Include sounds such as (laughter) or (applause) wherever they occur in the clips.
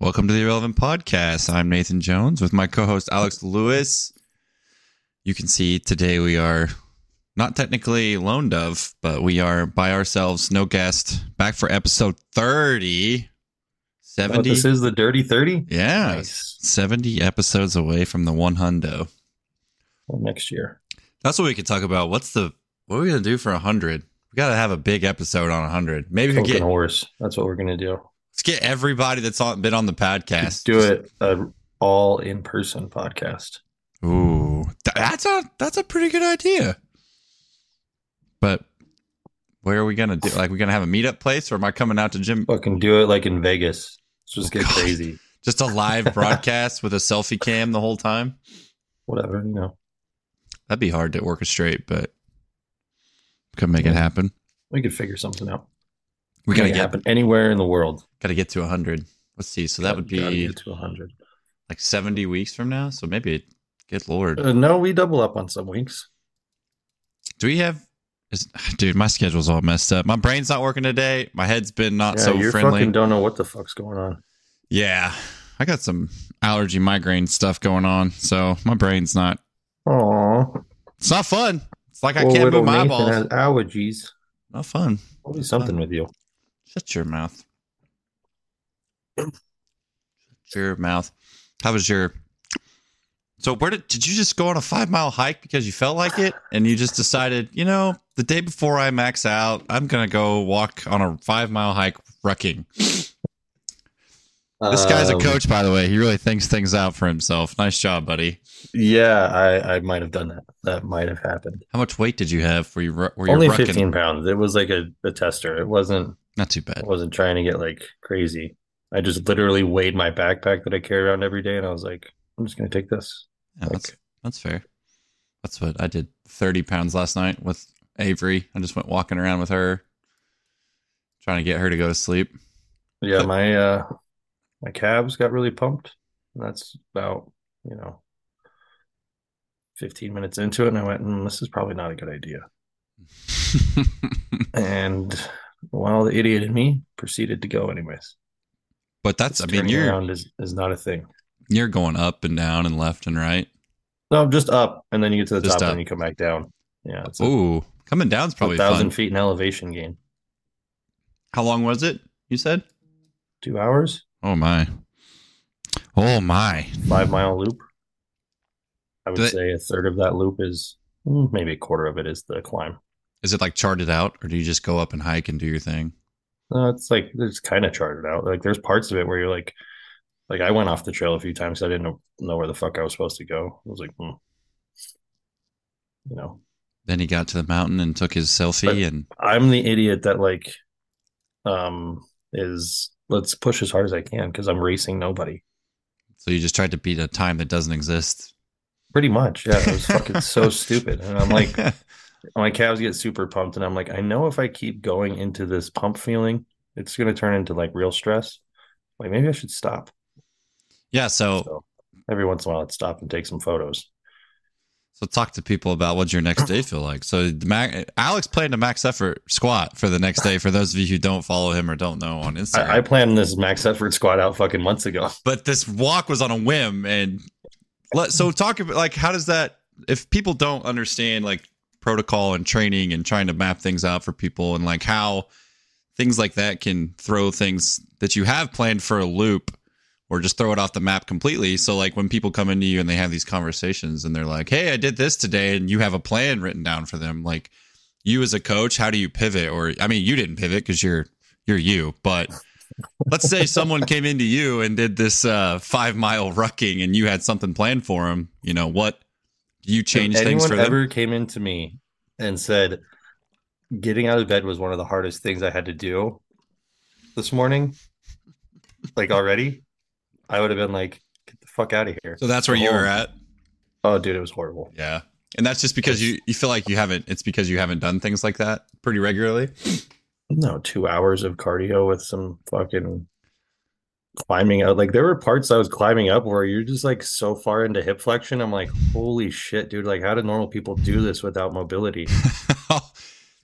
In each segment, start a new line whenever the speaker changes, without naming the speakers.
Welcome to the Irrelevant Podcast. I'm Nathan Jones with my co host Alex Lewis. You can see today we are not technically lone dove, but we are by ourselves, no guest, back for episode 30.
But
70.
Oh, this is the Dirty 30?
yeah.
Nice.
70 episodes away from the one hundo.
Well, next year.
That's what we could talk about. What's the, what are we going to do for 100? We got to have a big episode on 100. Maybe we
Broken
get,
horse. That's what we're going to do.
let's get everybody that's on, been on the podcast.
Do it uh, all in person podcast.
Ooh, th- that's a that's a pretty good idea. But where are we gonna do? Like, we gonna have a meetup place, or am I coming out to gym?
Fucking do it like in Vegas. Let's just get
Oh, God.
crazy.
Just a
(laughs)
live broadcast with a selfie cam the whole time?
Whatever, you know.
That'd be hard to orchestrate, but could make it happen.
We could figure something out.
We gotta
Make it
get
happen anywhere in the world.
gotta get to hundred. Let's see. So that would
Gotta
be
get to 100.
like seventy weeks from now. So maybe, good lord,
Uh, no, we double up on some weeks.
do we have? Is, (sighs) dude, my schedule's all messed up. My brain's not working today. My head's been not
yeah,
so
you
friendly.
fucking don't know what the fuck's going on.
Yeah, I got some allergy migraine stuff going on, so my brain's not.
Aww.
It's not fun. It's like I can't move my eyeballs.
Has allergies.
Not fun.
Probably something with you.
Shut your mouth. Shut your mouth. How was your? So where did did you just go on a five mile hike because you felt like it, and you just decided, you know, the day before I max out, I'm gonna go walk on a five mile hike, wrecking. This guy's a
Um,
coach, by the way. He really thinks things out for himself. Nice job, buddy.
Yeah, I, I might have done that. That might have happened.
How much weight did you have? Were you ru- were you
Only
rucking?
15 pounds. It was like a, a tester. It wasn't
Not too
I
bad.
wasn't trying to get like crazy. I just literally weighed my backpack that I carry around every day, and I was like, I'm just gonna take this.
Yeah, that's
Like-
that's fair. That's what I did. Thirty pounds last night with Avery. I just went walking around with her, trying to get her to go to sleep. (laughs)
Yeah,
But-
my uh my calves got really pumped. And that's about, you know, 15 minutes into it, and I went, mm, this is probably not a good idea. And well, the idiot in me proceeded to go anyways.
but that's I mean
Turning
you're
around is, is not a thing.
you're going up and down and left and right.
No, just up, and then you get to the
Just
top, and
up.
then you come back down. Yeah, it's a-
Ooh, coming down's
it's a
probably
thousand
fun.
feet in elevation gain.
How long was it? You said?
Two hours.
Oh my. Oh my.
five mile loop. I would
Do they-
say a third of that loop is mm, maybe a quarter of it is the climb.
Is it like charted out, or do you just go up and hike and do your thing?
No, it's like it's kind of charted out. Like there's parts of it where you're like, like I went off the trail a few times. I didn't know, know where the fuck I was supposed to go. I was like, hmm. you know,
Then he got to the mountain and took his selfie
But-
and
I'm the idiot that like, um, is let's push as hard as I can because I'm racing nobody.
So you just tried to beat a time that doesn't exist.
Pretty much, yeah. It was fucking so stupid, and I'm like, my calves get super pumped and i'm like i know if i keep going into this pump feeling it's going to turn into like real stress like maybe i should stop
(laughs) yeah. So,
so every once in a while i'd stop and take some photos
so talk to people about what your next
(laughs)
day feel like. So, the max, Alex planned a max effort squat for the next day. For those of you who don't follow him or don't know on Instagram,
I, I planned this max effort squat out fucking
(laughs)
months ago
but this walk was on a whim. And let so talk about like how does that? If people don't understand like protocol and training and trying to map things out for people and like how things like that can throw things that you have planned for a loop or just throw it off the map completely. So like when people come into you and they have these conversations and they're like, "Hey, I did this today," and you have a plan written down for them, like you as a coach, how do you pivot? Or I mean, you didn't pivot because you're you're you, but let's say someone came into you and did this uh, five mile rucking, and you had something planned for them. You know what? Do you change
if
things
anyone
for them?
ever came into me and said getting out of bed was one of the hardest things i had to do this morning like already i would have been like get the fuck out of here
So that's where you were at.
oh dude it was horrible
Yeah. And that's just because you, you feel like you haven't, it's because you haven't done things like that pretty regularly. (laughs)
no two hours of cardio with some fucking climbing out like there were parts i was climbing up where you're just like so far into hip flexion i'm like holy shit dude like how do normal people do this without mobility (laughs)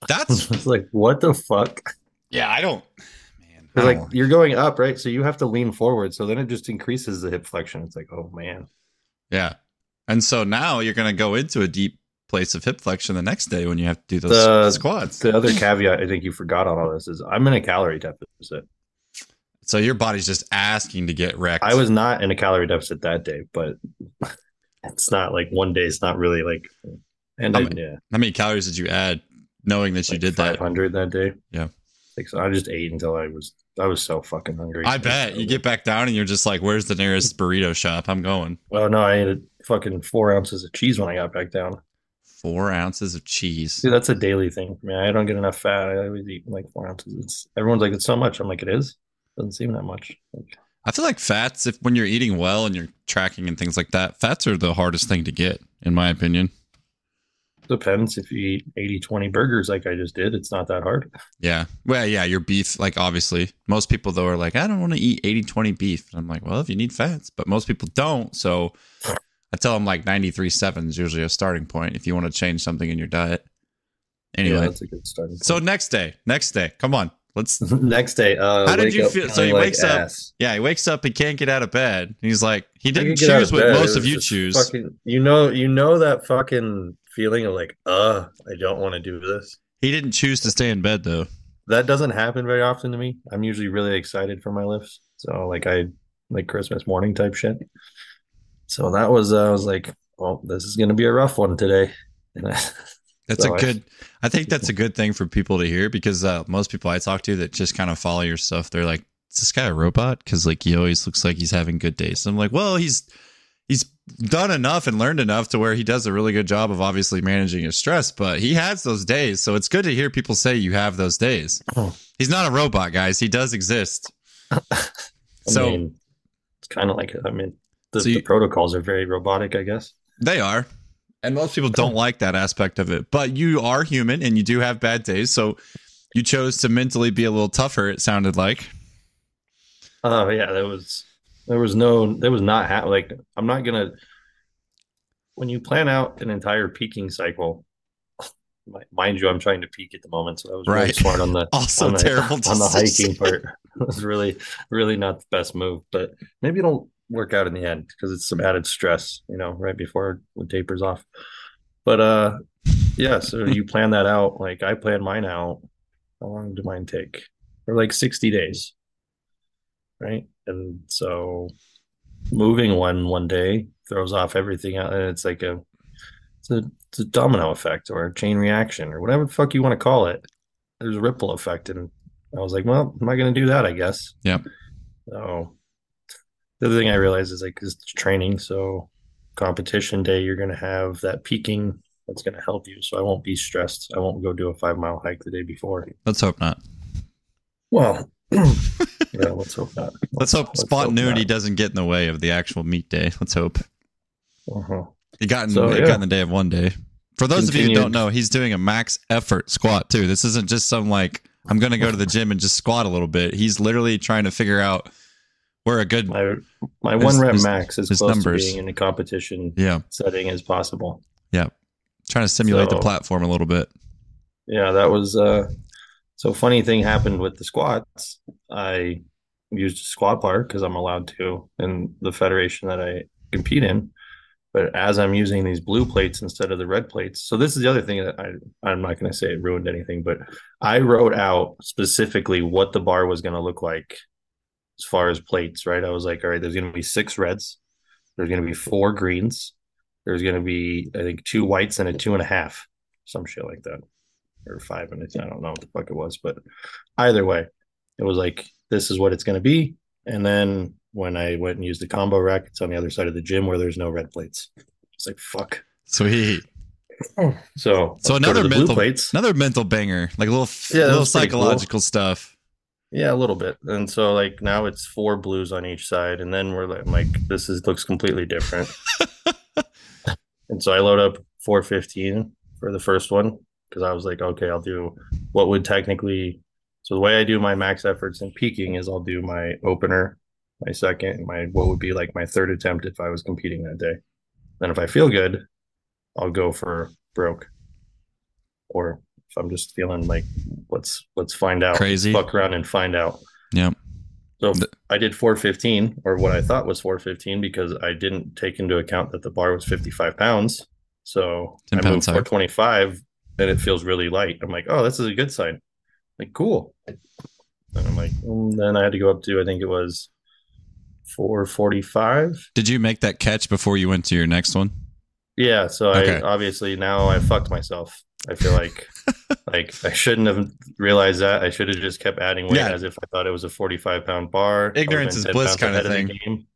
that's, (laughs)
it's like what the fuck
yeah, I don't, man,
'Cause,
I don't
like
wanna-
you're going up, right? So you have to lean forward. So then it just increases the hip flexion. It's like, oh man.
Yeah. And so now you're going to go into a deep place of hip flexion the next day when you have to do those
The-
squats.
The (laughs) other caveat I think you forgot on all this is I'm in a calorie deficit.
so your body's just asking to get wrecked.
I was not in a calorie deficit that day, but (laughs) it's not like one day. It's not really like. And I,
I'm-
yeah,
How many calories did you add knowing that you
like
did that?
500 that day.
Yeah.
Like, so I just ate until I was I was so fucking hungry.
I bet you get back down and you're just like, where's the nearest burrito shop? I'm going.
Well, no, I ate fucking four ounces of cheese when I got back down.
Four ounces of cheese.
See, that's a daily thing for me. I don't get enough fat. I always eat like four ounces. It's everyone's like, it's so much. I'm like, it is. Doesn't seem that much. Like,
I feel like fats, if when you're eating well and you're tracking and things like that, fats are the hardest thing to get, in my opinion.
depends if you eat 80 20 burgers like I just did. It's not that hard.
Yeah. Well, yeah, your beef, like obviously. Most people though are like, I don't want to eat 80 20 beef. And I'm like, well, if you need fats, but most people don't. So I tell them like 93 7 is usually a starting point if you want to change something in your diet.
Yeah,
Anyway.
that's a good starting.
so next day, next day, come on. Let's,
point. (laughs) next day, uh,
How did
wake
you
up
feel- so
feeling
he
like
wakes up,
ass.
yeah, he wakes up, he can't get out of bed. And he's like, he
I
didn't
could get out
choose what
bed. It
most of
was
you
just
choose.
Fucking, you know, you know that fucking feeling of like, uh, I don't want to do this.
he didn't choose to stay in bed though.
That doesn't happen very often to me. I'm usually really excited for my lifts. So like I like Christmas morning type shit. So that was uh, I was like, well, this is gonna be a rough one today. And (laughs) I,
That's
So
a
I-
good. I think that's a good thing for people to hear because uh, most people I talk to that just kind of follow your stuff, they're like, "Is this guy a robot?" Because like he always looks like he's having good days. I'm like, well, he's he's done enough and learned enough to where he does a really good job of obviously managing his stress, but he has those days, so it's good to hear people say you have those days.
Oh.
He's not a robot, guys. He does exist.
(laughs) I
So-
mean, it's kind of like I mean, the,
So you-
the protocols are very robotic, I guess.
They are. And most people
(clears throat)
don't like that aspect of it. But you are human and you do have bad days. So you chose to mentally be a little tougher, it sounded like. (laughs)
Oh yeah, there was there was no there was not ha- like I'm not gonna when you plan out an entire peaking cycle. (laughs) mi- Mind you, I'm trying to peak at the moment, so I was really
Right.
smart on the
Also
on the,
terrible
(laughs) on the
decision.
hiking part. (laughs) It was really really not the best move, but maybe it'll work out in the end because it's some added stress, you know, right before it tapers off. But uh, yeah, so
(laughs)
you plan that out. Like I planned mine out. How long did mine take? Or like 60 days right? And so moving one one day throws off everything out, and it's like a it's a, it's a domino effect or a chain reaction or whatever the fuck you want to call it. There's a ripple effect, and I was like, well, I'm not gonna do that, I guess.
Yep.
So the other thing I realized is like it's training, so competition day you're gonna have that peaking that's gonna help you. So I won't be stressed. I won't go do a five mile hike the day before.
(laughs) Let's hope not.
Well. (clears throat) yeah, let's hope not.
Let's hope
Let's hope
spontaneity
not.
doesn't get in the way of the actual meet day. Let's hope.
Uh-huh.
It got in,
So,
it
yeah.
got in the day of one day. For those of you who
Continued.
don't know, he's doing a max effort squat too. This isn't just some like, I'm going to go to the gym and just squat a little bit. He's literally trying to figure out where a good.
My my
His-
one rep
his-
max is
his
close
numbers.
to being in a competition
Yeah.
setting as possible.
Trying to simulate the
So-
platform a little bit.
Yeah, that was uh so funny thing happened with the squats. I used a squat bar because I'm allowed to in the federation that I compete in. But as I'm using these blue plates instead of the red plates, so this is the other thing that I I'm not going to say it ruined anything, but I wrote out specifically what the bar was going to look like as far as plates, right? I was like, all right, there's going to be six reds, there's going to be four greens, there's going to be I think two whites and a two and a half, some shit like that, or five and a, I don't know what the fuck it was, but either way, it was like this is what it's going to be. And then when I went and used the combo rack, it's on the other side of the gym where there's no red plates. It's like fuck.
Sweet.
So
So
let's go to
another
the blue
mental-
plates.
Another mental banger, like a little,
Yeah, that
little
was pretty cool.
psychological stuff.
Yeah, a little bit. And so like now it's four blues on each side, and then we're like, like this is looks completely different. and so I load up four fifteen for the first one because I was like, okay, I'll do what would technically. So the way I do my max efforts and peaking is I'll do my opener, my second, and my what would be like my third attempt if I was competing that day. Then if I feel good, I'll go for broke, or if I'm just feeling like let's let's find out
Crazy.
fuck around and find out.
Yeah.
So
The-
I did 415 or what I thought was 415 because I didn't take into account that the bar was 55 pounds. So
10
I
pounds
moved
higher.
425 and it feels really light. I'm like, oh, this is a good sign. Like, cool. And I'm like, mm, then I had to go up to, I think it was 445.
Did you make that catch before you went to your next one?
Yeah. So
Okay.
I obviously now I fucked myself. I
(laughs)
feel like like I shouldn't have realized that. I should have just kept adding weight
Yeah.
as if I thought it was a 45 pound bar.
Ignorance is
I would've been 10
bliss
pounds
kinda
ahead the
thing.
game.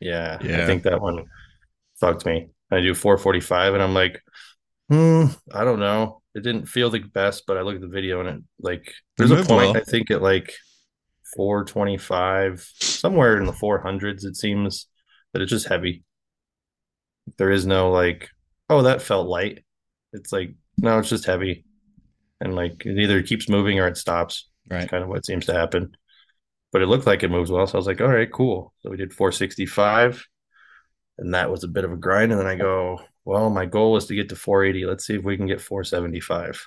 Yeah,
Yeah.
I think that one fucked me. I do 445 and I'm like, hmm, I don't know. It didn't feel the best, but I looked at the video and it like there's a
moved
point
well.
I think at like 425, somewhere in the 400s it seems that it's just heavy. There is no like, oh, that felt light. It's like, no, it's just heavy. And like it either keeps moving or it stops.
Right.
Kind of what seems to happen. But it looked like it moves well. So I was like, all right, cool. So we did 465. And that was a bit of a grind. And then I go, well, my goal was to get to 480. Let's see if we can get 475.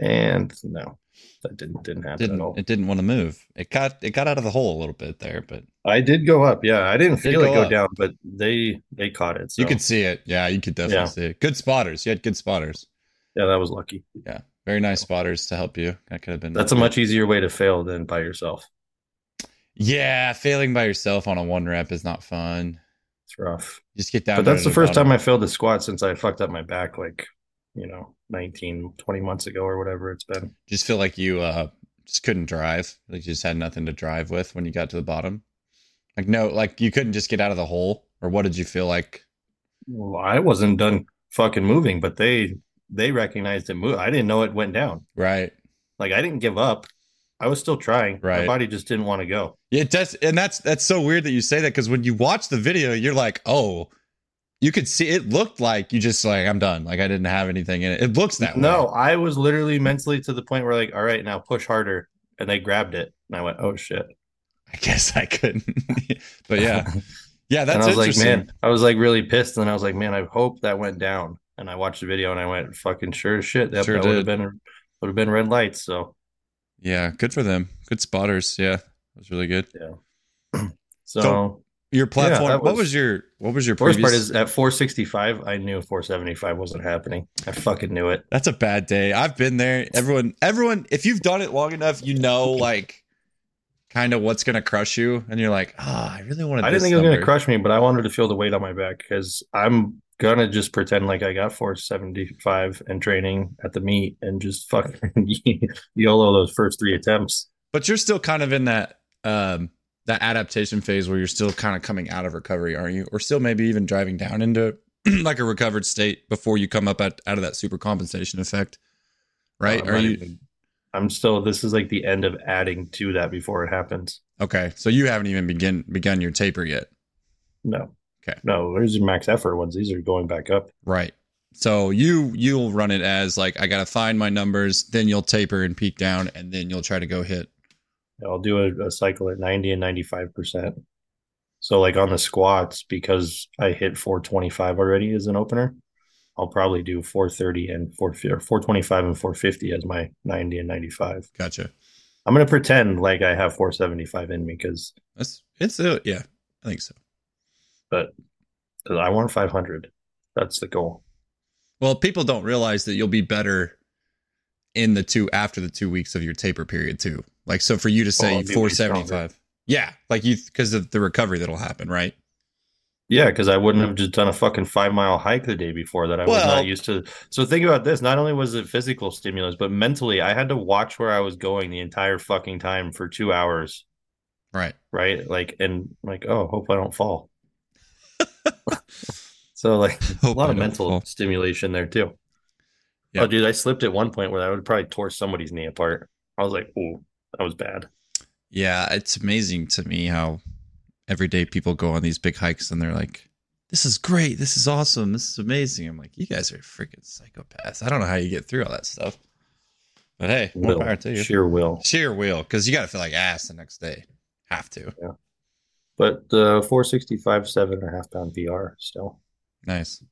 And no, that didn't didn't happen at all.
Didn't it didn't want to move. It got it got out of the hole a little bit there, but
I did go up. Yeah. I didn't
Did
feel
go
it go
up.
down, but they they caught it. So
you could see it. Yeah, you could definitely
Yeah.
see it. Good spotters. You had good spotters.
yeah, that was lucky.
Yeah. Very nice spotters to help you. That could have been
That's a much easier way to fail than by yourself.
Yeah, failing by yourself on a one rep is not fun.
It's rough.
Just get down.
but
there
that's
to
the first
bottom.
time I failed a squat since I fucked up my back like, you know, 19, 20 months ago or whatever it's been.
just feel like you uh just couldn't drive like you just had nothing to drive with when you got to the bottom like no like you couldn't just get out of the hole or what did you feel like
Well, I wasn't done fucking moving, but they they recognized it move. I didn't know it went down.
right
Like I didn't give up. I was still trying.
Right.
My body just didn't want to go.
it does and that's that's so weird that you say that because when you watch the video you're like oh you could see it looked like you just like i'm done like i didn't have anything in it it looks that
no,
way.
I was literally mentally to the point where like, all right, now push harder. And they grabbed it. And I went, oh shit.
i guess i couldn't (laughs) but
(laughs)
yeah yeah that's
and I was like,
interesting
man, I was like really pissed. And then I was like, man, I hope that went down. And I watched the video and I went, fucking sure as shit. That,
Sure
that would
did.
have been would have been red lights. So
yeah good for them good spotters yeah that was really good
so,
So, your platform
that
what
was-
was your what was your
worst
previous
part is at 465, I knew 475 wasn't happening. I fucking knew it.
That's a bad day. I've been there. Everyone, everyone, if you've done it long enough, you know, like, kind of what's going to crush you. And you're like, ah, I really wanted
I didn't
this
think it was gonna
number."
crush me, but I wanted to feel the weight on my back because I'm gonna just pretend like I got 475 and training at the meet and just fucking (laughs) YOLO those first three attempts.
But you're still kind of in that, um, that adaptation phase where you're still kind of coming out of recovery, aren't you? Or still maybe even driving down into (clears throat) like a recovered state before you come up at, out of that super compensation effect. Right.
I'm
Are
not
you
Um, even- I'm still this is like the end of adding to that before it happens.
okay? So you haven't even begin begun your taper yet.
No.
Okay.
No, there's your max effort ones. These are going back up.
Right. So you you'll run it as like I gotta find my numbers, then you'll taper and peak down, and then you'll try to go hit.
I'll do a, a cycle at 90 and 95%. So, like on the squats, because I hit 425 already as an opener, I'll probably do 430 and 4, 425 and 450 as my 90 and 95.
Gotcha.
I'm going to pretend like I have 475 in me because
That's it's uh, yeah, I think so.
I want 500. That's the goal.
Well, people don't realize that you'll be better in the two after the two weeks of your taper period too. Like so for you to
Oh,
say
I'll be way
four seventy five. Yeah. Like you because of the recovery that'll happen, right?
Yeah, because I wouldn't have just done a fucking five mile hike the day before that I was
Well-
not used to. So think about this. Not only was it physical stimulus, but mentally, I had to watch where I was going the entire fucking time for two hours.
Right.
right? Like, and like, oh, hope I
(laughs)
don't fall. so like a
Hope
lot
I
of
don't
mental
fall.
stimulation there too.
Yeah.
Oh, dude, I slipped at one point where I would probably tore somebody's knee apart. I was like, oh, that was bad.
Yeah, it's amazing to me how everyday people go on these big hikes and they're like, "This is great. This is awesome. This is amazing." I'm like, "You guys are freaking psychopaths. I don't know how you get through all that stuff." But hey, more
Will,
power to you. Sheer,
sheer will.
will, because you got to feel like ass the next day. Have to.
But the 465, seven and a half pound PR still.
Nice.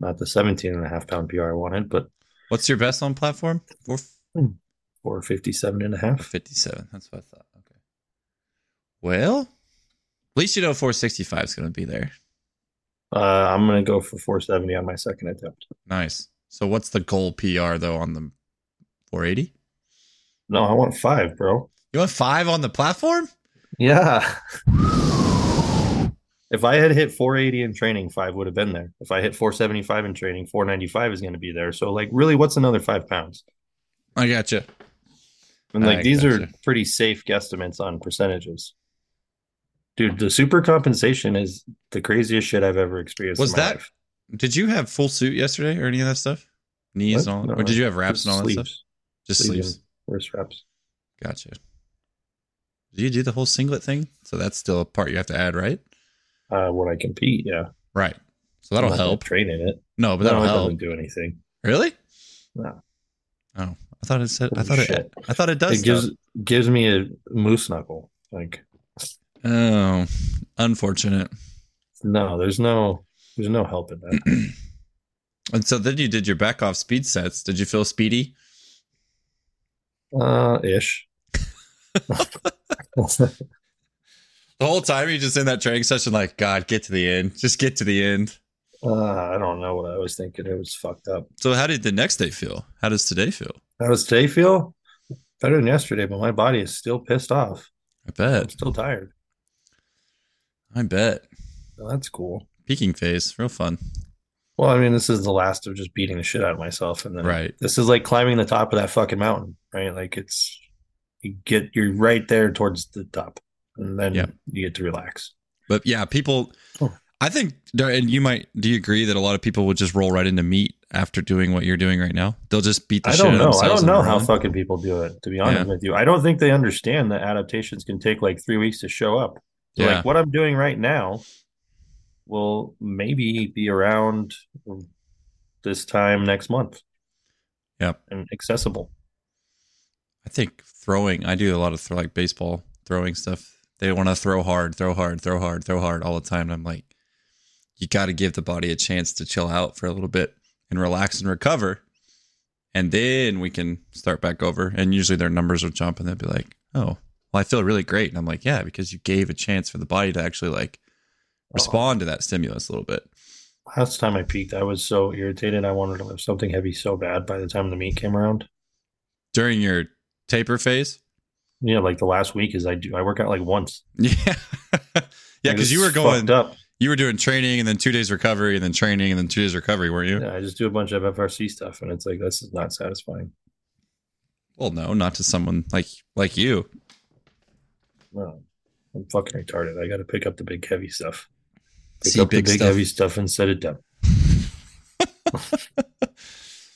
Not the 17 and a half pound PR I wanted, but
What's your best on platform? Four
457 and a half.
fifty-seven. That's what I thought. Okay. Well, at least you know 465 is going to be there.
Uh, I'm gonna go for 470 on my second attempt.
Nice. So what's the goal PR though on the 480?
No, I want five, bro.
You want five on the platform?
Yeah. (laughs) If I had hit 480 in training, five would have been there. If I hit 475 in training, 495 is going to be there. So, like, really, what's another five pounds?
I gotcha.
And
I
like, these are
gotcha.
pretty safe guesstimates on percentages. Dude, the super compensation is the craziest shit I've ever experienced.
Was
in my
that
life.
Did you have full suit yesterday or any of that stuff? Knees
What?
and all,
No,
or did you have wraps
Just
and all that stuff?
sleeves.
Just
Sleeves
sleeves.
and Wrist wraps.
Gotcha. Did you do the whole singlet thing? So that's still a part you have to add, right?
Uh, when I compete, yeah,
Right. So that'll
I'm not gonna
help.
Train in it,
No, but
but no,
that'll
it
help.
doesn't do anything.
Really?
No.
Oh, I thought it said. I
Holy
thought it.
shit.
I thought it does.
it gives gives me a moose knuckle. Like,
stuff. Oh, unfortunate.
no, there's no there's no help in that.
And so then you did your back off speed sets. Did you feel speedy?
Uh,
(laughs)
ish. Uh,
The whole time you're just in that training session, like, God, get to the end. Just get to the end.
Uh, I don't know what I was thinking. It was fucked up.
So how did the next day feel? How does today feel?
How does today feel? Better than yesterday, but my body is still pissed off.
I
I'm
bet.
still tired.
I bet.
So that's cool.
Peaking phase, real fun.
Well, I mean, this is the last of just beating the shit out of myself, and then
Right.
this is like climbing the top of that fucking mountain, right? Like it's you get you're right there towards the top, and then
Yeah.
you get to relax.
But yeah, people.
Oh.
I think, and you might. Do you agree that a lot of people would just roll right into meat after doing what you're doing right now? They'll just beat the
I
shit out
don't
of
know. I
themselves.
don't
in the
know how
run.
fucking people do it. To be honest
Yeah.
with you, I don't think they understand that adaptations can take like three weeks to show up. So,
Yeah.
Like what I'm doing right now will maybe be around this time next month
Yep.
and accessible.
I think throwing. I do a lot of throw, like baseball throwing stuff. They want to throw hard, throw hard, throw hard, throw hard all the time. And I'm like, you got to give the body a chance to chill out for a little bit and relax and recover, and then we can start back over. And usually their numbers will jump, and they'll be like, "Oh, well, I feel really great." And I'm like, "Yeah, because you gave a chance for the body to actually like respond to that stimulus a little bit."
Last time I peaked, I was so irritated. I wanted to lift something heavy so bad. By the time the meet came around,
during your taper phase. (laughs)
Yeah, like the last week is I do I work out like once.
Yeah, yeah,
Like,
because
it's
you were
fucked
going,
up.
you were doing training and then two days recovery and then training and then two days recovery, weren't you?
Yeah, I just do a bunch of FRC stuff, and it's like this is not satisfying.
Well, no, not to someone like like you.
No, I'm fucking retarded. I got to pick up the big heavy stuff. Pick
See
up
big
the big
stuff.
heavy stuff and
(laughs)
set it down.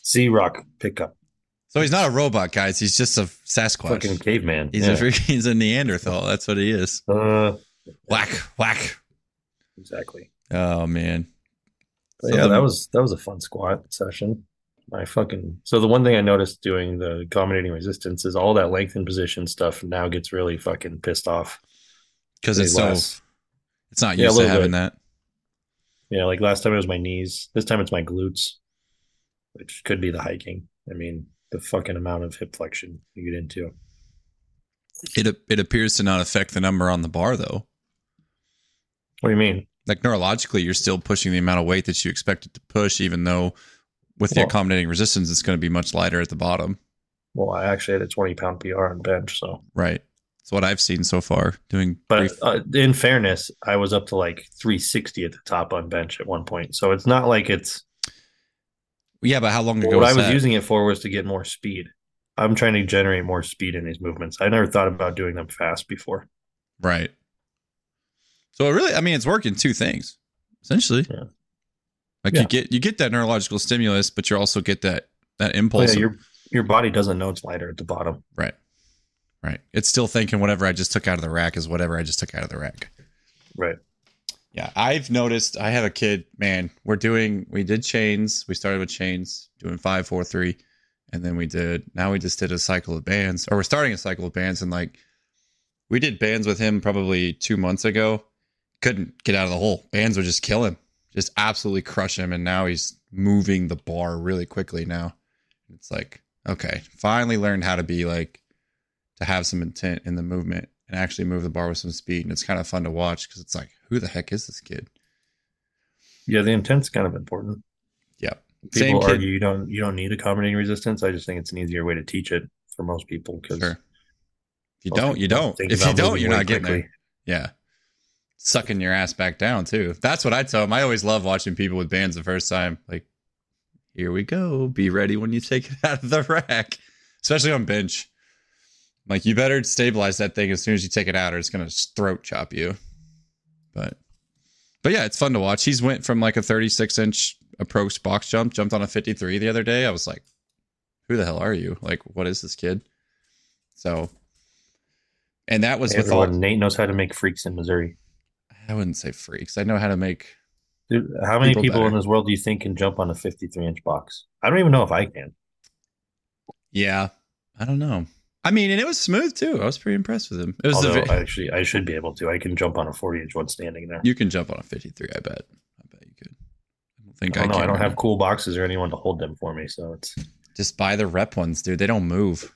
Sea rock pick up
So he's not a robot, guys. He's just a Sasquatch.
fucking caveman.
he's a
yeah.
freak- he's a Neanderthal. That's what he is.
uh,
Whack whack.
exactly.
Oh man.
But
So
yeah,
the-
that was that was a fun squat session. My fucking so the one thing I noticed doing the accommodating resistance is all that length and position stuff now gets really fucking pissed off.
Because it's
Way
so
less.
it's not
Yeah, a
used to
little
having
bit.
that.
Yeah, like last time it was my knees. This time it's my glutes, which could be the hiking. I mean, the fucking amount of hip flexion you get into.
It it appears to not affect the number on the bar though.
What do you mean?
Like neurologically, you're still pushing the amount of weight that you expected to push, even though with the
Well-
accommodating resistance, it's going to be much lighter at the bottom.
Well, I actually had a 20 pound PR on bench. So,
Right. That's what I've seen so far. Doing
but
brief-
uh, in fairness, I was up to like 360 at the top on bench at one point. So it's not like it's
yeah, but how long ago
what
was
I was
that?
using it for was to get more speed. I'm trying to generate more speed in these movements. I never thought about doing them fast before.
Right. So it really, I mean, it's working two things essentially.
Yeah.
Like
Yeah.
you get you get that neurological stimulus, but you also get that that
Oh, yeah,
impulse. of-
your your body doesn't know it's lighter at the bottom.
right. Right. It's still thinking whatever I just took out of the rack is whatever I just took out of the rack.
Right.
Yeah, I've noticed. I have a kid. Man, we're doing. We did chains. We started with chains, doing five, four, three, and then we did. Now we just did a cycle of bands, or we're starting a cycle of bands, and like we did bands with him probably two months ago. Couldn't get out of the hole. Bands would just kill him, just absolutely crush him, and now he's moving the bar really quickly. Now it's like okay, finally learned how to be like to have some intent in the movement and actually move the bar with some speed. And it's kind of fun to watch because it's like, who the heck is this kid?
Yeah, the intent's kind of important.
Yeah.
People
Same kid.
argue you don't you don't need accommodating resistance. I just think it's an easier way to teach it for most people because
Sure. If you don't, you don't. If you don't, you're not getting it. Yeah. Sucking your ass back down too. That's what I tell them. I always love watching people with bands the first time. Like, here we go. Be ready when you take it (laughs) out of the rack, especially on bench. Like, you better stabilize that thing as soon as you take it out, or it's gonna just throat chop you. But, but yeah, it's fun to watch. He's went from like a 36 inch approach box jump, jumped on a 53 the other day. I was like, who the hell are you? Like, what is this kid? So, and that was with all
Everyone, Nate knows how to make freaks in Missouri.
I wouldn't say freaks. I know how to make.
Dude, how many
People
people, in
better.
this world do you think can jump on a 53 inch box? I don't even know if I can.
Yeah, I don't know. I mean, and it was smooth too. I was pretty impressed with him. It was. The,
Although
vi-
I actually I should be able to. I can jump on a 40 inch one standing there.
(laughs) you can jump on a fifty-three. I bet. I bet you could. I don't think
I
I,
don't know.
can.
Oh, I don't have cool boxes or anyone to hold them for me. So it's
Just buy the rep ones, dude. They don't move.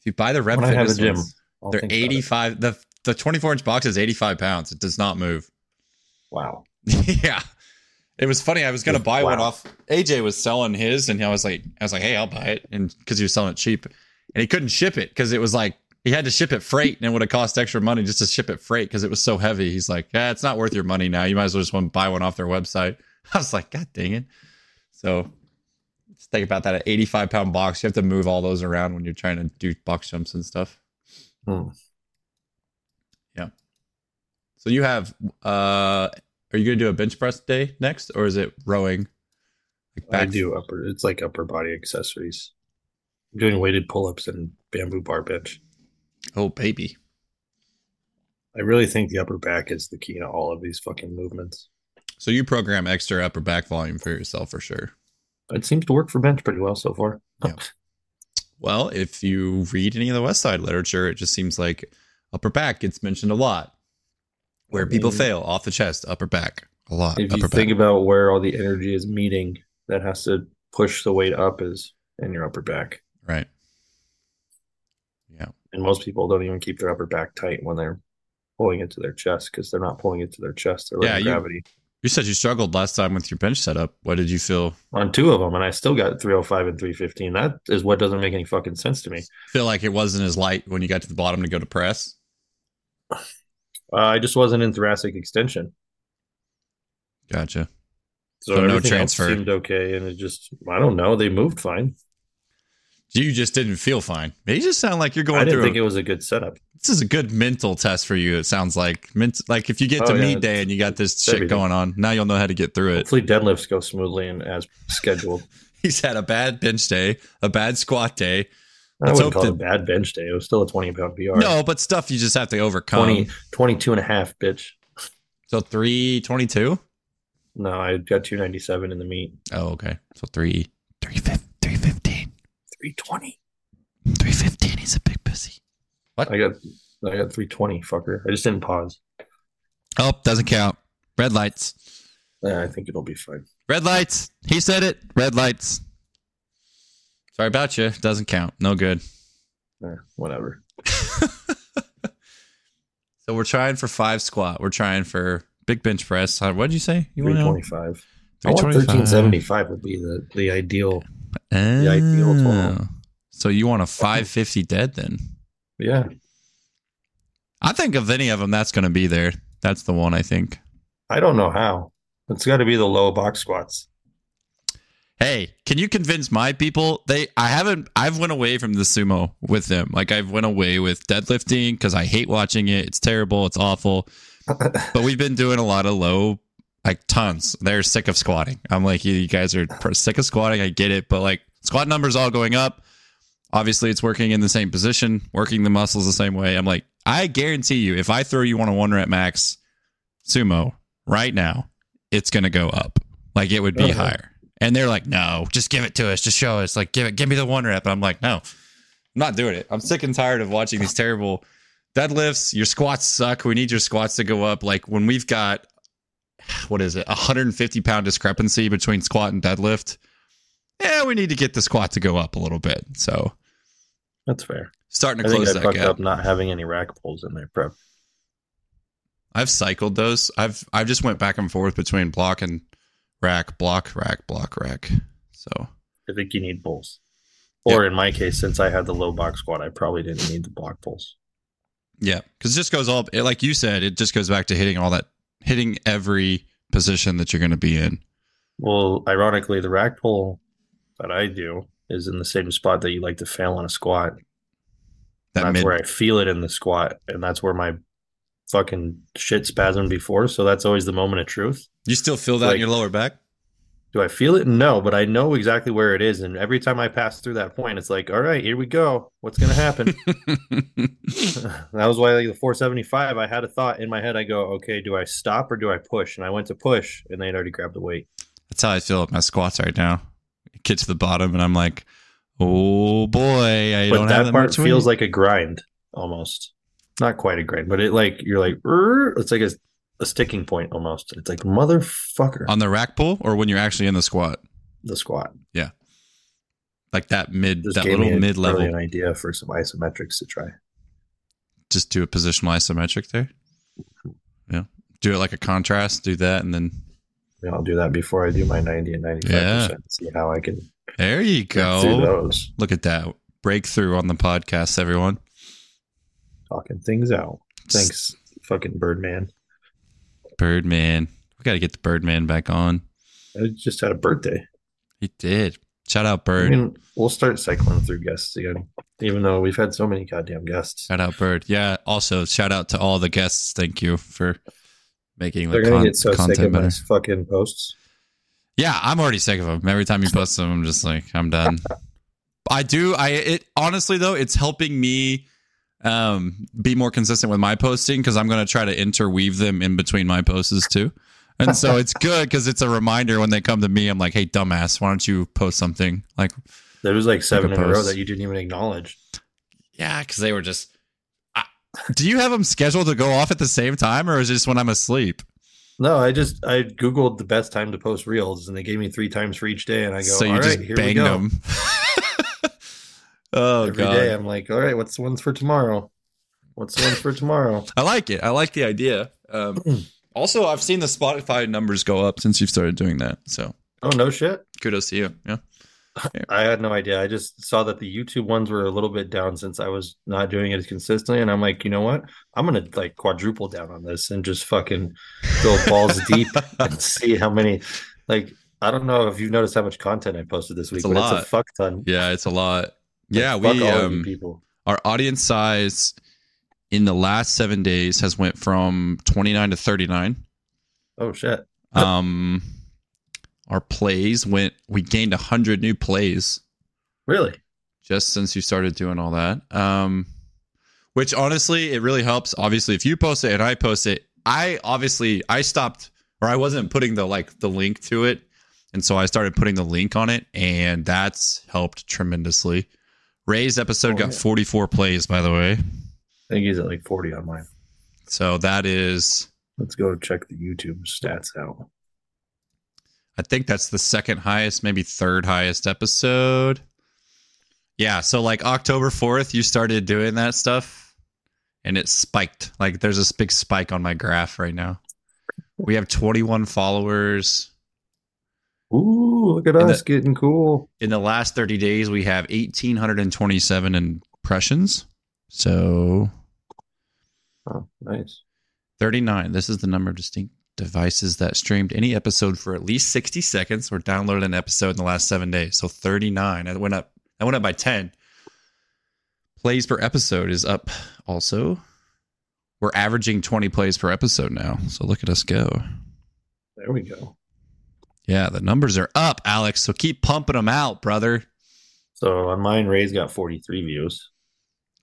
If you buy the rep
When I have
fitness
a gym,
ones,
I'll
they're
think about it.
eighty-five. The the twenty-four inch box is eighty-five pounds. It does not move.
Wow.
(laughs) yeah. It was funny. I was gonna
Yeah,
buy one
wow.
off. AJ was selling his, and I was like, I was like, hey, I'll buy it, and because he was selling it cheap, and he couldn't ship it because it was like he had to ship it freight, and it would have cost extra money just to ship it freight because it was so heavy. He's like, yeah, it's not worth your money now. You might as well just want to buy one off their website. (laughs) I was like, god dang it. So just think about that. An eighty-five pound box, you have to move all those around when you're trying to do box jumps and stuff.
Hmm.
Yeah. So you have uh are you gonna do a bench press day next, or is it rowing? Like
I do upper. It's like upper body accessories. I'm doing weighted pull ups and bamboo bar bench.
Oh baby,
I really think the upper back is the key to all of these fucking movements.
so you program extra upper back volume for yourself for sure.
It seems to work for bench pretty well so far.
Well, if you read any of the West Side literature, it just seems like upper back gets mentioned a lot. Where people
mean-
fail off the chest, upper back a lot.
If you
upper
think
back.
about where all the energy is meeting, that has to push the weight up is in your upper back.
right. Yeah.
And most people don't even keep their upper back tight when they're pulling it to their chest because they're not pulling it to their chest. They're
Yeah,
letting
you-
gravity
You said you struggled last time with your bench setup. What did you feel?
on two of them, and I still got 305 and 315. That is what doesn't make any fucking sense to me.
Feel like it wasn't as light when you got to the bottom to go to press?
Uh, I just wasn't in thoracic extension.
Gotcha. So
So,
no
everything else
transfer.
seemed okay, and it just I don't know. They moved fine.
You just didn't feel fine. You just sound like you're
I
going
didn't
through.
think
a-
it was a good setup.
this is a good mental test for you. It sounds like Ment- like if you get to
Oh, yeah,
meet day and you got this
it's
shit
everything.
going on, now you'll know how to get through it. (laughs)
Hopefully, deadlifts go smoothly and as scheduled.
He's had a bad bench day, a bad squat day.
I
Let's hope
wouldn't call it a bad bench day. It was still a 20 pound PR.
No, but stuff you just have to overcome.
20, 22 and a half, bitch.
So three twenty-two.
No, I got 297 in the meet.
Oh, okay. So three three fif- three fifteen.
320.
Three fifteen. He's a big pussy.
I got I got 320, fucker. I just didn't pause.
Oh, doesn't count. Red lights.
Yeah, I think it'll be fine.
Red lights. He said it. Red lights. Sorry about you. Doesn't count. No good.
Eh, whatever.
So we're trying for five squat. We're trying for big bench press. Uh, What did you say? You wanna-
325. I want 1375 would be the, the ideal.
Oh.
ideal total.
So you want a 550 dead then?
Yeah.
I think of any of them, that's going to be there. That's the one I think.
I don't know how. It's got to be the low box squats.
Hey, can you convince my people? They, I haven't. I've went away from the sumo with them. Like I've went away with deadlifting because I hate watching it. It's terrible. It's awful. but we've been doing a lot of low, like tons. They're sick of squatting. I'm like, you, you guys are pr- sick of squatting. I get it, but like squat numbers all going up. Obviously, it's working in the same position, working the muscles the same way. I'm like, I guarantee you, if I throw you on a one rep max sumo right now, it's gonna go up. Like it would be
Okay.
higher. And they're like, no, just give it to us. Just show us. Like, give it, give me the one rep. And I'm like, no, I'm not doing it. I'm sick and tired of watching these terrible deadlifts. Your squats suck. We need your squats to go up. Like when we've got, what is it, 150 pound discrepancy between squat and deadlift. Yeah, we need to get the squat to go up a little bit. So
That's fair.
starting to
I think
close
I
that
fucked
gap.
up not having any rack pulls in my prep.
I've cycled those. I've I've just went back and forth between block and rack, block, rack, block, rack. So
I think you need pulls. Or in my case, since I had the low box squat, I probably didn't need the block pulls.
yeah, because just goes all it, like you said. It just goes back to hitting all that, hitting every position that you're going to be in.
Well, ironically, the rack pull that I do is in the same spot that you like to fail on a squat.
That
that's
mid,
where I feel it in the squat, and that's where my fucking shit spasmed before. So that's always the moment of truth.
you still feel that
like-
in your lower back. (laughs)
Do I feel it? No, but I know exactly where it is. And every time I pass through that point, it's like, all right, here we go. What's gonna happen? (laughs) that was why like the 475, I had a thought in my head. I go, okay, do I stop or do I push? And I went to push, and they'd already grabbed the weight.
That's how I feel with my squats right now. Get to the bottom, and I'm like, oh boy, I
but
don't have
that
that
part
much
feels
weight.
like a grind almost. Not quite a grind, but it like you're like, "Er," it's like a, a sticking point almost. It's like motherfucker
on the rack pull or when you're actually in the squat,
the squat.
like that mid,
This
that
gave
little
me a
mid level.
brilliant idea for some isometrics to try.
just do a positional isometric there. Yeah. Do it like a contrast, do that, and then
And I'll do that before I do my 90 and 95%.
Yeah.
See how I can
there you
get through
go.
those,
Look at that breakthrough on the podcast, everyone.
talking things out. Thanks, fucking Birdman.
Birdman. We got to get the Birdman back on.
I just had a birthday.
He did. Shout out
I
Bird.
mean, we'll start cycling through guests again, even though we've had so many goddamn guests.
Shout out Bird. Yeah. Also, shout out to all the guests. Thank you for making
They're
the
gonna
con-
get so sick
content
of
better.
my fucking posts.
Yeah, I'm already sick of them. Every time you post them, I'm just like, I'm done. I do. I it honestly though, it's helping me um be more consistent with my posting because I'm gonna try to interweave them in between my posts too. And so
(laughs)
it's good because it's a reminder when they come to me. I'm like, hey, dumbass, why don't you post something? Like,
There was like seven in a row
post.
that you didn't even acknowledge.
yeah, because they were just. I, do you have them scheduled to go off at the same time, or is it just when I'm asleep?
No, I just I googled the best time to post reels, and they gave me three times for each day. And I go,
so you
all
just
right, here we
banged
go.
them. (laughs) oh
Every
god.
day I'm like, all right, what's the ones for tomorrow? What's the ones for tomorrow?
I like it. I like the idea. Um, also, I've seen the Spotify numbers go up since you've started doing that. So
Oh no, shit.
kudos to you. Yeah.
I had no idea. I just saw that the YouTube ones were a little bit down since I was not doing it as consistently, and I'm like, you know what? I'm gonna like quadruple down on this and just fucking go
(laughs)
balls deep and see how many. Like, I don't know if you've noticed how much content I posted this week,
a
but
lot.
it's a fuck ton. Like,
Yeah, it's a lot. Yeah,
fuck
we
all of you
um,
people.
our audience size in the last seven days has went from twenty nine to thirty nine.
Oh shit!
Um, our plays went. We gained hundred new plays
Really?
just since you started doing all that. Um, which honestly, it really helps. Obviously, if you post it and I post it, I obviously I stopped or I wasn't putting the like the link to it, and so I started putting the link on it, and that's helped tremendously. Ray's episode
Oh,
got
yeah.
44 plays, by the way.
I think he's at like 40 on mine.
So that is,
Let's go check the YouTube stats out.
I think that's the second highest, maybe third highest episode. Yeah. So like October 4th, you started doing that stuff and it spiked. Like there's this big spike on my graph right now. We have 21 followers.
Ooh, look at
And
us getting cool.
In the last 30 days, we have 1,827 impressions. So
Oh, nice.
39. This is the number of distinct devices that streamed any episode for at least 60 seconds or downloaded an episode in the last seven days. So 39. That went up. That went up by 10. Plays per episode is up also. We're averaging 20 plays per episode now. So look at us go.
There we go.
Yeah, the numbers are up, Alex. So keep pumping them out, brother.
So on mine, Ray's got 43 views.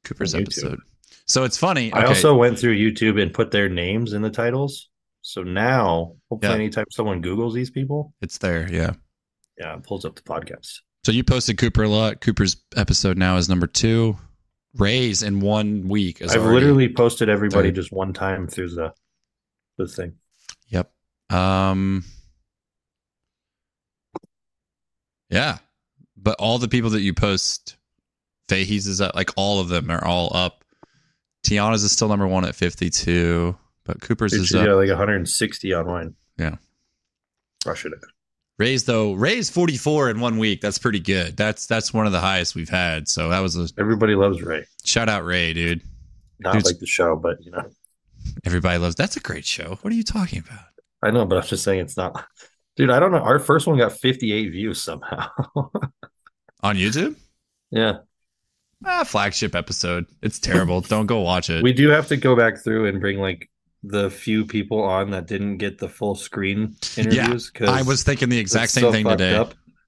Cooper's
On YouTube.
episode. So it's funny.
I
okay.
also went through YouTube and put their names in the titles. So now, hopefully,
Yeah.
anytime someone Googles these people,
it's there. Yeah.
yeah, it pulls up the podcast.
So you posted Cooper a lot. Cooper's episode now is number two. Rays in one week. Is
I've
already-
literally posted everybody
Third.
just one time through the the thing.
Yep. Um. Yeah, but all the people that you post Fahey's is at like all of them are all up. Tiana's is still number one at 52, but Cooper's
Dude,
is
she's
up.
got like 160 on mine.
Yeah.
Rush it. in.
Rays though, Rays 44 in one week. That's pretty good. That's that's one of the highest we've had. So that was a
Everybody loves Ray.
shout out Ray, dude.
Not
Dude's-
like the show, but you know,
Everybody loves. That's a great show. What are you talking about?
I know, but I'm just saying it's not. Dude, I don't know. Our first one got 58 views somehow. (laughs)
On YouTube?
yeah.
Ah, flagship episode. It's terrible. Don't go watch it.
We do have to go back through and bring like the few people on that didn't get the full
(laughs)
screen interviews. Because
I was thinking the exact same thing today.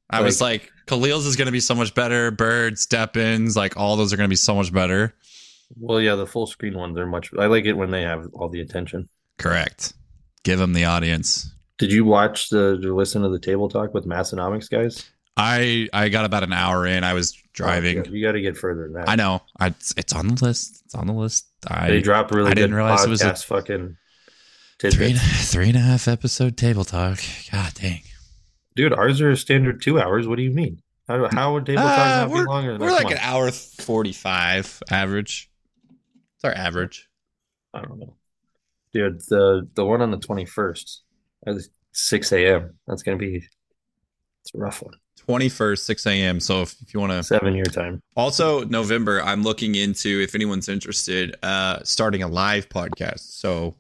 I was like, Khalil's is going to be so much better. Bird, Steppins, like all those are going to be so much better.
Well, yeah, the full screen ones are much. I like it when they have all the attention.
Correct. Give him the audience.
Did you watch the or listen to the table talk with Massonomics guys?
I I got about an hour in. I was
Oh,
driving.
yeah, you got to get further than that.
I know. I, it's- it's on the list. It's on the list. I
They drop really
I
good
didn't realize
podcast
it was a-
fucking
three and,
tidbits.
three and a half episode table talk. God dang.
Dude, ours are a standard two hours. What do you mean? How, how would table talk
Uh,
not be longer than
We're
that?
like
Come
an hour forty five average. It's our average.
on. I don't know. Dude, the the one on the twenty first at six AM. That's gonna be it's a rough one.
Twenty first, six AM. So if, if you want to
Seven year time.
Also, November, I'm looking into if anyone's interested, uh, starting a live podcast. So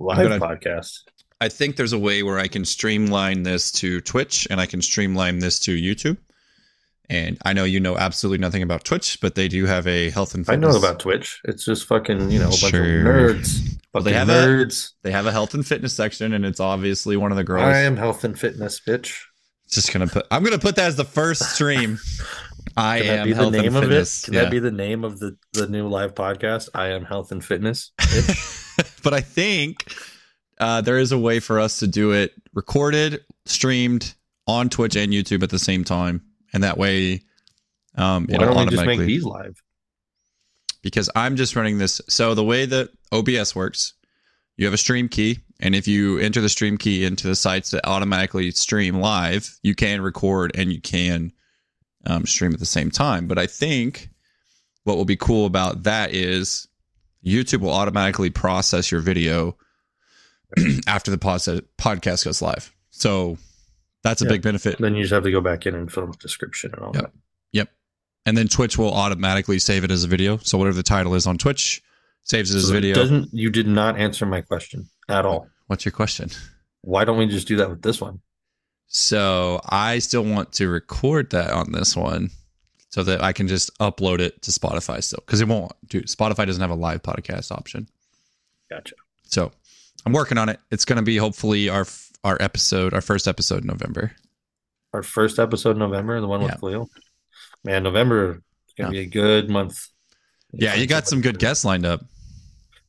Live
gonna-
podcast.
I think there's a way where I can streamline this to Twitch and I can streamline this to YouTube. And I know you know absolutely nothing about Twitch, but they do have a health and
I
fitness.
know about Twitch. It's just fucking, you know, a bunch
Sure.
of nerds.
Well,
Fucking
they have a-
nerds.
They have a health and fitness section, and it's obviously one of the girls.
I am health and fitness, bitch.
Just gonna put. I'm gonna put that as the first
(laughs)
stream. I
Can
am
that be the
health
name
and
of it?
fitness.
Can
Yeah.
that be the name of the, the new live podcast? I am health
(laughs)
and fitness. bitch.
but I think uh, there is a way for us to do it recorded, streamed on Twitch and YouTube at the same time, and that way, um,
Why
it'll
don't we just
automatically
make these live?
because I'm just running this. So the way that OBS works, you have a stream key, and if you enter the stream key into the sites that automatically stream live, you can record and you can um, stream at the same time. But I think what will be cool about that is YouTube will automatically process your video (clears throat) after the pod- podcast goes live. So that's a
Yeah.
big benefit.
Then you just have to go back in and fill out the description and all
Yep.
that.
Yep. And then Twitch will automatically save it as a video. So whatever the title is on Twitch, saves it as
So
a
it
video.
Doesn't you did not answer my question at all.
What's your question?
Why don't we just do that with this one?
So I still want to record that on this one so that I can just upload it to Spotify still because it won't do Spotify doesn't have a live podcast option.
Gotcha.
So I'm working on it. It's going to be hopefully our our episode, our first episode in November.
Our first episode in November, the one with
Yeah.
Khalil. Man, November is gonna be a good month.
Yeah, you got some good guests lined up.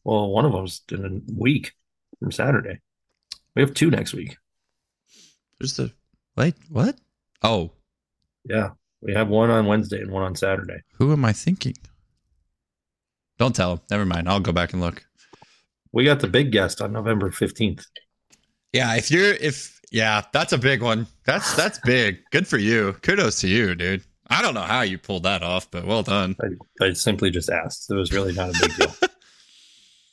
Well, one of them's in a week from Saturday. We have two next week.
There's the wait, what? Oh,
Yeah. We have one on Wednesday and one on Saturday.
who am I thinking? Don't tell him. Never mind. I'll go back and look.
We got the big guest on November 15th.
Yeah, if you're if yeah, that's a big one.
(laughs)
That's that's big. Good for you. Kudos to you, dude. I don't know how you pulled that off, but well done.
I simply just asked. It was really not a big
(laughs)
deal.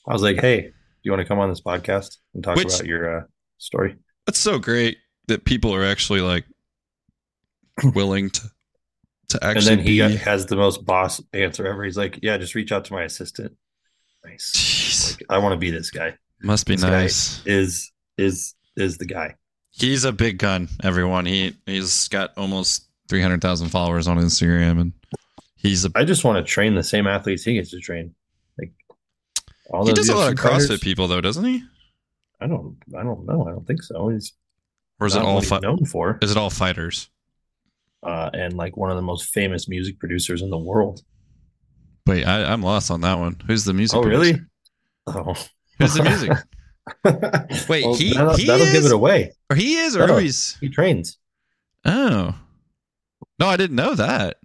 I was like, hey, do you want to come on this podcast and talk
Which-
about your uh, story?
That's so great that people are actually like willing to to
And
actually
then he
be-
has the most boss answer ever. He's like, yeah, just reach out to my assistant. Nice.
Jeez,
I want to be this guy.
must be
this guy-
nice.
Is is is the guy.
He's a big gun, everyone. He he's got almost three hundred thousand followers on Instagram, and he's a
I just want to train the same athletes he gets to train. Like all
he does
those
a lot
UFC
of
fighters-
CrossFit people though, doesn't he?
I don't I don't know. I don't think so. He's
Or is it
not
all
what he's
fi-
known for.
is it all fighters?
uh, and like one of the most famous music producers in the world.
Wait, I, I'm lost on that one. Who's the music?
Oh, really?
producer?
Oh, (laughs)
Who's the music? Wait,
Well,
he-
that'll,
he
that'll give
is-
it away.
Or he is, or
Oh.
he's.
He trains.
Oh, no, I didn't know that.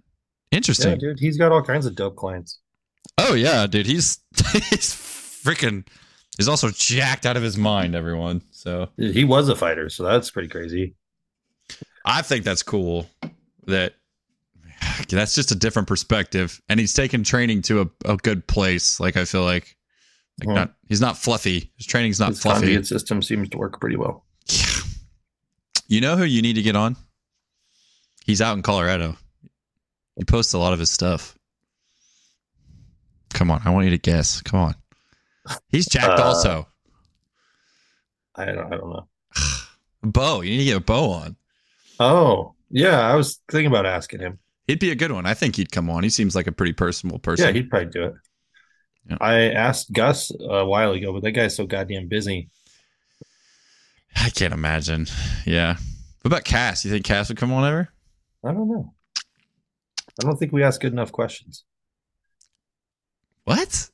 Yeah,
Interesting.
dude, he's got all kinds of dope clients.
oh yeah, dude, he's (laughs) he's freaking. He's also jacked out of his mind, everyone. So
He was a fighter, so that's pretty crazy.
I think that's cool. That like (sighs) that's just a different perspective. And he's taken training to a, a good place. Like I feel like, like
Mhm.
not he's not fluffy. His training's not
His
fluffy.
conjugate system seems to work pretty well.
You know who you need to get on? He's out in Colorado. He posts a lot of his stuff. Come on, I want you to guess. Come on. He's jacked
Uh,
also.
I don't, I don't know.
Bo, you need to get Bo on.
Oh, yeah. I was thinking about asking him.
He'd be a good one. I think he'd come on. He seems like a pretty personable person.
Yeah, he'd probably do it.
Yeah.
I asked Gus a while ago, but that guy's so goddamn busy.
I can't imagine. Yeah. What about Cass? You think Cass would come on ever?
I don't know. I don't think we ask good enough questions.
What?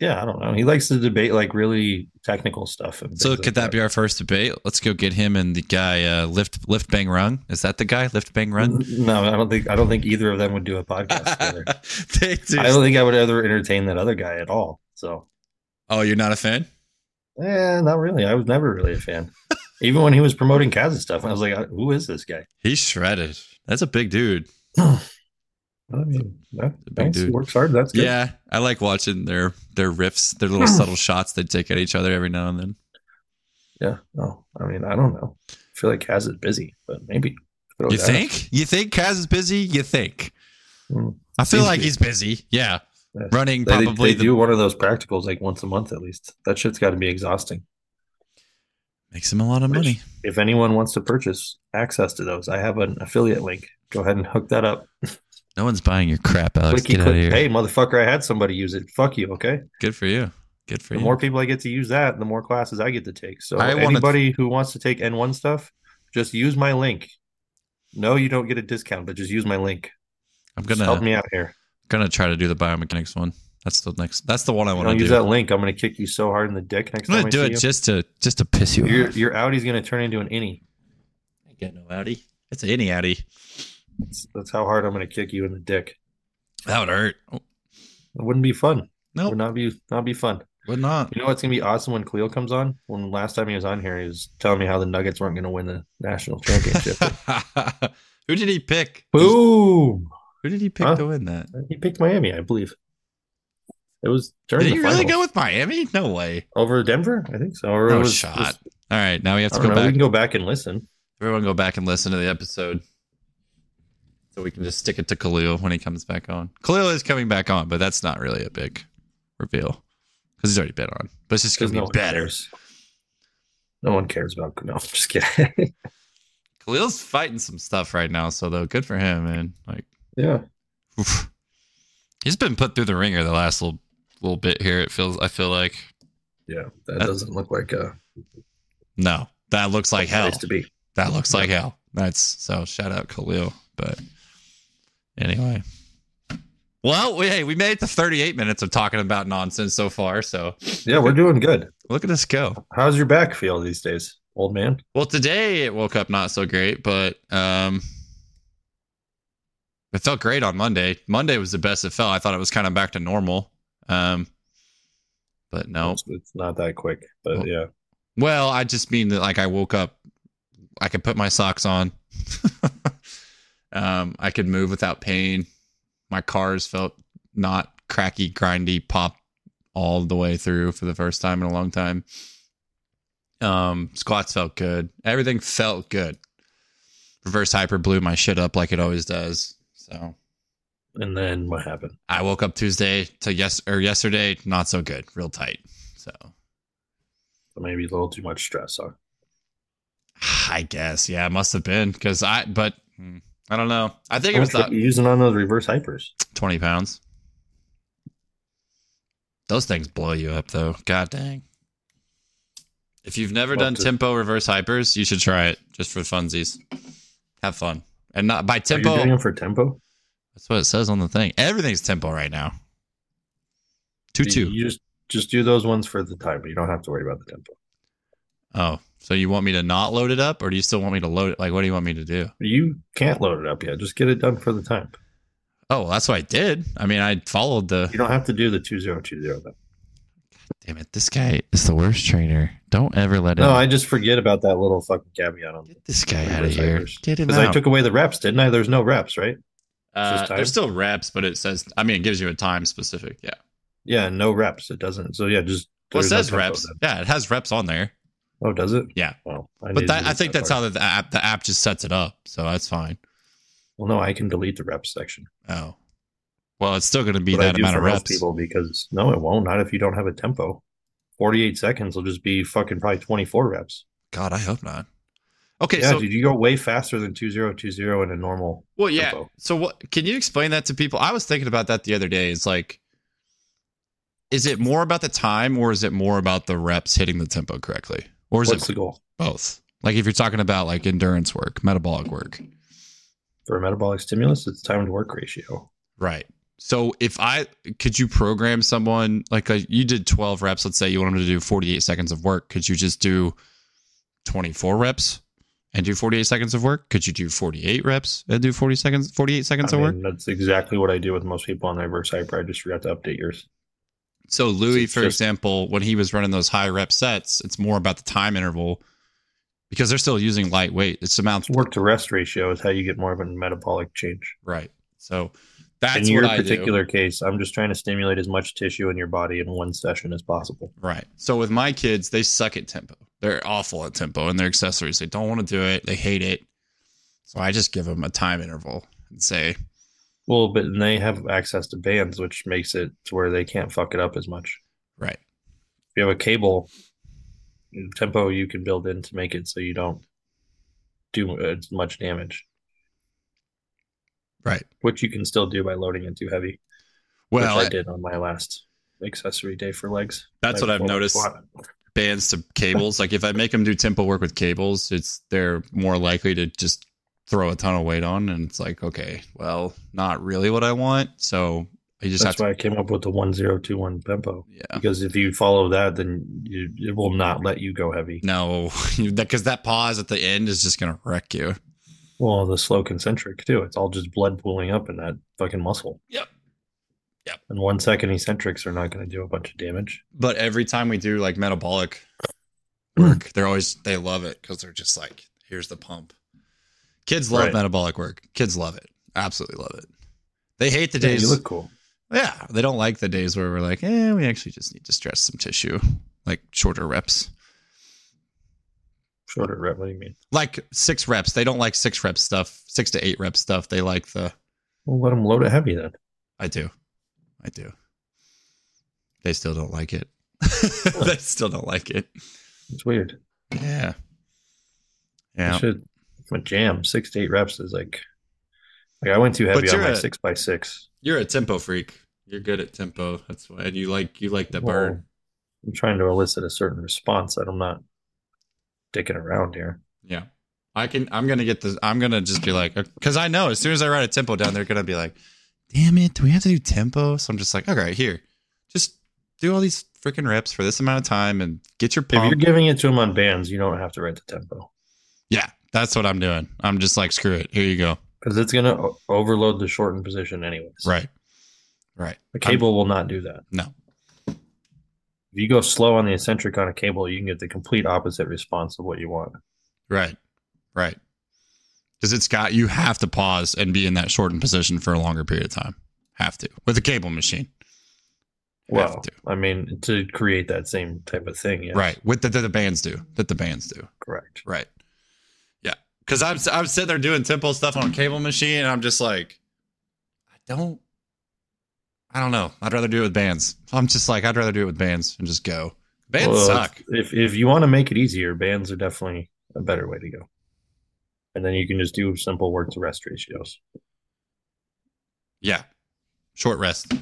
Yeah, I don't know. He likes to debate like really technical stuff. and
So
things like
could that be our first debate? Let's go get him and the guy uh, lift lift bang run. Is that the guy lift bang run?
No, I don't think I don't think either of them would do
(laughs)
a podcast together.
They do-
I don't think I would ever entertain that other guy at all. So,
oh, you're not a fan?
eh, not really. I was never really a fan. Even when he was promoting Kaz's stuff, I was like, "Uh, "Who is this guy?"
He's shredded. That's a big dude.
I mean, that,
Big
thanks. He
dude.
works hard. That's good.
Yeah, I like watching their their riffs, their
Hmm.
little subtle shots they take at each other every now and then.
Yeah. No, I mean, I don't know. I feel like Kaz is busy, but maybe. throw
You
that
think? You think Kaz is busy? You think?
Hmm.
I feel
Seems
like
to be.
he's busy. Yeah,
Yes.
running
They,
probably
they
the,
do one of those practicals like once a month at least. That shit's got to be exhausting.
makes him a lot of
Which-
money.
If anyone wants to purchase access to those, I have an affiliate link. Go ahead and hook that up.
No one's buying your crap, Alex.
Clicky
Get out of
click.
here.
Hey, motherfucker! I had somebody use it. Fuck you. Okay.
Good for you. Good for
The
you.
more people I get to use that, the more classes I get to take. So
I wanna-
anybody who wants to take N1 stuff, just use my link. No, you don't get a discount, but just use my link.
I'm
Just help
gonna
me out here.
gonna try to do the biomechanics one. That's the next. That's the one I
If you
want
don't
to
use
do.
that link. I'm gonna kick you so hard in the dick next
I'm
time
gonna
I
do
see
it
you.
just to just to piss you
Your
off.
your Audi's gonna turn into an innie.
I get no Audi. It's any Audi.
That's, that's how hard I'm gonna kick you in the dick.
That would hurt. Oh,
It wouldn't be fun. It
nope,
would not be not be fun.
would not.
You know what's gonna be awesome when Cleo comes on? When last time he was on here, he was telling me how the Nuggets weren't gonna win the
(laughs)
national championship.
Who did he pick?
Boom!
Who did he pick
Huh?
to win that?
He picked Miami, I believe. It was during
Did
the
he really
finals.
go with Miami? No way.
over Denver, I think so. Or it
No
was
shot.
just-
All right, now we have
I
to
don't
go
know. We
back.
can go back and listen.
Everyone, go back and listen to the episode, so we can just stick it to Khalil when he comes back on. Khalil is coming back on, but that's not really a big reveal because he's already been on. But it's just gonna
Because
be
no one
better.
cares. No one cares about. No, I'm just kidding. (laughs)
Khalil's fighting some stuff right now, so though, good for him, man. Like.
yeah,
Oof. He's been put through the ringer the last little little bit here. It feels I feel like
yeah. That
That-
doesn't look like a
no, that looks like hell.
place to be.
That looks like hell. That's so shout out Khalil. But anyway, well, we, hey, we made it to 38 minutes of talking about nonsense so far. So
Yeah, we're doing good.
look at us go.
How's your back feel these days, old man?
Well, today it woke up not so great, but um, it felt great on Monday. Monday was the best it felt. I thought it was kind of back to normal. Um, but no,
It's, it's not that quick, but
Well-
yeah.
Well, I just mean that like I woke up, I could put my socks on. (laughs) um, I could move without pain. My cars felt not cracky, grindy, pop all the way through for the first time in a long time. Um, squats felt good. Everything felt good. Reverse hyper blew my shit up like it always does. So
And then what happened?
I woke up Tuesday to yes or yesterday, not so good, real tight. So
Maybe a little too much stress. Huh?
I guess, yeah, it must have been because I, but hmm, I don't know. I think
How
it was
much were
the
you using on those reverse hypers?
twenty pounds. Those things blow you up, though. God dang! If you've never
Well,
done
to-
tempo reverse hypers, you should try it just for funsies. Have fun, and not by
Are you doing
tempo.
them for tempo?
That's what it says on the thing. Everything's tempo right now. Two
You-
two.
You just just do those ones for the time. You don't have to worry about the tempo.
Oh, so you want me to not load it up, or do you still want me to load it? Like, what do you want me to do?
You can't load it up yet. Just get it done for the time.
Oh, well, that's what I did. I mean, I followed the.
You don't have to do the two zero two zero. Then.
Damn it, this guy is the worst trainer. Don't ever let him.
No, I just forget about that little fucking caveat on
Get this guy
Reverse
out of here.
hypers.
Get him
because I
out.
took away the reps, didn't I? There's no reps, right? just
Uh,
time?
there's still reps, but it says, I mean, it gives you a time specific. Yeah.
Yeah, no reps. It doesn't. So yeah, just
Well, it
there's no
says
tempo
reps.
then.
Yeah, it has reps on there.
Oh, does it?
Yeah.
Well,
But that, I think that's how the app the app just sets it up, so that's fine.
Well, no, I can delete the reps section.
Oh, well, it's still going to be
But I
that
do
amount of
for most
reps.
people because no, it won't. Not if you don't have a tempo. Forty-eight seconds will just be fucking probably twenty-four reps.
God, I hope not. Okay,
yeah,
so
dude, you go way faster than two zero two zero in a normal.
well, yeah.
tempo.
So what? Can you explain that to people? I was thinking about that the other day. It's like, is it more about the time, or is it more about the reps hitting the tempo correctly, or is
What's
it
the goal
both? Like if you're talking about like endurance work, metabolic work,
for a metabolic stimulus? It's time to work ratio.
Right. So if I could you program someone like uh, you did 12 reps, let's say you want them to do 48 seconds of work, could you just do 24 reps and do 48 seconds of work? Could you do 48 reps and do 40 seconds 48 seconds
I
of work?
mean, that's exactly what I do with most people on my reverse hyper. I just forgot to update yours.
So Louis,
it's
for
just-
example, when he was running those high rep sets, it's more about the time interval because they're still using light weight. It's amount
Work to rest ratio is how you get more of a metabolic change.
right. So that's
in
what
your
I do.
particular case, I'm just trying to stimulate as much tissue in your body in one session as possible.
Right. So with my kids, they suck at tempo. They're awful at tempo and their accessories. They don't want to do it. They hate it. So I just give them a time interval and say,
Well, but and they have access to bands, which makes it to where they can't fuck it up as much.
right.
If you have a cable tempo, you can build in to make it so you don't do as much damage,
Right.
which you can still do by loading it too heavy.
Well,
which I did on my last accessory day for legs.
That's
My
what I've
full
noticed.
squat.
bands to cables, like if I make them do tempo work with cables, it's they're more likely to just throw a ton of weight on. And it's like, okay, well, not really what I want. So I just
That's
have
why I came up with the one zero two one tempo.
to, yeah.
Because if you follow that, then you, it will not let you go heavy.
No, (laughs) because that pause at the end is just going to wreck you.
Well, the slow concentric too. It's all just blood pooling up in that fucking muscle.
Yep. Yep.
And one second eccentrics are not going to do a bunch of damage.
but every time we do like metabolic
Mm.
work, they're always they love it because they're just like, here's the pump. Kids love
Right.
metabolic work. Kids love it. Absolutely love it. They hate the
Yeah,
days.
you look cool.
yeah, they don't like the days where we're like, eh, we actually just need to stretch some tissue, like shorter reps,
Shorter rep. What do you mean?
like six reps. They don't like six rep stuff, six to eight rep stuff. They like the
Well, let them load it heavy then.
I do, I do. They still don't like it. (laughs) they still don't like it.
It's weird.
Yeah.
I
Yeah.
should. My jam six to eight reps is like. Like I went too heavy
But
on
you're
my
a-
six by six.
You're a tempo freak. You're good at tempo. That's why and you like you like the
Well,
burn.
I'm trying to elicit a certain response that I'm not dicking around here.
Yeah. I can I'm gonna get this I'm gonna just be like because I know as soon as I write a tempo down, they're gonna be like, damn it, do we have to do tempo? So I'm just like, all right, here. Just do all these freaking reps for this amount of time and get your
If
pump.
you're giving it to them on bands, you don't have to write the tempo
yeah, that's what I'm doing. I'm just like, screw it. Here you go.
because it's going to overload the shortened position anyways.
Right. Right.
The
I'm-
cable will not do that.
no.
If you go slow on the eccentric on a cable, you can get the complete opposite response of what you want.
Right. Right. Because it's got you have to pause and be in that shortened position for a longer period of time. Have to. With a cable machine. Have
Well,
to.
I mean, to create that same type of thing. yes.
Right. With the, that the bands do that the bands do.
Correct.
Right. Yeah. Cause I'm I'm sitting there doing tempo stuff on a cable machine and I'm just like, I don't I don't know. I'd rather do it with bands. I'm just like, I'd rather do it with bands and just go. Bands
Well,
suck.
If, if you want to make it easier, bands are definitely a better way to go. And then you can just do simple work to rest ratios.
Yeah. Short rest.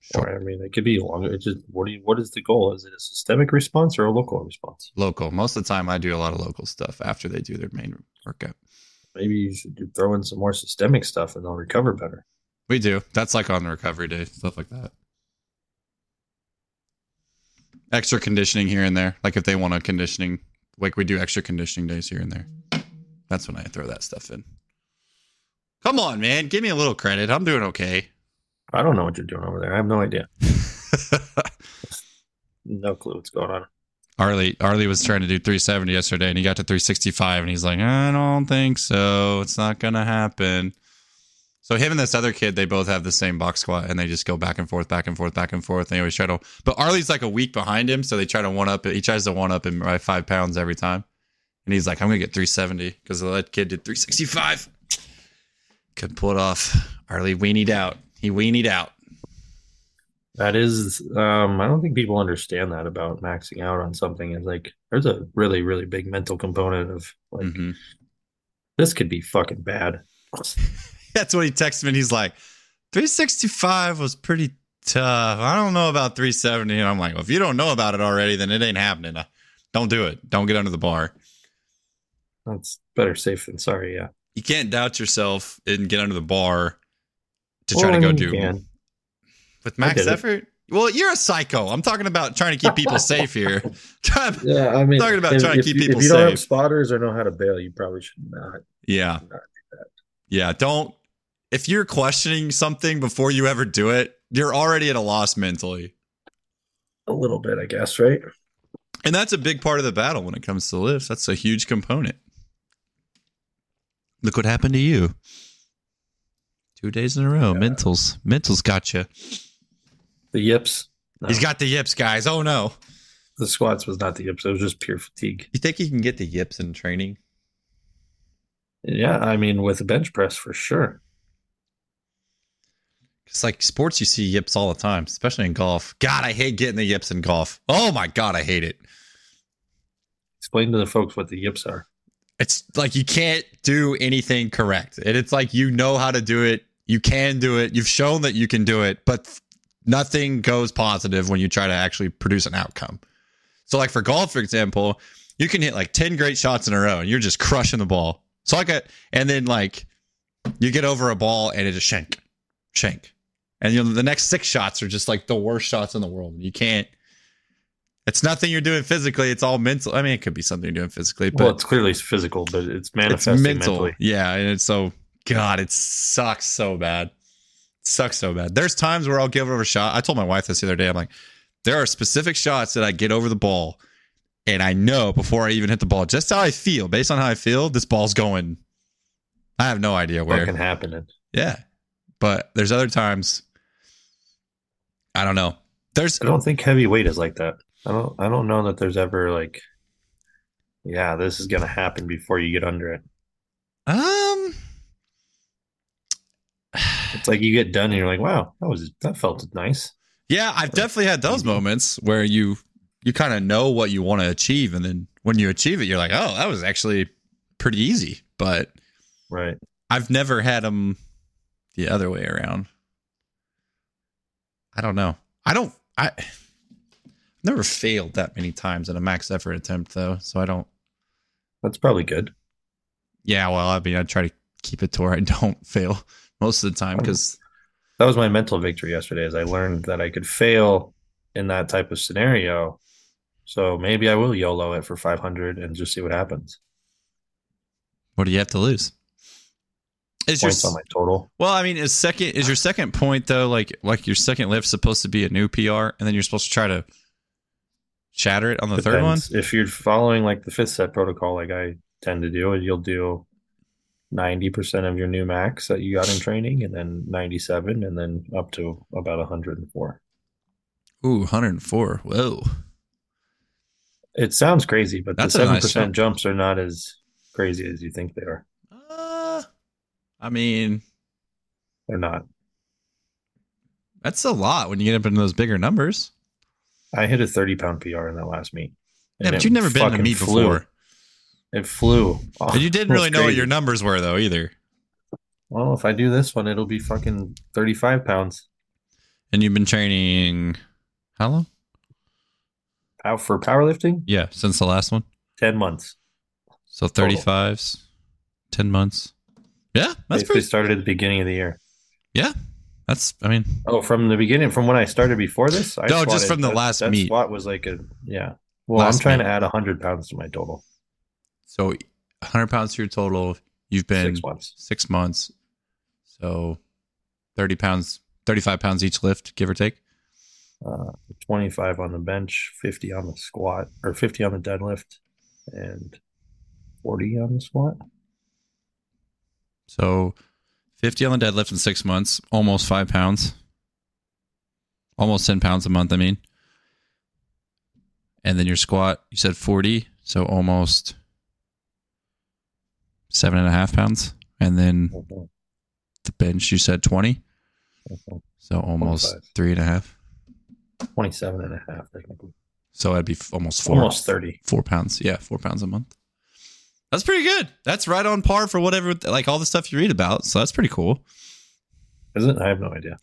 Short
Or, I mean, it could be longer. It just what do you, what is the goal? Is it a systemic response or a local response?
local. Most of the time I do a lot of local stuff after they do their main workout.
Maybe you should do, throw in some more systemic stuff, and they'll recover better.
We do. That's like on the recovery day, stuff like that. Extra conditioning here and there. Like if they want a conditioning, like we do extra conditioning days here and there. That's when I throw that stuff in. Come on, man. Give me a little credit. I'm doing okay.
I
(laughs)
don't know what you're doing over there. I have no idea. No clue what's going on.
Arlie Arlie was trying to do 370 yesterday and he got to 365 and he's like, I don't think so. It's not gonna happen. So him and this other kid, they both have the same box squat and they just go back and forth, back and forth, back and forth. And they always try to but Arlie's like a week behind him, so they try to one up he tries to one up him by five pounds every time. And he's like, I'm gonna get 370 because that kid did 365. Could pull it off. Arlie weenied out. He weenied out.
That is, um, I don't think people understand that about maxing out on something. Is like there's a really, really big mental component of like
Mhm.
this could be fucking bad.
That's what he texted me. And he's like, 365 was pretty tough. I don't know about 370. And I'm like, well, if you don't know about it already, then it ain't happening. Uh, Don't do it. Don't get under the bar.
That's better safe than sorry. Yeah.
You can't doubt yourself and get under the bar to
Well,
try
I
to go
mean,
do
you can.
with
I
max
did it.
effort. Well, you're a psycho. I'm talking about trying to keep
(laughs)
people safe here. (laughs) Try-
Yeah, I mean,
Talking about
if-
trying to
if
keep
you-
people
If you don't
safe.
have spotters or know how to bail, you probably should not.
yeah. Yeah. Don't, if you're questioning something before you ever do it, you're already at a loss mentally.
A little bit, I guess, right?
And that's a big part of the battle when it comes to lifts. That's a huge component. Look what happened to you. Two days in a row. Mentals. Mentals got you.
The yips. No.
He's got the yips, guys. Oh, no.
The squats was not the yips. It was just pure fatigue.
You think he can get the yips in training?
Yeah, I mean, with a bench press for sure.
It's like sports, you see yips all the time, especially in golf. God, I hate getting the yips in golf. Oh, my God, I hate it.
Explain to the folks what the yips are.
It's like you can't do anything correct. And it's like you know how to do it. You can do it. You've shown that you can do it, but nothing goes positive when you try to actually produce an outcome. So, like for golf, for example, you can hit like 10 great shots in a row and you're just crushing the ball. So, I got, and then like you get over a ball and it's a shank, shank. And you know, the next six shots are just like the worst shots in the world. You can't, it's nothing you're doing physically. It's all mental. I mean, it could be something you're doing physically, but
Well, it's clearly physical, but it's
it's
manifesting
mental.
mentally.
Yeah, and it's so God, it sucks so bad. It sucks so bad. There's times where I'll give over a shot. I told my wife this the other day. I'm like, there are specific shots that I get over the ball, and I know before I even hit the ball, just how I feel, based on how I feel, this ball's going. I have no idea where.
Fucking happening.
Yeah, but there's other times. I don't know. There's
I don't think heavyweight is like that. I don't. I don't know that there's ever like, yeah, this is gonna happen before you get under it.
um.
It's like you get done and you're like, wow, that was that felt nice.
Yeah, I've definitely had those moments where you you kind of know what you want to achieve, and then when you achieve it, you're like, oh, that was actually pretty easy. But
Right.
I've never had them the other way around. I don't know. I don't. I I've never failed that many times in a max effort attempt though, so I don't.
That's probably good.
Yeah, well, I mean, I try to keep it to where I (laughs) don't fail most of the time because
That was my mental victory yesterday. Is I learned that I could fail in that type of scenario. So maybe I will YOLO it for 500 and just see what happens.
what do you have to lose? Is
Points on my total.
Well, I mean, is second is your second point though? Like, like your second lift supposed to be a new PR, and then you're supposed to try to shatter it on the third one.
Depends. If you're following like the fifth set protocol, like I tend to do, you'll do 90% of your new max that you got in training, and then 97, and then up to about 104.
Ooh, 104. Whoa.
It sounds crazy, but
That's a
the 7%
nice jump.
jumps are not as crazy as you think they are.
Uh, I mean,
They're not.
that's a lot when you get up into those bigger numbers.
I hit a 30 pound PR in that last meet.
Yeah, but
and it
you've never been to
fucking
meet
flew. (laughs)
before,
It flew.
(laughs) and you didn't
It was
really know what
crazy.
your numbers were though either.
Well, if I do this one, it'll be fucking 35 pounds
And you've been training how long?
out for powerlifting,
Yeah, since the last one.
10 months. Oh.
So 35s, 10 months. Yeah, that's
Basically
pretty.
started at the beginning of the year.
That's I mean,
Oh, from the beginning, from when I started before this? I
No, just
squatted-
from the
that-
last
that
meet.
squat was like a, yeah. Well,
Last
I'm trying
meet.
to add 100 pounds to my total.
So 100 pounds to your total. You've been
Six months.
six months. So 30 pounds, 35 pounds each lift, give or take.
uh, 25 on the bench, 50 on the squat, or 50 on the deadlift, and 40 on the squat.
So 50 on the deadlift in six months, almost five pounds, almost 10 pounds a month, I mean. And then your squat, you said 40, so almost seven and a half pounds. And then
Mhm,
the bench, you said 20,
mhm.
so almost
25.
three and a half.
27 and a half, technically.
So that'd be f- almost four.
Almost 30.
four pounds. Yeah, four pounds a month. That's pretty good. That's right on par for whatever, like all the stuff you read about. So that's pretty cool.
Is it? I have no idea.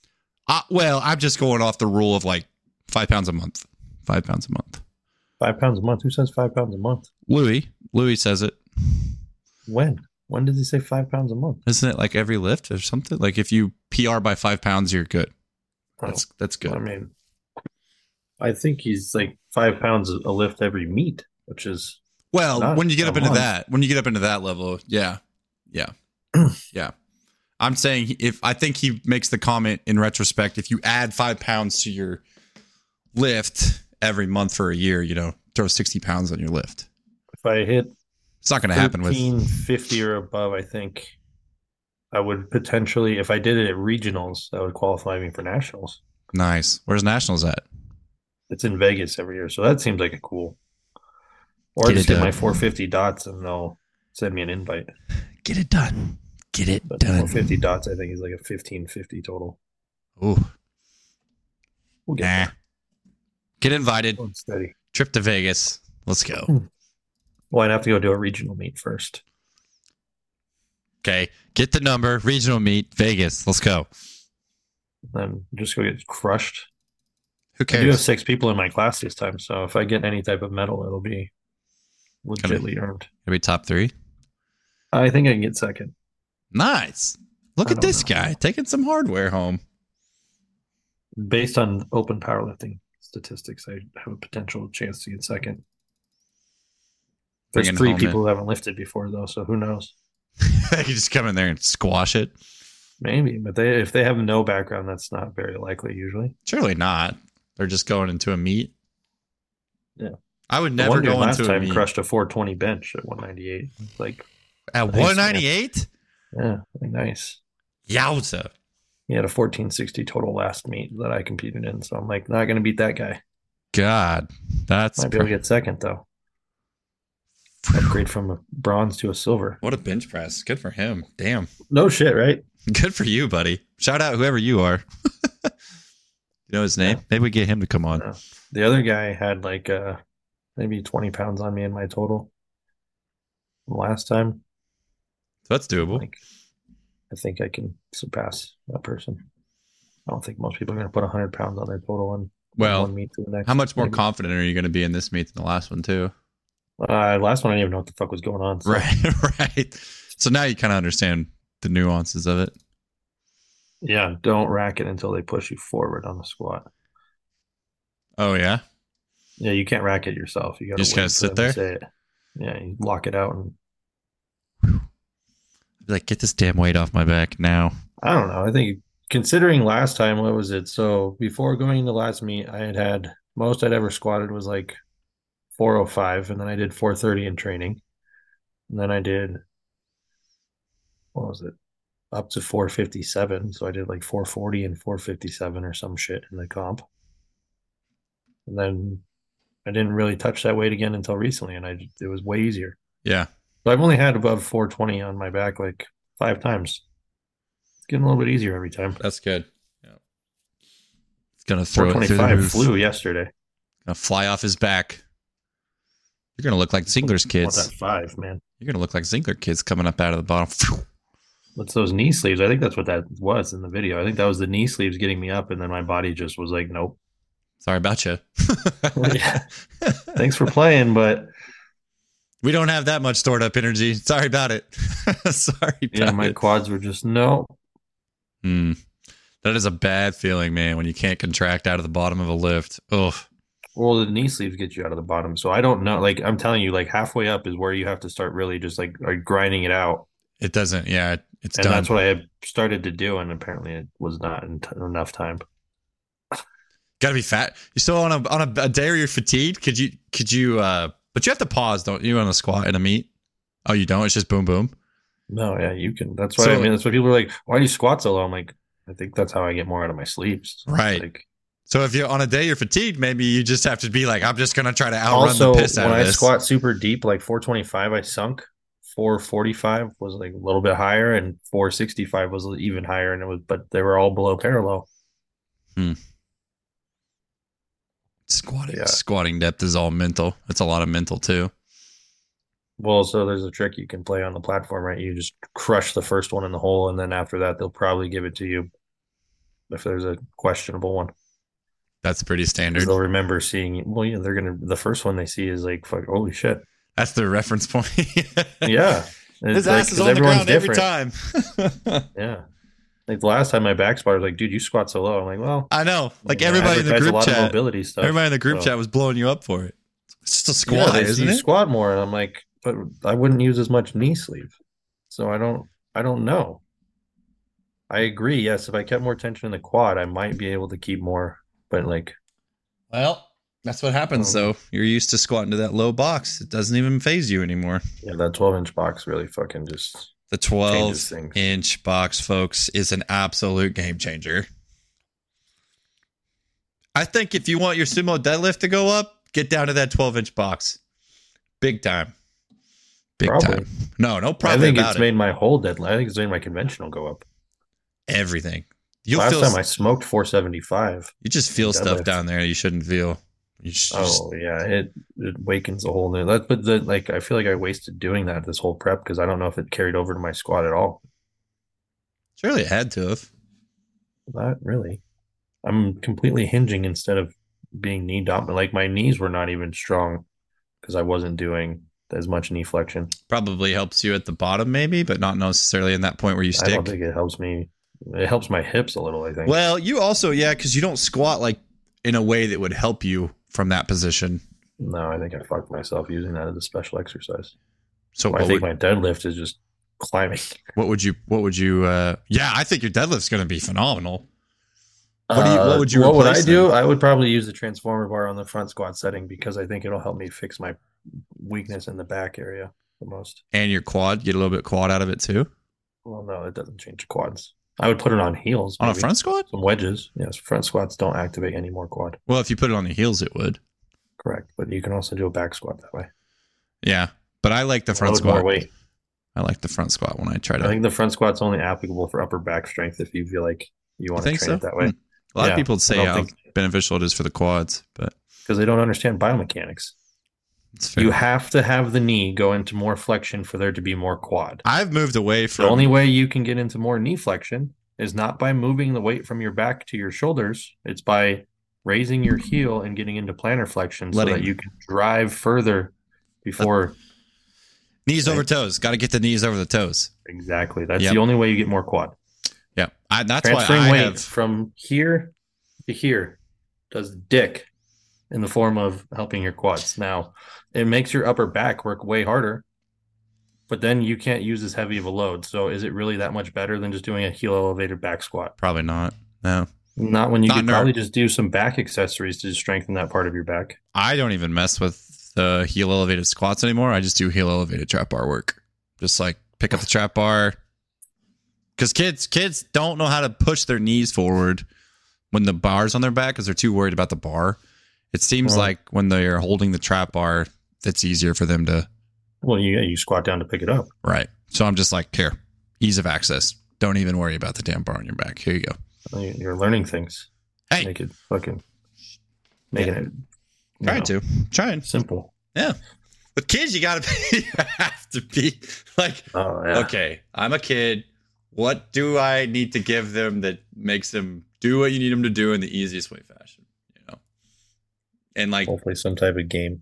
Uh, well, I'm just going off the rule of like five pounds a month. Five pounds a month.
Five pounds a month. Who says five pounds a month?
Louis, Louis says it.
When? When does he say five pounds a month?
Isn't it like every lift or something? Like if you PR by five pounds, you're good. That's that's
I
good.
mean, I think he's like five pounds a lift every meet, which is
Well,
Not
when you get
a
up into
month.
that, when you get up into that level, yeah, (clears throat) yeah, yeah. I'm saying he- if I think he makes the comment in retrospect, if you add five pounds to your lift every month for a year, you know, throw 60 pounds on your lift.
if I hit
It's not going to happen with
1350 or above, I think I would potentially, if I did it at regionals, that would qualify me for nationals.
nice. Where's nationals at?
It's in Vegas every year, so that seems like a cool. Or
Get
just
it
get my
done.
450 dots and they'll send me an invite.
Get it done. Get it
But 450 dots, I think, is like a 1550 total.
Ooh,
We'll get
nah.
there.
Get invited.
Going steady.
Trip to Vegas. Let's go.
Well, I'd have to go do a regional meet first.
Okay. Get the number. Regional meet. Vegas. Let's go.
Then just go get crushed.
Who
I do have
cares?
six people in my class this time, so if I get any type of medal, it'll be legitly earned.
It'll be top three.
I think I can get second.
Nice. Look
I
at
don't
this guy taking some hardware home. (laughs)
based on open powerlifting statistics, I have a potential chance to get second. There's
Bringing
three
home
people who haven't lifted before though, so who knows?
they can just come in there and squash it.
Maybe, but they if they have no background, that's not very likely usually.
Surely not. They're just going into a meet.
Yeah.
I would
The
never
one dude
go
last
into a
time
meet
crushed a 420 bench at 198. Like,
at
Nice, man.
198.
yeah, like, nice.
Yowza.
He had a 1460 total last meet that I competed in, so I'm like not gonna beat that guy.
God, that's
Might be able
pr-
to get second though. Upgrade from a bronze to a silver.
what a bench press. Good for him. Damn. (laughs)
No shit, right?
Good for you, buddy. Shout out whoever you are. (laughs) you know his name? Maybe we get him to come on.
Yeah. The other guy had like uh maybe 20 pounds on me in my total from last time.
So that's doable.
Like I think I can surpass that person. I don't think most people are going to put 100 pounds on their total and
Well,
one meet to the next.
how much more
Maybe.
confident are you going to be in this meet than the last one, too?
Uh, last one I didn't even know what the fuck was going on.
(laughs)
so-
Right, right. So now you kind of understand the nuances of it.
Yeah, don't rack it until they push you forward on the squat.
Oh yeah,
Yeah, you can't rack it yourself. You got
just gotta sit there?
Yeah, you lock it out and
like get this damn weight off my back now.
I don't know. I think considering last time, what was it? So before going into last meet, I had had most I'd ever squatted was like 405, and then I did 430 in training. And then I did, what was it? Up to 457. So I did like 440 and 457 or some shit in the comp. And then I didn't really touch that weight again until recently, and I it was way easier.
Yeah,
So I've only had above 420 on my back like five times. It's getting a little bit easier every time.
that's good. Yeah. It's gonna throw it through the
425
roof.
flew yesterday.
Gonna fly off his back. You're gonna look like Zingler's
What's
kids.
that five, man?
You're gonna look like Zingler kids coming up out of the bottom. (laughs)
What's those knee sleeves? I think that's what that was in the video. I think that was the knee sleeves getting me up, and then my body just was like, nope.
Sorry about you.
Yeah. (laughs) Thanks for playing, but
(laughs) we don't have that much stored up energy. Sorry about it. (laughs) Sorry. About
yeah, my
it.
quads were just no.
Hmm. That is a bad feeling, man. When you can't contract out of the bottom of a lift. Ugh.
Well, the knee sleeves get you out of the bottom, so I don't know. Like I'm telling you, like halfway up is where you have to start really just like, like grinding it out,
It doesn't. Yeah, it- it's
and
done.
that's what I had started to do, and apparently it was not in t- enough time.
Gotta be fat. You still on a on a, a day where you're fatigued? Could you could you? uh But you have to pause, don't you, on a squat and a meet? Oh, you don't. It's just boom boom.
No, yeah, you can. That's why I
So-
mean. That's why people are like, "Why do you squat so low?" I'm like, I think that's how I get more out of my sleeps.
Right.
Like,
So if you're on a day you're fatigued, maybe you just have to be like, I'm just gonna try to outrun
also,
the piss out
when
of
I
this.
squat super deep, like 425, I sunk. 445 was like a little bit higher, and 465 was even higher, and it was. But they were all below parallel.
squatting,
Yeah.
squatting depth is all mental. It's a lot of mental too.
Well, so there's a trick you can play on the platform, right? You just crush the first one in the hole, and then after that, they'll probably give it to you if there's a questionable one.
That's pretty standard.
Because they'll remember seeing, well, yeah, they're gonna. The first one they see is like, fuck, holy shit,
That's the reference
(laughs)
point. (laughs)
yeah. And
His
it's like-
ass is
'cause
on the
everyone's
ground every
different.
time.
Yeah. Like the last time my back spot was like, dude, you squat so low. I'm like, well,
I know. Like
you know,
everybody in the
advertise a
group
lot of
chat.
mobility stuff.
Everybody in the group
so-
chat was blowing you up for it. It's just a
Yeah,
squat,
they see
isn't
you
it?
squat more, and I'm like, but I wouldn't use as much knee sleeve, so I don't, I don't know. I agree. Yes, if I kept more tension in the quad, I might be able to keep more. But like,
Well, that's what happens though. You're used to squatting to that low box. It doesn't even phase you anymore.
yeah, that 12 inch box really fucking just
The
changes
12
things.
inch box, folks, is an absolute game changer. I think if you want your sumo deadlift to go up, get down to that 12 inch box. Big time. Big
Probably.
time. No, no
I
problem
think
about
it's
it.
made my whole deadlift. I think it's made my conventional go up.
Everything. You'll
Last
feel
time I smoked 475.
you just feel stuff
deadlift.
down there you shouldn't feel. You just, just-
Oh yeah, it it wakens a whole new that but the like I feel like I wasted doing that this whole prep because I don't know if it carried over to my squat at all.
surely it had to have.
Not really. I'm completely hinging instead of being knee dominant. Like my knees were not even strong because I wasn't doing as much knee flexion.
Probably helps you at the bottom, maybe, but not necessarily in that point where you
I
stick.
don't think it helps me. It helps my hips a little, I think.
Well, you also, yeah, because you don't squat like in a way that would help you from that position.
No, I think I fucked myself using that as a special exercise.
So
I
what would,
think my deadlift is just climbing.
what would you what would you uh yeah, I think your deadlift's gonna be phenomenal. What do you- what would you
Uh, what would I
replace
do?
then?
I would probably use the transformer bar on the front squat setting because I think it'll help me fix my weakness in the back area the most.
And your quad, get a little bit quad out of it too.
Well, no, it doesn't change the quads. I would put it on heels.
On a
maybe.
front squat?
Some wedges. Yes, front squats don't activate any more quad.
Well, if you put it on the heels it would.
Correct. But you can also do a back squat that way.
Yeah. But I like the front
Load more
squat.
weight.
I like the front squat when I try to
I think the front squat's only applicable for upper back strength if you feel like you want to
think
train
so?
it that way.
Hmm. a lot of
yeah,
people would say
don't
how
think-
beneficial it is for the quads, but
Because they don't understand biomechanics.
it's fair.
You have to have the knee go into more flexion for there to be more quad.
I've moved away
The
from
only way you can get into more knee flexion is not by moving the weight from your back to your shoulders. It's by raising your heel and getting into plantar flexion so
Letting-
that you can drive further before.
knees over toes. Gotta get the knees over the toes.
Exactly. That's
Yep.
the only way you get more quad.
Yeah. I, that's why
Transferring
I
weight
have
from here to here does dick in the form of helping your quads. Now, it makes your upper back work way harder, but then you can't use as heavy of a load. So, is it really that much better than just doing a heel elevated back squat?
probably not. No.
Not when you
Not
could
nerve.
probably just do some back accessories to just strengthen that part of your back.
I don't even mess with the heel elevated squats anymore. I just do heel elevated trap bar work. Just like pick up the trap bar. Cause kids kids don't know how to push their knees forward when the bar's on their back because they're too worried about the bar. It seems
Right.
like when they're holding the trap bar, it's easier for them to
Well, you you squat down to pick it up.
right. So I'm just like, here, ease of access. Don't even worry about the damn bar on your back. Here you go.
Uh, You- You're learning things.
Hey.
make it fucking making it you
Trying
know,
to. Trying.
simple.
With kids, you gotta be (laughs) you have to be like
Oh yeah.
okay, I'm a kid. What do I need to give them that makes them do what you need them to do in the easiest way fashion? You know, and like
Hopefully, some type of game.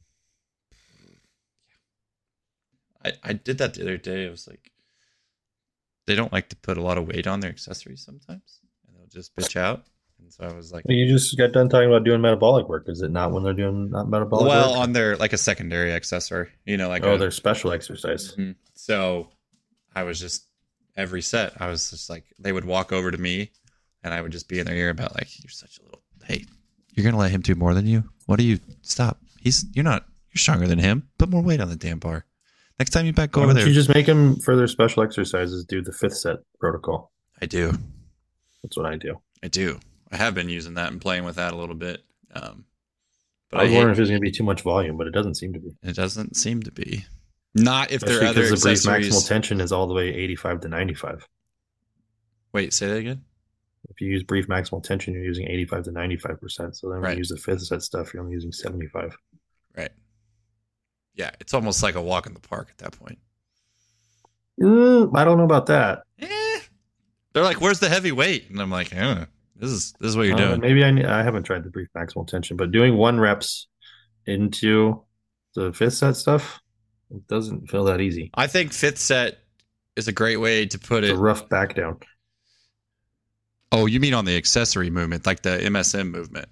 I, I did that the other day. I was like, they don't like to put a lot of weight on their accessories sometimes, and they'll just bitch out. And so I was like,
You just got done talking about doing metabolic work. Is it not when they're doing not metabolic
well,
work?
on their like a secondary accessory, you know, like
oh,
a-
their special exercise.
Mhm. So I was just every set, I was just like, they would walk over to me and I would just be in their ear about like, you're such a little, hey, You're gonna let him do more than you? What are you? Stop. He's you're not. You're stronger than him. Put more weight on the damn bar. Next time you back go
Why
over
don't
there.
you just make them further special exercises? Do the fifth set protocol.
I do.
That's what I do.
I do. I have been using that and playing with that a little bit. Um, but
I
I,
was wondering
hate,
if there's going to be too much volume, but it doesn't seem to be.
it doesn't seem to be. Not if there
Especially
are other
because the brief
accessories.
maximal tension is all the way 85 to 95.
Wait, say that again.
If you use brief maximal tension, you're using 85 to 95 percent. So then when
Right.
you use the fifth set stuff, you're only using 75.
Right. Yeah, it's almost like a walk in the park at that point.
Mm, I don't know about that.
Eh. They're like, "Where's the heavy weight?" And I'm like, eh, "This is this is what you're
Uh,
doing."
maybe I ne- I haven't tried the brief maximal tension, but doing one reps into the fifth set stuff it doesn't feel that easy.
I think fifth set is a great way to put
It's a
it.
rough back down.
Oh, you mean on the accessory movement, like the MSM movement?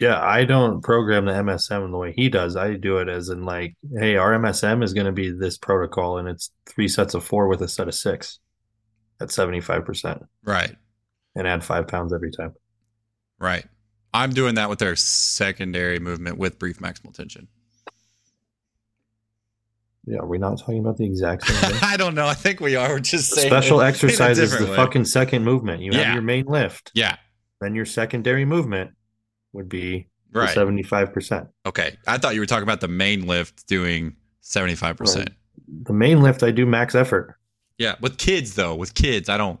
Yeah, I don't program the MSM in the way he does. I do it as in like, hey, our MSM is going to be this protocol, and it's three sets of four with a set of six at seventy five percent,
Right.
and add five pounds every time.
Right. I'm doing that with their secondary movement with brief maximal tension.
Yeah, are we not talking about the exact
(laughs)
same thing?
(laughs) I don't know. I think we are. We're just saying
Special
it in a
exercise is
different
the
way.
fucking second movement. You have
Yeah.
your main lift,
Yeah.
then your secondary movement would be
Right.
seventy five percent.
Okay. I thought you were talking about the main lift doing 75%.
Right. The main lift, I do max effort.
Yeah. With kids, though, with kids, I don't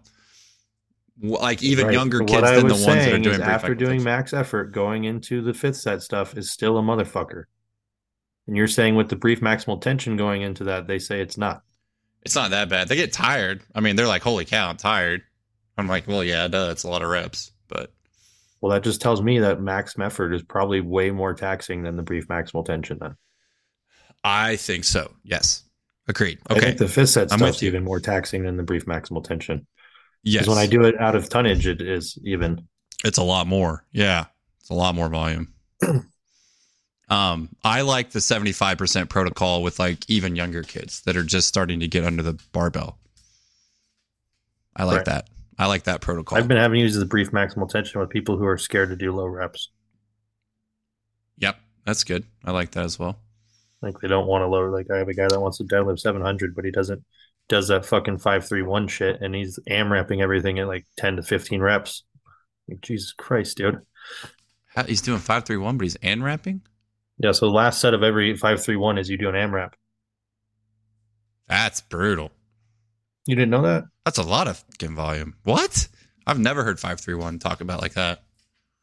w- like even
Right.
younger
But
kids
what I
than the ones
was
that are
saying is
doing brief
after
maximal
doing
tension.
max effort, going into the fifth set stuff is still a motherfucker. And you're saying with the brief maximal tension going into that, they say it's not.
It's not that bad. They get tired. I mean, they're like, holy cow, I'm tired. I'm like, well, yeah, duh. It's a lot of reps, but
Well, that just tells me that max effort is probably way more taxing than the brief maximal tension. Then
I think so. Yes. Agreed.
I
Okay.
think the fifth set
I'm
stuff's
with you.
even more taxing than the brief maximal tension.
yes.
Because when I do it out of tonnage, it is even.
It's a lot more. Yeah. It's a lot more
(clears throat)
volume. um, I like the 75% protocol with like even younger kids that are just starting to get under the barbell. I like
Right.
that. I like that protocol.
I've been having to use the brief maximal tension with people who are scared to do low reps,
yep. That's good. I like that as well.
like they don't want to lower. Like I have a guy that wants to deadlift 700, but he doesn't does that fucking five three one shit, and he's am wrapping everything at like 10 to 15 reps. Like, Jesus Christ, dude.
How, he's doing 531, but he's and wrapping?
Yeah, so the last set of every five three one is you do an AMRAP.
That's brutal.
You didn't know that?
That's a lot of fucking volume. What? I've never heard 531 talk about like that.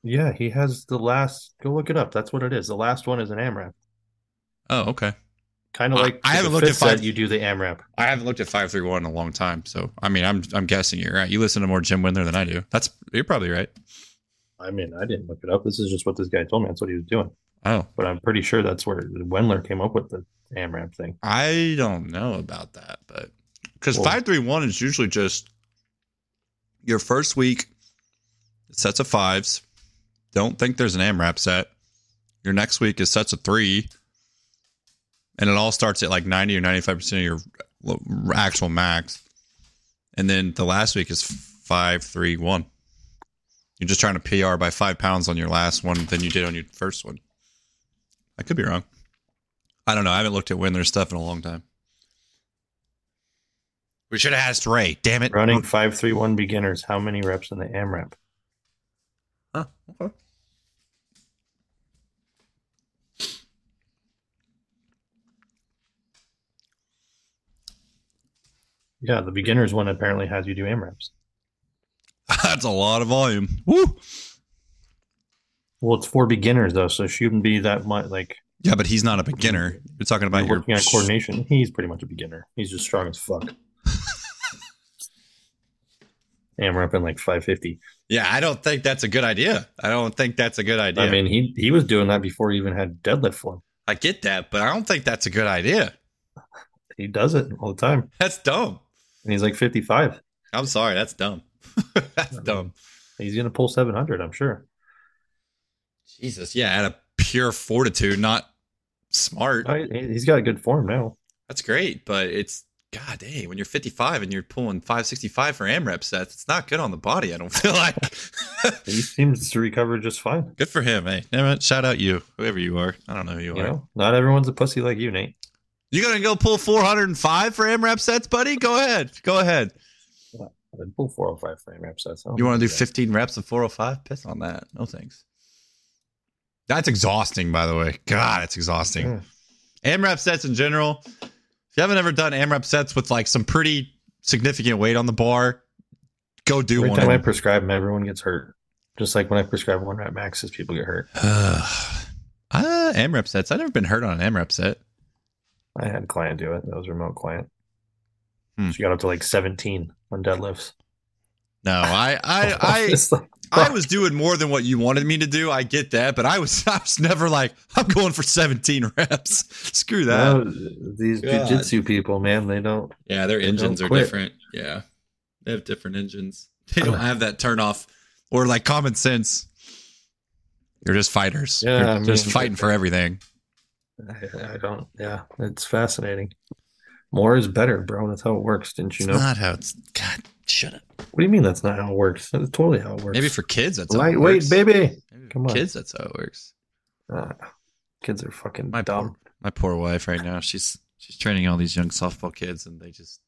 Yeah, he has the last. Go look it up. That's what it is. The last one is an AMRAP.
Oh, okay.
Kind of
I-
like
I
the
haven't looked
fifth
at five-
set, You do the AMRAP.
I haven't looked at 531 in a long time. So, I mean, I'm I'm guessing you're right. You listen to more Jim Windler than I do. That's you're probably right.
I mean, I didn't look it up. This is just what this guy told me. That's what he was doing.
Oh,
But I'm pretty sure that's where Wendler came up with the AMRAP thing.
I don't know about that, but because
Well-
531 is usually just your first week sets of fives. Don't think there's an AMRAP set. Your next week is sets of three. And it all starts at like 90 or 95% of your l- actual max. And then the last week is 531. You're just trying to PR by five pounds on your last one than you did on your first one. I could be wrong. I don't know. I haven't looked at Windler stuff in a long time. We should have asked Ray. Damn it.
Running five three one beginners. How many reps in the AMRAP?
Huh, okay.
Yeah, the beginners one apparently has you do AMRAPs.
(laughs) That's a lot of volume. Woo.
Well, it's for beginners though, so it shouldn't be that much. Like
Yeah, but he's not a beginner. You're talking about
you're
your
working on coordination. He's pretty much a beginner. He's just strong
(laughs)
as fuck. AMRAP in like five fifty.
Yeah, I don't think that's a good idea. I don't think that's a good idea.
I
I,
mean, he he was doing that before he even had deadlift form.
get that, but I don't think that's a good idea.
He does it all the time,
That's dumb.
and he's like fifty five.
I'm sorry, that's dumb. (laughs) that's dumb.
He's gonna pull seven hundred, I'm sure.
Jesus, yeah, out of pure fortitude, not smart.
I- He's got good form now.
That's great, but it's God, hey, when you're 55 and you're pulling 565 for AMREP sets, it's not good on the body. I don't (laughs) feel like.
He
(laughs)
seems to recover just fine.
good for him, hey. Damn it, Shout out you, whoever you are. I don't know who you,
You
are.
know, not everyone's a pussy like you, Nate.
You gonna go pull 405 for AMREP sets, buddy? Go ahead. Go ahead.
Then pull 405 frame reps. That's
You want to do 15 reps of 405? Piss on that. No thanks. That's exhausting, by the way. God, it's exhausting.
Yeah.
AMRAP sets in general. If you haven't ever done AMRAP sets with like some pretty significant weight on the bar, go do
Every
one.
time I
of them.
prescribe them, everyone gets hurt. Just like when I prescribe one rep maxes, people get hurt.
(sighs) Ah, AMRAP sets. I've never been hurt on an AMRAP set.
I had a client do it. That was a remote client.
Hmm.
She got up to like 17 on deadlifts.
No, I,
(laughs)
I, I,
It's like,
I was doing more than what you wanted me to do. I get that, but I was, (laughs) I was never like, I'm going for 17 reps. (laughs) Screw that.
no, these
God.
jujitsu people, man, they don't.
Yeah, their engines
don't
are
quit.
different. Yeah. They have different engines. (laughs) They don't have that turn off or like common sense. They're just fighters.
Yeah,
They're,
I
they're just
mean-
fighting for everything.
I, I don't. Yeah, it's fascinating. More is better, bro. That's how it works. Didn't you know?
not how it's God, shut up.
What do you mean that's not how it works? That's totally how it works.
Maybe for kids that's how it
lightweight,
works.
baby.
Maybe for
Come on.
Kids, that's how it works.
Ah, kids are fucking
My
dumb.
My poor wife right now, she's she's training all these young softball kids and they just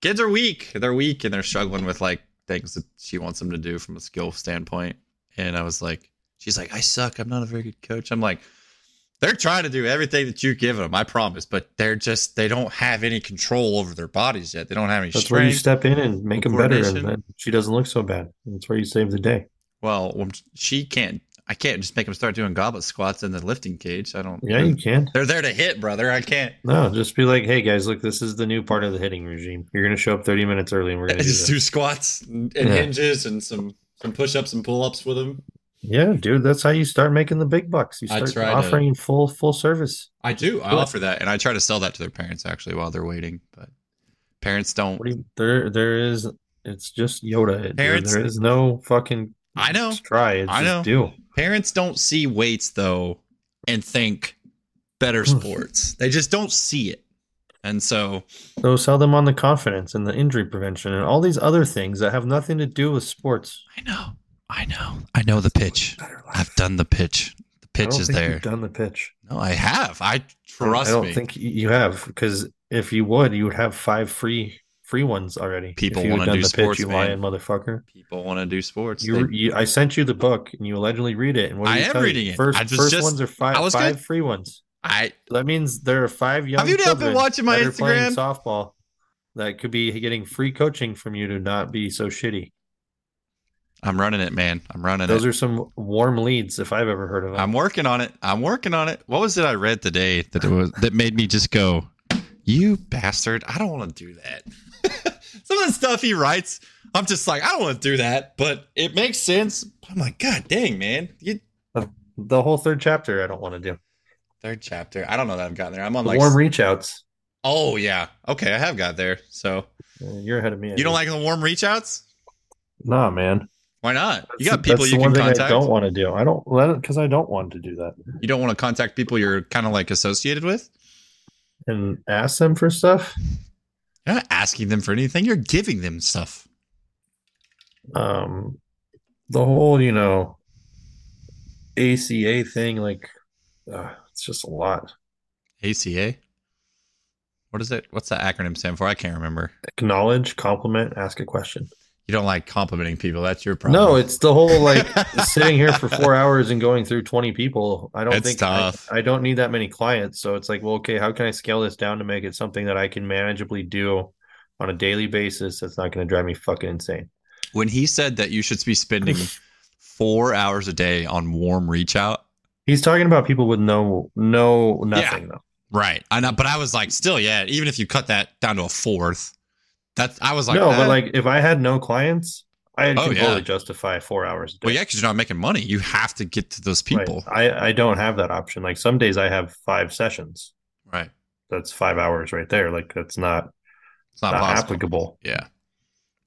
kids are weak. They're weak and they're struggling with like things that she wants them to do from a skill standpoint. And I was like, she's like, I suck. I'm not a very good coach. I'm like, they're trying to do everything that you give them, I promise, but they're just they don't have any control over their bodies yet. They don't have any
That's where you
strength.
step in and make them better, and
coordination.
then she doesn't look so bad. That's where you save the day.
well, when she can't. I can't just make them start doing goblet squats in the lifting cage. I don't.
Yeah, you can.
they're there to hit, brother. I can't.
No, just be like, hey guys, look, this is the new part of the hitting regime. You're gonna show up 30 minutes early, and
(laughs)
we're gonna do
just
this.
do squats and
Yeah.
hinges and some some push-ups and pull-ups with them.
Yeah, dude, that's how you start making the big bucks. You
I
start
try to-
offering full full service.
I do. I
Cool.
offer that, and I try to sell that to their parents actually while they're waiting. But parents don't.
What do you, there, there is. It's just Yoda. dude.
Parents-
there is no fucking.
I know.
Try. It's
I
just
know.
Do.
Parents don't see weights though, and think better sports. they just don't see it, and so
So sell them on the confidence and the injury prevention and all these other things that have nothing to do with sports.
I know. I know. I know the pitch.
Better life.
I've done the pitch. The
I
pitch
don't
is
think
there.
You've done the pitch.
No, I have. I trust
I don't
me.
think you have because if you would, you would have five free free ones already.
People
If you had
wanna
done
do
the
sports,
you
man.
lying motherfucker.
People want to do sports.
You,
They-
you, I sent you the book and you allegedly read it. And what do
I
you
am
tell you?
reading it.
First,
I was
first
just-
ones are five,
I was
five
good.
free ones.
I
That means there are five young.
Have you not been
children
watching my
that are playing
Instagram?
softball that could be getting free coaching from you to not be so shitty.
I'm running it, man. I'm running it.
Those are some warm leads if I've ever heard of them.
I'm working on it. I'm working on it. What was it I read today that it was that made me just go, "You bastard! I don't want to do that." (laughs) Some of the stuff he writes, I'm just like, I don't want to do that, but it makes sense. I'm like, God dang, man! You,
the whole third chapter, I don't want to do.
third chapter. I don't know that I've gotten there. I'm on
The
like,
warm reach outs.
oh yeah, okay, I have got there. So
Uh, You're ahead of me. I
you don't
think.
like the warm reach outs?
Nah, man.
Why not? you
That's-
got people
that's
you
the
can
one thing
contact.
I don't want to do. I don't let it because I don't want to do that
You don't want to contact people you're kind of like associated with.
and ask them for stuff.
You're not asking them for anything. You're giving them stuff.
Um, the whole you know ACA thing, like uh, it's just a lot.
ACA. What is it? What's that acronym stand for? I can't remember.
Acknowledge, compliment, ask a question.
You don't like complimenting people. That's your problem.
No, it's the
(laughs)
whole like sitting here for four hours and going through twenty people. I don't
It's
think
tough.
I, I don't need that many clients. So it's like, well, okay, how can I scale this down to make it something that I can manageably do on a daily basis? That's not going to drive me fucking insane.
when he said that you should be
(laughs)
spending four hours a day on warm reach out.
He's talking about people with no, no, nothing though.
Right. I know, but I was like, still, yeah. Even if you cut that down to a fourth, that's I was like,
no,
eh.
but like if I had no clients, I
Oh,
can
yeah.
totally justify four hours. A
well,
day.
yeah, because you're not making money. You have to get to those
Right.
people.
I I don't have that option. Like some days I have five sessions.
Right.
That's five hours right there. Like that's not
It's not,
not
possible.
applicable.
Yeah.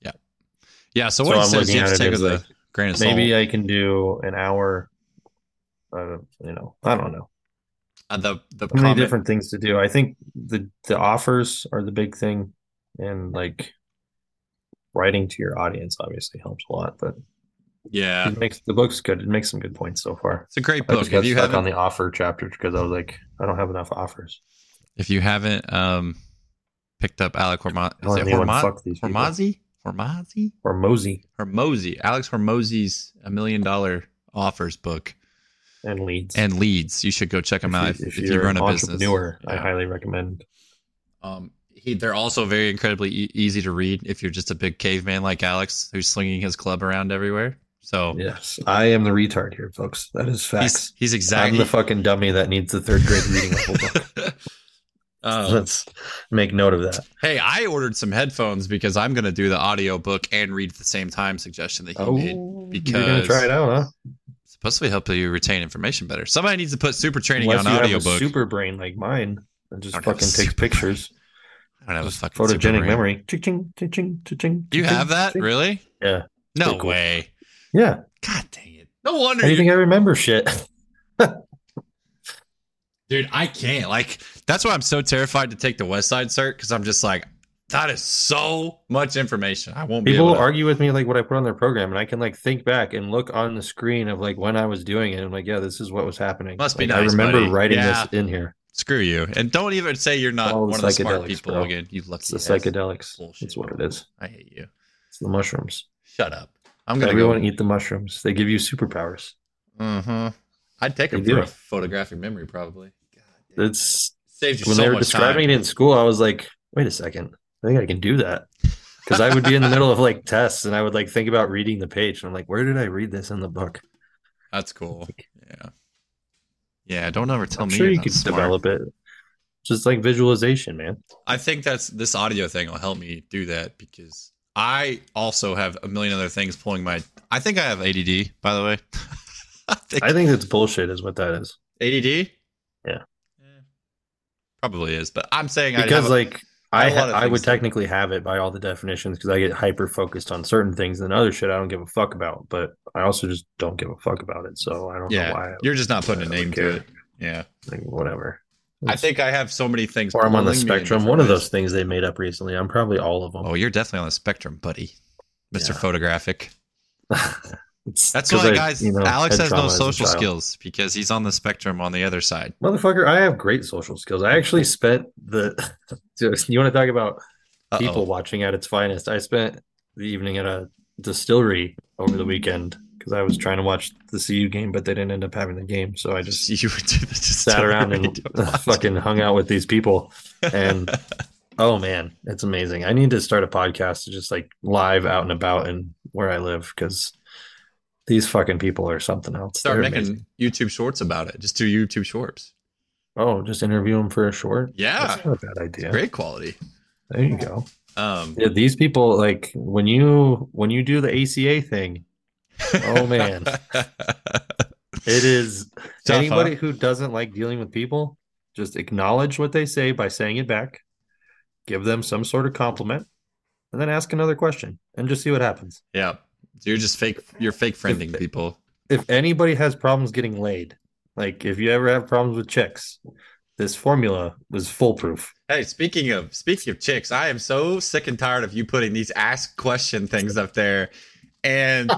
Yeah. Yeah. So
So
what he
I'm
says,
looking
you have
at
to
it
take
as
with a
like,
grain of salt.
Maybe I can do an hour. Uh, you know, I don't know.
Uh, the the
So many
comment-
different things to do. I think the the offers are the big thing, and like writing to your audience obviously helps a lot. But
yeah,
it makes the book's good. It makes some good points so far.
it's a great
I
book.
just got
If you
stuck
haven't,
on the offer chapter because I was like, I don't have enough offers.
if you haven't um, picked up Alec Horma-
I don't
is it
have anyone
Horma-
fuck these people.
Hormozzi, Hormozzi,
or Mosey
Hormozzi, Alex Hormozzi's a million dollar offers book
and Leeds.
and leads. You should go check them out if, if, you
you're
run
an
a business.
entrepreneur, I
Yeah.
highly recommend.
Um, he, they're also very incredibly e- easy to read if you're just a big caveman like Alex who's slinging his club around everywhere. So
Yes, I am the retard here, folks. That is
Oh. he's,
facts.
he's
I'm
exactly
the fucking dummy that needs the third grade reading (laughs) level book.
(laughs) Um,
Let's make note of that.
hey, I ordered some headphones because I'm going to do the audio book and read at the same time suggestion that he
Oh,
made.
you're gonna
because-
try it out, huh?
It's supposed to help you retain information better. Somebody needs to put super training
Unless
on
you have a
audiobook.
super brain like mine and just
Don't have a
fucking
super
takes pictures.
I don't (laughs) have a
Just
fucking
photogenic
super brain.
memory. Ching, ching, ching, ching.
You have that? Really?
Yeah.
No
Pretty cool.
way.
Yeah.
God dang it. No wonder
How do you
you
think I remember shit?
Dude, I can't. Like, that's why I'm so terrified to take the West Side cert because I'm just like, that is so much information. I won't be
People
able
will
to.
argue with me like what I put on their program, and I can like think back and look on the screen of like when I was doing it. And I'm like, yeah, this is what was happening.
Must be
Like, I
nice,
remember
buddy.
writing
Yeah.
this in here.
Screw you. And don't even say you're not
All
one
the
of the smart
psychedelics,
people
bro.
again. You lucky
It's the
ass.
psychedelics.
Bullshit.
That's what it is.
I hate you.
It's the mushrooms.
Shut up. I'm going to
Everyone
go.
eat the mushrooms. They give you superpowers.
Uh-huh. I'd take
They
them
do.
for a photographic memory, probably. God damn.
It's
Saved you
when
so
they were
much
describing
time.
it in school, I was like, wait a second, I think I can do that. Because I would be in the middle of like tests and I would like think about reading the page. And I'm like, where did I read this in the book?
That's cool. Yeah. Yeah. Don't ever tell
I'm
me
sure
you're
you
not
could
smart.
develop it. Just like visualization, man.
I think that's this audio thing will help me do that because I also have a million other things pulling my. I think I have ADD, by the way. (laughs) I think
I think that's bullshit, is what that is.
ADD.
Yeah.
Eh, Probably is, but I'm saying I
Because
have,
like
I
I,
have a lot
ha-
of
I would
things to-
technically have it by all the definitions because I get hyper focused on certain things and other shit I don't give a fuck about. But I also just don't give a fuck about it. So I don't
yeah,
know why. I-
you're just not putting a
I
name
care.
to it. Yeah,
Like, whatever.
I think I have so many things.
or I'm on
pulling me
the
in
spectrum.
different
One of
ways.
those things they made up recently. I'm probably all of them.
Oh, you're definitely on the spectrum, buddy, Mister
Yeah.
Photographic.
It's
That's
'cause
why,
I,
guys.
you know,
Alex
had
has no
trauma as a
social
child.
skills because he's on the spectrum on the other side.
Motherfucker, I have great social skills. I actually spent the. (laughs) Dude, You want to talk about
Uh-oh.
people watching at its finest? I spent the evening at a distillery over the weekend because I was trying to watch the CU game, but they didn't end up having the game. So I just
(laughs) you would do this. Just
sat
(laughs)
around and (laughs)
don't watch.
fucking hung out with these people.
(laughs)
And oh man, it's amazing. I need to start a podcast to just like live out and about and where I live because these fucking people are something else.
start
They're
making
amazing.
YouTube shorts about it. Just do YouTube shorts.
Oh, just interview them for a short.
Yeah.
That's not a bad idea.
Great quality.
There you go.
Um,
Yeah, these people like when you when you do the ACA
(laughs)
thing, Oh, man. it is
(laughs) Tough,
anybody
huh?
who doesn't like dealing with people, just acknowledge what they say by saying it back, give them some sort of compliment, and then ask another question and just see what happens.
(laughs) Yeah. So you're just fake. You're fake friending people.
If anybody has problems getting laid, like if you ever have problems with chicks, this formula was foolproof.
Hey, speaking of speaking of chicks, I am so sick and tired of you putting these ask question things up there,
(laughs)
and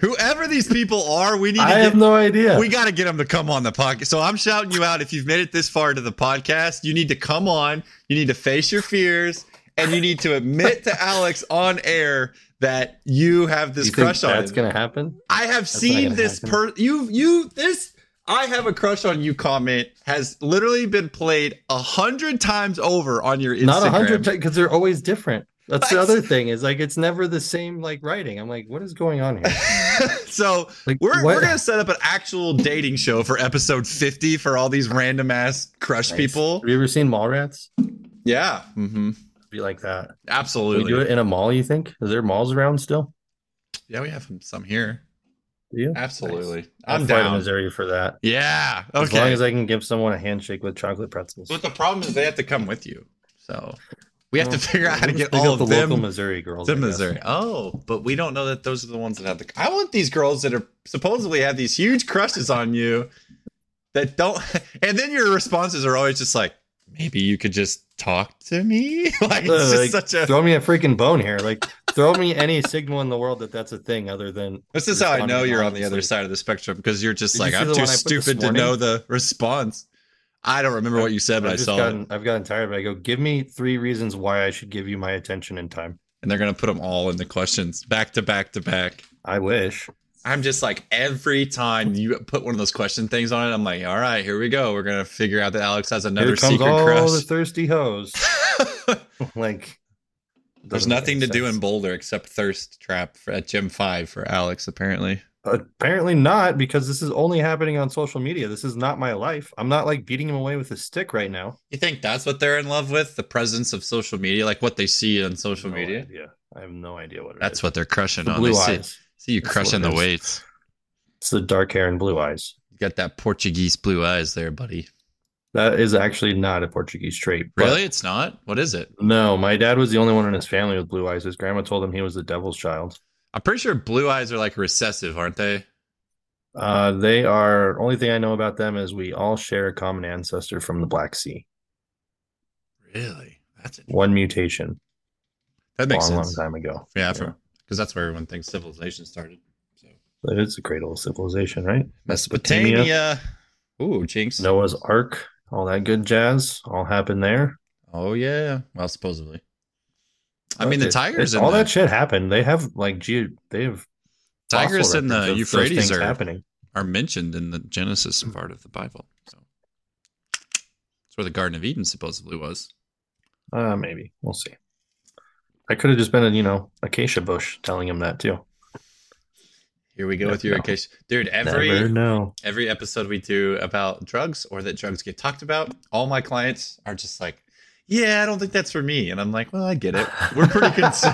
whoever these people are, we need to
I
get
have no (laughs) idea.
We got to get them to come on the podcast. So I'm shouting you out. If you've made it this far into the podcast, you need to come on. You need to face your fears, and you need to admit to Alex on air that you have this
You think
crush on
that's
him.
gonna happen.
I have
not
seen
gonna
this per.
happen.
You you this. I have a crush on you. Comment has literally been played a hundred times over on your Instagram.
not a hundred because they're always different. That's the
Nice. (laughs)
other thing is like it's never the same like writing. I'm like, what is going
(laughs)
on here?
so
Like
we're,
what-
we're
(laughs)
gonna set up an actual dating show for episode 50 for all these random ass crush
Nice.
people
Have you ever seen mall rats?
yeah hmm
Be like that.
absolutely
We do it in a mall. You think? Is there malls around still?
Yeah, we have some here.
Do you?
Absolutely.
I'll
I'm
fly to
down.
Missouri for that.
Yeah. Okay.
As long as I can give someone a handshake with chocolate pretzels.
but the problem is they have to come with you. So we have to
Well,
figure out how to
we'll just
get
pick
all
up
of
the local
them
Missouri girls.
to
I guess. (laughs)
Missouri. Oh, but we don't know that those are the ones that have the. I want these girls that are supposedly have these huge crushes on you that don't (laughs) and then your responses are always just like maybe you could just talk to me (laughs) like it's
Uh,
just
like,
such a
throw me a freaking bone here.
(laughs)
Like, throw me any signal in the world that that's a thing other than
this is how i know
responding
you're on the other
honestly.
side of the spectrum because you're just
Did you
like
see
i'm
the
too
one I put this
stupid to
morning?
know the response i don't remember what you said but i
I've just
saw
gotten
it
I've gotten tired of it. I go, give me three reasons why I should give you my attention and time.
and they're gonna put them all in the questions back to back to back
I wish.
I'm just like every time you put one of those question things on it, I'm like, all right, here we go. We're gonna figure out that Alex has another
Here comes
secret
all
crush.
the
(laughs)
thirsty hoes. (laughs) like
There's
doesn't make
nothing to
any
do in
sense.
Boulder except thirst trap for, at Gym Five for Alex. Apparently,
Apparently not, because this is only happening on social media. This is not my life. I'm not like beating him away with a stick right now.
you think that's what they're in love with—the presence of social media, like what they see on social
No
media.
idea. I have no idea what it
That's
is.
what they're crushing
the
on.
blue
they see,
eyes.
see you
That's
crushing
what
the
it is.
weights.
It's the dark hair and blue eyes.
You got that Portuguese blue eyes there, buddy.
That is actually not a Portuguese trait. but-
Really, it's not. What is it?
No, my dad was the only one in his family with blue eyes. His grandma told him he was the devil's child.
I'm pretty sure blue eyes are like recessive, aren't they?
Uh, they are only thing I know about them is we all share a common ancestor from the Black Sea.
Really? That's it.
One mutation,
That
long,
makes
long
sense.
time ago.
Yeah,
Yeah.
because that's where everyone thinks civilization started. So
But it's the cradle of civilization, right?
Mesopotamia. Ooh, jinx.
Noah's Ark, all that good jazz, all happened there.
Oh yeah. Well, supposedly. I mean, the
It's-
tigers.
it's-
In
all
the,
that shit happened. They have like geo, they have
tigers
fossil
in
records
the
of those
Euphrates
things
are,
happening.
are mentioned in the Genesis part of the Bible. So that's where the Garden of Eden supposedly was.
Uh, maybe we'll see. I could have just been a you know acacia bush telling him that too.
Here we go
Never
with your
know.
case, dude. Every
Never know.
every episode we do about drugs or that drugs get talked about, all my clients are just like, "Yeah, I don't think that's for me," and I'm like, "Well, I get it. We're
(laughs)
pretty cons-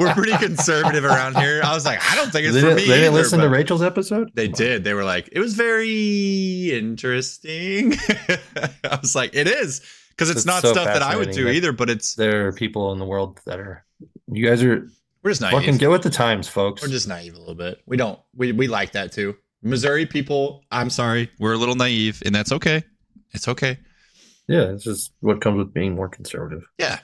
we're pretty conservative around here." I was like, "I don't think
They
it's for
didn't,
me."
they didn't
either,
listen to
but-
Rachel's episode.
They did. They were like, it was very interesting. (laughs) I was like, it is because it's
It's
not
so
stuff that I would
fascinating
do
that-
either. But it's
There are people in the world that are. You guys are
we're just naive.
fucking get with the times, folks.
we're just naive a little bit. We don't. We we like that too. Missouri people. I'm sorry. We're a little naive, and that's okay. It's okay.
yeah, it's just what comes with being more conservative.
Yeah,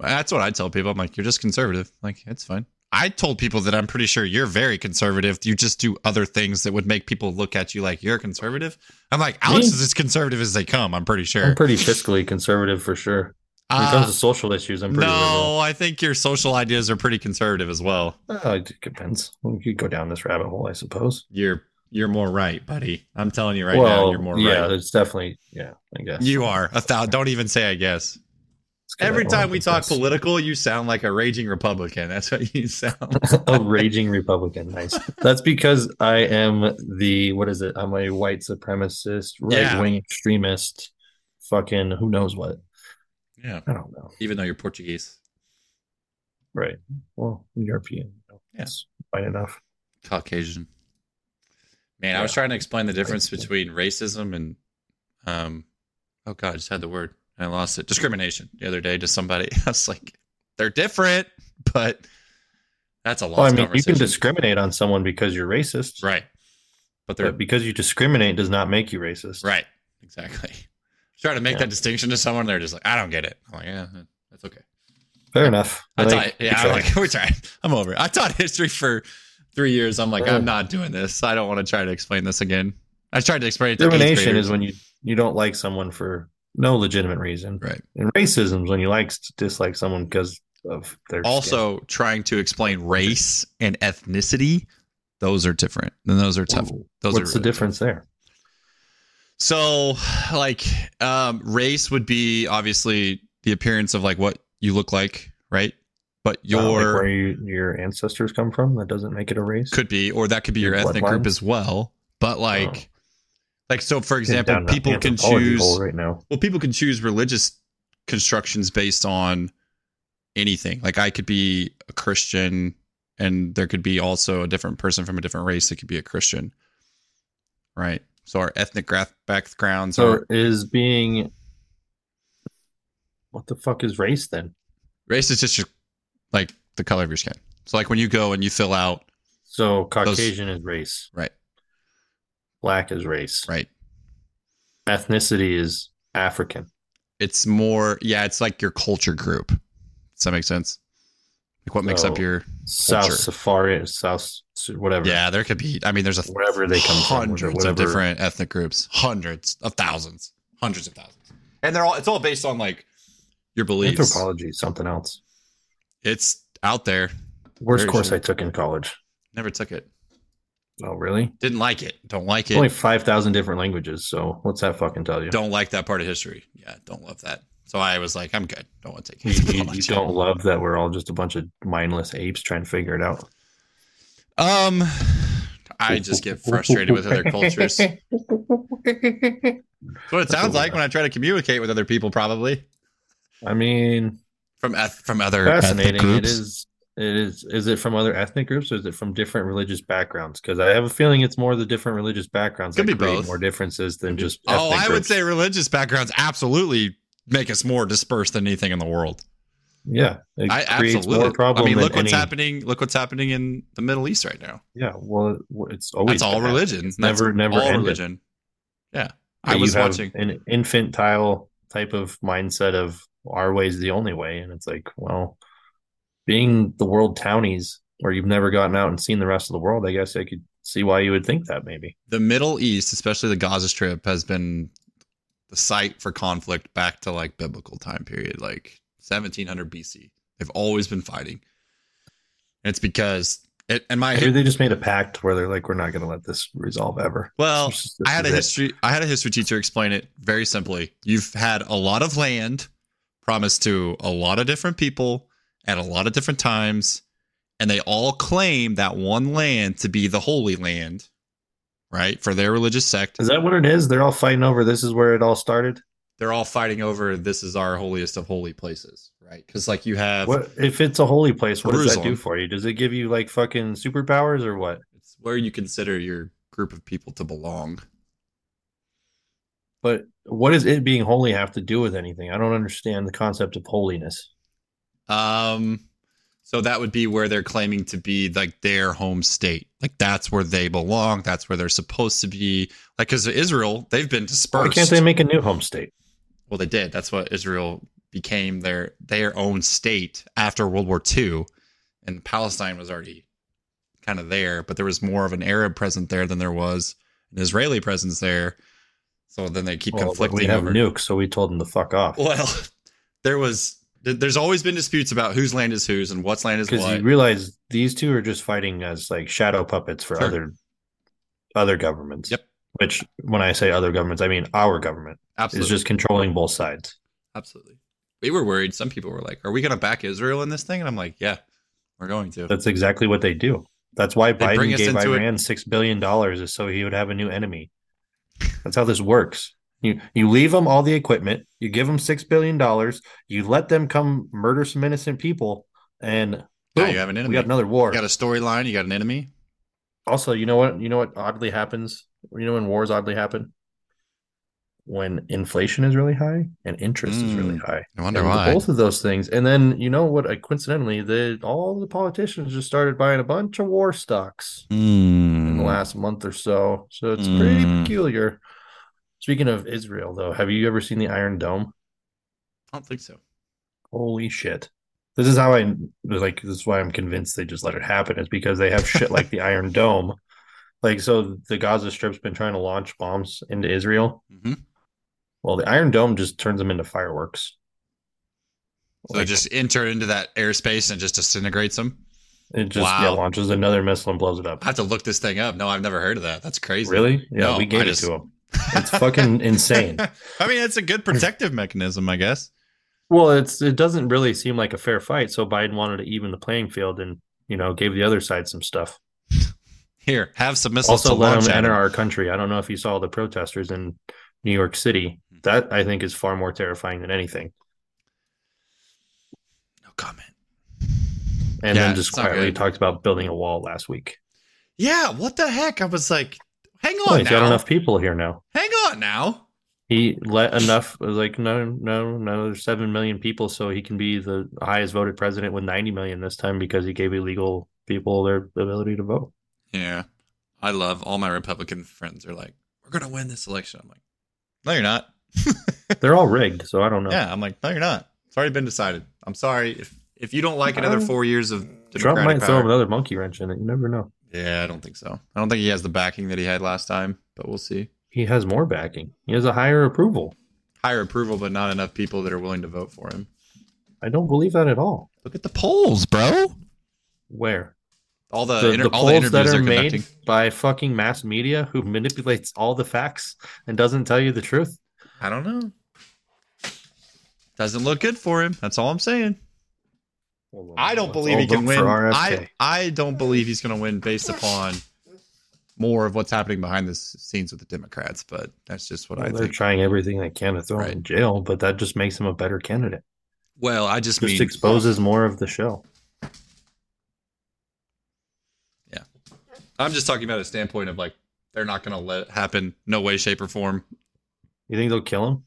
that's what I tell people. I'm like, you're just conservative. Like, it's fine. I told people that I'm pretty sure you're very conservative. You just do other things that would make people look at you like you're conservative. I'm like, Alex is as conservative as they come. I'm pretty sure.
I'm pretty fiscally conservative for sure. When it
Uh,
comes to social issues, I'm pretty.
no, I think your social ideas are pretty conservative as well.
liberal. Uh, it depends. We could go down this rabbit hole, I suppose.
You're you're more right, buddy. I'm telling you right
well,
now, you're more
yeah,
right.
it's definitely yeah. I guess
You are a thou. Don't even say I guess.
It's 'cause I
Every
don't
time we
think
talk
that's-
political, you sound like a raging Republican. That's what you (laughs)
(laughs)
sound.
a raging Republican.
(laughs)
Nice. That's because I am the what is it? I'm a white supremacist,
Yeah.
right wing extremist, fucking who knows what.
yeah,
I don't know.
even though you're Portuguese.
Right. Well, European. you know,
Yeah.
it's Quite enough.
Caucasian. Man, I was trying to explain the difference
Crazy.
between racism and um oh god, I just had the word. I lost it. Discrimination the other day to somebody. (laughs) I was like, they're different, but that's a lost
Well, I mean, you
conversation.
can discriminate on someone because you're racist,
right. But they're
But because you discriminate does not make you racist.
right. Exactly. (laughs) Trying to make
Yeah.
that distinction to someone, they're just like, I don't get it. I'm like, yeah, that's okay.
Fair enough.
I
Like,
taught yeah,
we
I'm
tried.
like, (laughs) we're trying. I'm over it. I taught history for three years. I'm like,
Yeah.
I'm not doing this. I don't want to try to explain this again. I tried to explain it to eighth
discrimination
graders.
is when you you don't like someone for no legitimate reason,
Right.
and racism is when you like dislike someone because of their skin.
Also, trying to explain race and ethnicity, those are different. Then those are tough.
Ooh,
Those
What's
are
the
really
difference there?
So, like, um, race would be obviously the appearance of like what you look like, right? But
Uh, like
your
where you, your ancestors come from that doesn't make it a race
could be, or that could be your,
Your
ethnic
bloodline? Oh.
group as well. But like, like so, for example,
Down that
people can
anthropology
choose.
hole right now
Well, people can choose religious constructions based on anything. Like I could be a Christian, and there could be also a different person from a different race that could be a Christian, right? So our ethnic graph backgrounds
so
are
is being what the fuck is race then
race is just your, like the color of your skin. So like when you go and you fill out,
so caucasian is race
right,
black is race
right,
ethnicity is African.
It's more, yeah, it's like your culture group. Does that make sense? Like what makes up
So,
your
South
Culture.
Safari, South whatever.
yeah? There could be. I mean, there's a
Wherever they come from,
hundreds of
whatever-
different ethnic groups, hundreds of thousands, hundreds of thousands, and they're all. It's all based on like your beliefs.
Anthropology, is something else.
It's out there.
Worst
Very
course
true.
I took in college.
Never took it.
Oh, really?
Didn't like it. Don't like it.
Only five thousand different languages. So what's that fucking tell
(laughs)
you?
Don't like that part of history. Yeah, don't love that. So I was like, I'm good. Don't want to take
(laughs) you,
it.
you-
Don't like
you
it.
don't love that we're all just a bunch of mindless apes trying to figure
(laughs)
it out.
Um, I just get frustrated with other
(laughs)
cultures. That's what it sounds like when I try to communicate with other people, probably
I mean,
from eth- from other ethnic
fascinating. It
groups.
is. It is. Is it from other ethnic groups or is it from different religious backgrounds? Because I have a feeling it's more the different religious backgroununds
Could
that
be
create
both.
more differences than just.
Oh,
ethnic
I would
groups.
say religious backgrounds absolutely make us more dispersed than anything in the world.
Yeah, it
I
creates more
absolutely. I
problem
mean,
than
look what's
any-
happening. Look what's happening in the Middle East right now.
Yeah, well, it's always
That's all
been
religion.
happening. It's never,
That's
never
all
ended.
religion. Yeah, I
But you
was
have
watching.
an infantile type of mindset of our way is the only way, and it's like, well, being the world townies where you've never gotten out and seen the rest of the world, I guess I could see why you would think that maybe.
the Middle East, especially the Gaza Strip, has been the site for conflict back to like biblical time period, like 1700 BC. They've always been fighting. And it's because, it, and
Maybe
my
they just made a pact where they're like, we're not going to let this resolve ever.
well,
This is-
I had a
this is it.
history. I had a history teacher explain it very simply. You've had a lot of land promised to a lot of different people at a lot of different times, and they all claim that one land to be the holy land, right? For their religious sect.
Is that what it is? They're all fighting over this is where it all started.
they're all fighting over this is our holiest of holy places, right? Because like you have
What if it's a holy place? What does that
Jerusalem.
do for you? Does it give you like fucking superpowers or what?
it's where you consider your group of people to belong.
But what does it being holy have to do with anything? I don't understand the concept of holiness.
Um, so that would be where they're claiming to be like their home state, like that's where they belong. That's where they're supposed to be. Like because Israel, they've been dispersed.
Why can't they make a new home state?
Well, they did. That's what Israel became their their own state after World War II, and Palestine was already kind of there, but there was more of an Arab presence there than there was an Israeli presence there. So then they keep
Well,
conflicting.
we have
over-
nukes, so we told them to fuck off.
(laughs) Well, there was. th- There's always been disputes about whose land is whose and what's land is
Because
what.
you realize these two are just fighting as like shadow puppets for
Sure.
other other governments.
Yep.
Which, when I say other governments, I mean our government
Absolutely.
is just controlling both sides.
Absolutely. We were worried. Some people were like, "Are we going to back Israel in this thing?" And I'm like, "Yeah, we're going to."
That's exactly what they do. That's why
They bring
Biden
us
gave
into it-
Iran six billion dollars is so he would have a new enemy. That's how this works. You you leave them all the equipment, you give them six billion dollars, you let them come murder some innocent people, and
now
boom,
you have an
we
enemy.
got another war.
you got a storyline. You got an enemy.
Also, you know what? You know what oddly happens? You know when wars oddly happen? When inflation is really high and interest is really
Mm,
high.
I wonder
And
why.
Both of those things. And then you know what? uh, Coincidentally, the all the politicians just started buying a bunch of war stocks
Hmm.
in the last month or so. So it's pretty
Mm.
peculiar. Speaking of Israel, though, have you ever seen the Iron Dome?
I don't think so.
Holy shit. This is how I like this is why I'm convinced they just let it happen is because they have
(laughs)
shit like the Iron Dome. Like so the Gaza strip's been trying to launch bombs into Israel.
Mhm.
Well, the Iron Dome just turns them into fireworks.
So they
Like,
just enter into that airspace and just disintegrates them.
it just
wow.
yeah, launches another missile and blows it up.
I have to look this thing up. No, I've never heard of that. That's crazy.
Really? Yeah,
No,
we gave
I
it
just-
to them. It's
(laughs)
fucking insane.
I mean, it's a good protective mechanism, I guess.
Well, it's it doesn't really seem like a fair fight, so Biden wanted to even the playing field and you know gave the other side some stuff.
Here, have some missiles
also
to
let
launch
them
at
enter
him.
our country. I don't know if you saw the protesters in New York City.
Hmm.
That I think is far more terrifying than anything.
No comment.
And
Yeah,
then just
it's not
quietly
good.
talked about building a wall last week.
Yeah, what the heck? I was like, hang on
Well, he's
now.
got enough people here now.
Hang on now.
He let enough it was like no, no, no, there's seven million people, so he can be the highest voted president with ninety million this time because he gave illegal people their ability to vote.
Yeah. I love all my Republican friends are like, we're going to win this election. I'm like, No, you're not. (laughs)
They're all rigged, so I don't know.
Yeah, I'm like, no, you're not. It's already been decided. I'm sorry if if you don't like another
Um,
four years of
Trump might
Democratic
throw
power.
another monkey wrench in it. You never know.
Yeah, I don't think so. I don't think he has the backing that he had last time, but we'll see.
He has more backing. He has a higher approval.
Higher approval, but not enough people that are willing to vote for him.
I don't believe that at all.
Look at the polls, bro.
Where
All the,
the,
Uh, inter-
the
all the
polls
interviews
that
they're
are made
conducting.
by fucking mass media who manipulates all the facts and doesn't tell you the truth.
I don't know. Doesn't look good for him. That's all I'm saying. I don't believe
All
he can
vote for
win.
RFK.
I, I don't believe he's going to win based upon more of what's happening behind the s- scenes with the Democrats, but that's just what
Well,
I
they're
think.
trying everything they can to throw
Right.
him in jail, but that just makes him a better candidate.
well, I just,
Just
mean
exposes more of the show.
I'm just talking about a standpoint of like they're not going to let it happen no way shape or form.
You think they'll kill him?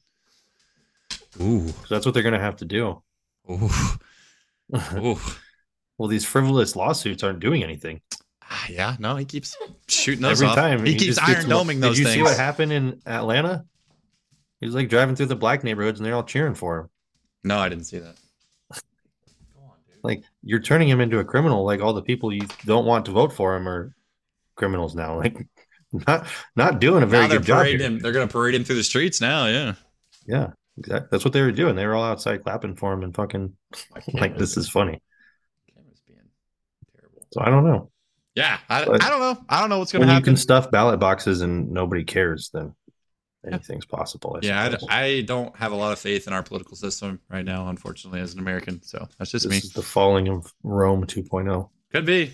Ooh.
'Cause that's what they're going to have to do.
Ooh.
(laughs)
Ooh.
well, these frivolous lawsuits aren't doing anything.
Ah, yeah, no, he keeps shooting those
Every
off.
time
he, keeps
just gets
iron
lo-
doming those
Did you
things.
see what happened in Atlanta? He's like driving through the black neighborhoods and they're all cheering for him.
no, I didn't see that.
Like you're turning him into a criminal. Like all the people you don't want to vote for him are criminals now. (laughs) Like not not doing a very
now they're
good job.
parading
here.
him. They're going to parade him through the streets now. Yeah.
Yeah, exactly. That's what they were doing. They were all outside clapping for him and fucking like this is funny.
Camera's being terrible.
So I don't know.
Yeah, I,
But-
I don't know. I don't know what's going
When
to
you can
happen.
stuff ballot boxes and nobody cares, then anything's possible. I
Yeah,
suppose.
I, I don't have a lot of faith in our political system right now, unfortunately, as an American. So that's just
this
me.
is the falling of Rome oh. 2.0.
Could be.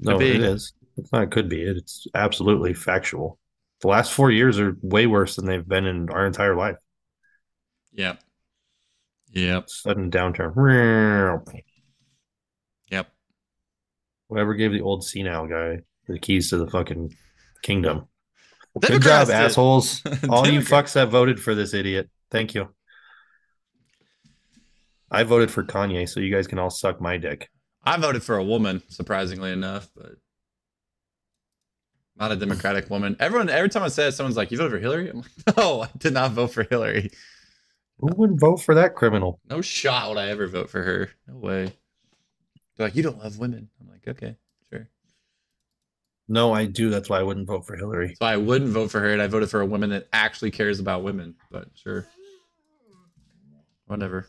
No,
be.
it is. It's not. It could be. It- It's absolutely factual. The last four years are way worse than they've been in our entire life.
Yep. Yep.
Sudden downturn.
Yep.
Whoever gave the old senile guy the keys to the fucking kingdom. Good
Democrats
job,
did. (laughs)
assholes. All you
Democrats-
fucks that voted for this idiot. Thank you. I voted for Kanye, so you guys can all suck my dick.
I voted for a woman, surprisingly enough, but not a Democratic woman. Everyone, every time I say it, someone's like, "You voted for Hillary?" I'm like, (laughs) "No, I did not vote for Hillary.
Who wouldn't vote for that criminal?
No shot would I ever vote for her. No way." They're like, "You don't love women." I'm like, "Okay, sure."
No, I do. That's why I wouldn't vote for Hillary.
So I wouldn't vote for her, and I voted for a woman that actually cares about women. But sure, whatever.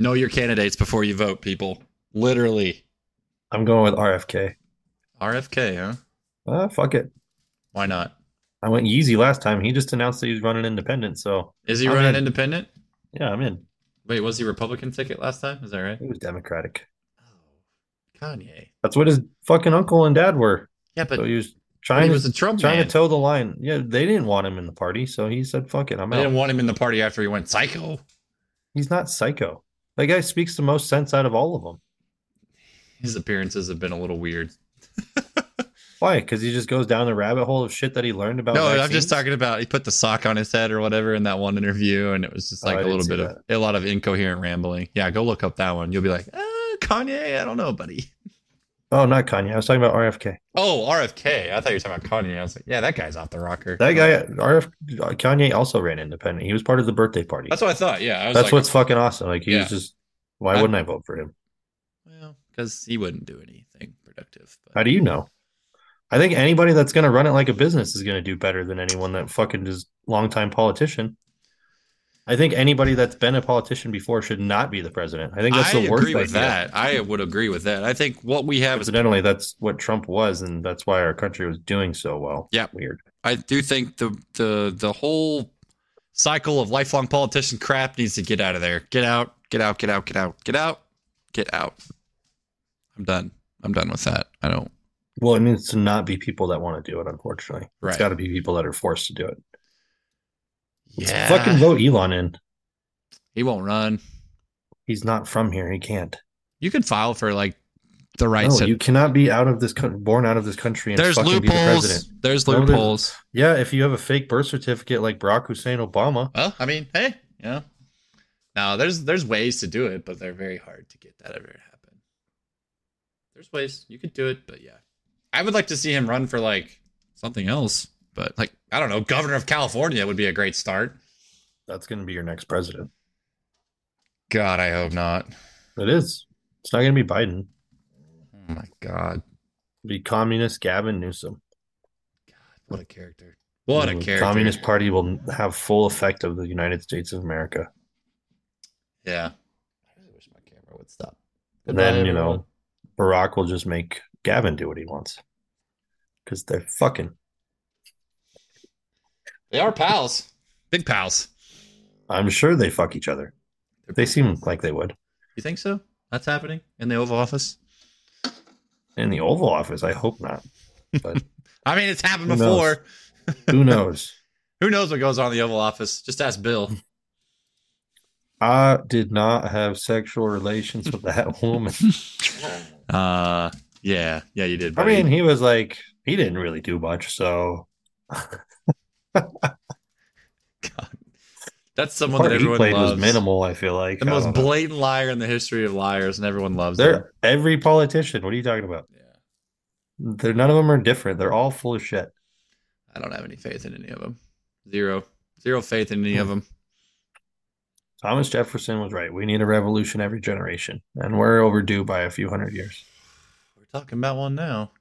Know your candidates before you vote, people. Literally,
I'm going with RFK.
RFK, huh?
Ah, fuck it.
Why not?
I went Yeezy last time. He just announced that he's running independent. So
Is he
I'm
running
in.
independent?
yeah, I'm in.
Wait, was he Republican ticket last time? Is that right? Oh,
He was Democratic.
Kanye.
That's what his fucking uncle and dad were.
Yeah, but
so he was
but
trying
he was
to
a Trump
trying
man.
to toe the line. Yeah, they didn't want him in the party, so he said, "Fuck it, I'm
I
out."
didn't want him in the party after he went psycho.
He's not psycho. That guy speaks the most sense out of all of them.
His appearances have been a little weird.
Why? Because he just goes down the rabbit hole of shit that he learned about.
no, I'm
Oh, vaccines?
just talking about he put the sock on his head or whatever in that one interview, and it was just
Oh,
like
I
a
didn't
little
see
bit of a lot of incoherent rambling. Yeah, go look up that one. You'll be like, uh, Kanye. I don't know, buddy.
Oh, not Kanye. I was talking about RFK.
Oh, RFK. I thought you were talking about Kanye. I was like, yeah, that guy's off the rocker. Uh,
That guy, RF, Kanye also ran independent. He was part of the birthday party.
That's what I thought. Yeah, I was
That's
like,
what's fucking awesome. Like he
Yeah.
was just. Why
I-
wouldn't I vote for him?
well, because he wouldn't do anything productive.
How
But
do you know? I think anybody that's going to run it like a business is going to do better than anyone that fucking is longtime politician. I think anybody that's been a politician before should not be the president. I think that's
I
the worst
agree with
idea.
that. I would agree with that. I think what we have is
Incidentally, that's what Trump was, and that's why our country was doing so well.
Yeah.
weird.
I do think the the the whole cycle of lifelong politician crap needs to get out of there. Get out, get out, get out, get out, get out, get out. I'm done. I'm done with that. I don't.
Well, it needs to not be people that want to do it. Unfortunately,
Right.
it's got to be people that are forced to do it.
Yeah.
Fucking vote Elon in.
He won't run.
He's not from here. He can't.
You can file for like the right.
no,
to-
you cannot be out of this coun born out of this country and
there's
fucking be the president.
loopholes. There's
No, there's-
loopholes.
Yeah, if you have a fake birth certificate like Barack Hussein Obama,
Well, I mean, hey, you know. Now there's there's ways to do it, but they're very hard to get that ever to happen. There's ways you could do it, but yeah, I would like to see him run for like something else. But like, I don't know, governor of California would be a great start.
That's going to be your next president.
God, I hope not.
It is. It's not going to be Biden.
Oh my God.
It'll be communist Gavin Newsom.
What a character. What a
The
character.
Communist Party will have full effect of the United States of America.
Yeah. I really wish my camera would stop.
And
Goodbye,
then, you
everyone.
know, Barack will just make Gavin do what he wants because they're fucking.
They are pals. Big pals.
I'm sure they fuck each other. They seem like they would.
You think so? That's happening in the Oval Office?
In the Oval Office, I hope not.
I mean, it's happened
Who knows?
before. (laughs)
Who knows?
Who knows what goes on in the Oval Office? Just ask (laughs) Bill.
I did not have sexual relations with that woman.
Uh, yeah, yeah, you did.
I
buddy.
mean, he was like, he didn't really do much. So
that's
the
someone
part
that
he
everyone
played
loves.
was minimal, I feel like.
The
I
most
don't know.
blatant liar in the history of liars, and everyone loves it.
They're every politician. What are you talking about?
Yeah,
They're none of them are different. They're all full of shit.
I don't have any faith in any of them. Zero, zero faith in any of them.
Thomas Jefferson was right. We need a revolution every generation, and we're overdue by a few hundred years.
We're talking about one now.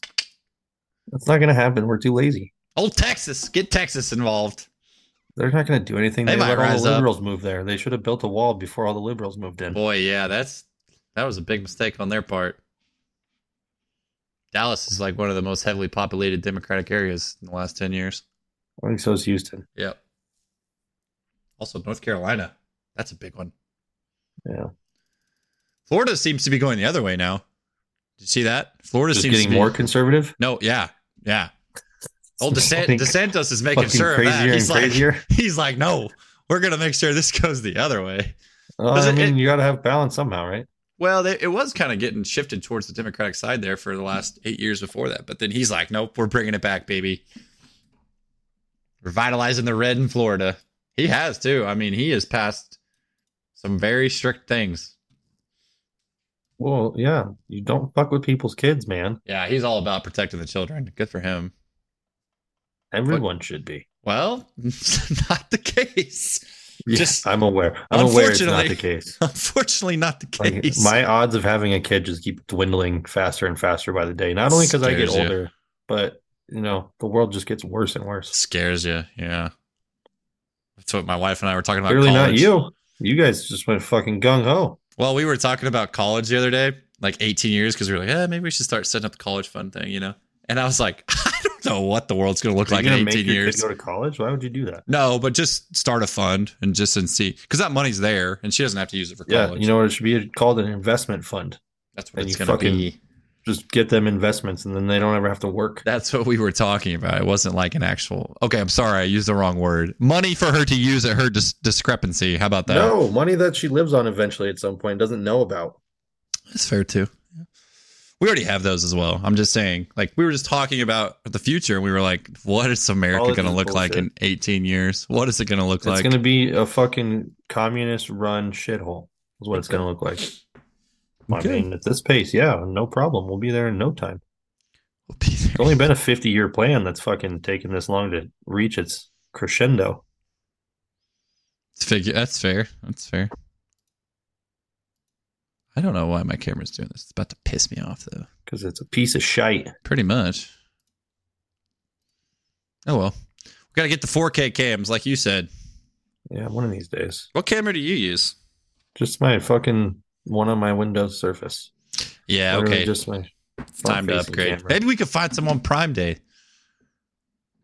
It's not going to happen. We're too lazy.
Old Texas, get Texas involved.
They're not going to do anything.
They
They,
might
let all
rise
the
up.
liberals move there. They should have built a wall before all the liberals moved in.
Boy, yeah, that's that was a big mistake on their part. Dallas is like one of the most heavily populated Democratic areas in the last ten years.
I think so is Houston.
Yep. Also, North Carolina. That's a big one.
Yeah.
Florida seems to be going the other way now. Did you see that? Florida
Just
seems
getting
to be,
more conservative.
No, yeah, yeah. Old DeSant-
Fucking-
DeSantis is making
fucking
sure of that.
crazier and
He's like, (laughs)
crazier.
he's like, no, we're gonna make sure this goes the other way.
Well,
Does
Oh, I
it-
mean,
it-
you got to have balance somehow, right?
Well, they, it was kind of getting shifted towards the Democratic side there for the last eight years before that, but then he's like, nope, we're bringing it back, baby. Revitalizing the red in Florida. He has too. I mean, he has passed some very strict things.
Well, yeah, you don't fuck with people's kids, man.
Yeah, he's all about protecting the children. Good for him.
Everyone should be.
Well, (laughs) not the case. Just- (laughs)
Yes, (laughs) I'm aware. I'm aware it's not
Unfortunately.
the case.
Unfortunately, not the (laughs)
Like,
case.
my odds of having a kid just keep dwindling faster and faster by the day. Not only because I get
Scares you.
older, but you know, the world just gets worse and worse.
scares you. Yeah. That's what my wife and I were talking about.
Clearly not
college.
you. You guys just went fucking gung ho.
Well, we were talking about college the other day, like 18 years, because we were like, yeah, maybe we should start setting up the college fund thing, you know? And I was like, (laughs) I don't know what the world's going to look
Are
like
you
in
gonna make
18
your
years.
kid go to college? Why would you do that?
no, but just start a fund and just and see, because that money's there, and she doesn't have to use it for
Yeah,
college.
you know what? It should be called an investment fund.
that's what
and
it's
you
going to
fucking-
be.
Just get them investments, and then they don't ever have to work.
That's what we were talking about. It wasn't like an actual. Okay, I'm sorry, I used the wrong word. Money for her to use at her dis- discrepancy. How about that?
No money that she lives on eventually at some point doesn't know about.
That's fair too. We already have those as well. I'm just saying, like we were just talking about the future, and we were like, "What is America
College
going to
is
look like in 18 years? What is it going to look
It's
like?"
going to be a fucking communist run shithole. Is what it's going to look like. I
Okay.
mean, at this pace, yeah, no problem. We'll be there in no time.
We'll be there.
It's only been a 50 year plan that's fucking taken this long to reach its crescendo.
It's figure. That's fair. That's fair. I don't know why my camera's doing this. It's about to piss me off, though.
Because it's a piece of shite.
Pretty much. Oh well, we got to get the 4K cams, like you said.
Yeah, one of these days.
What camera do you use?
Just my fucking one on my Windows Surface.
Yeah,
Literally
okay.
Just my
It's time to
front-facing
upgrade.
camera.
Maybe we could find some on Prime Day.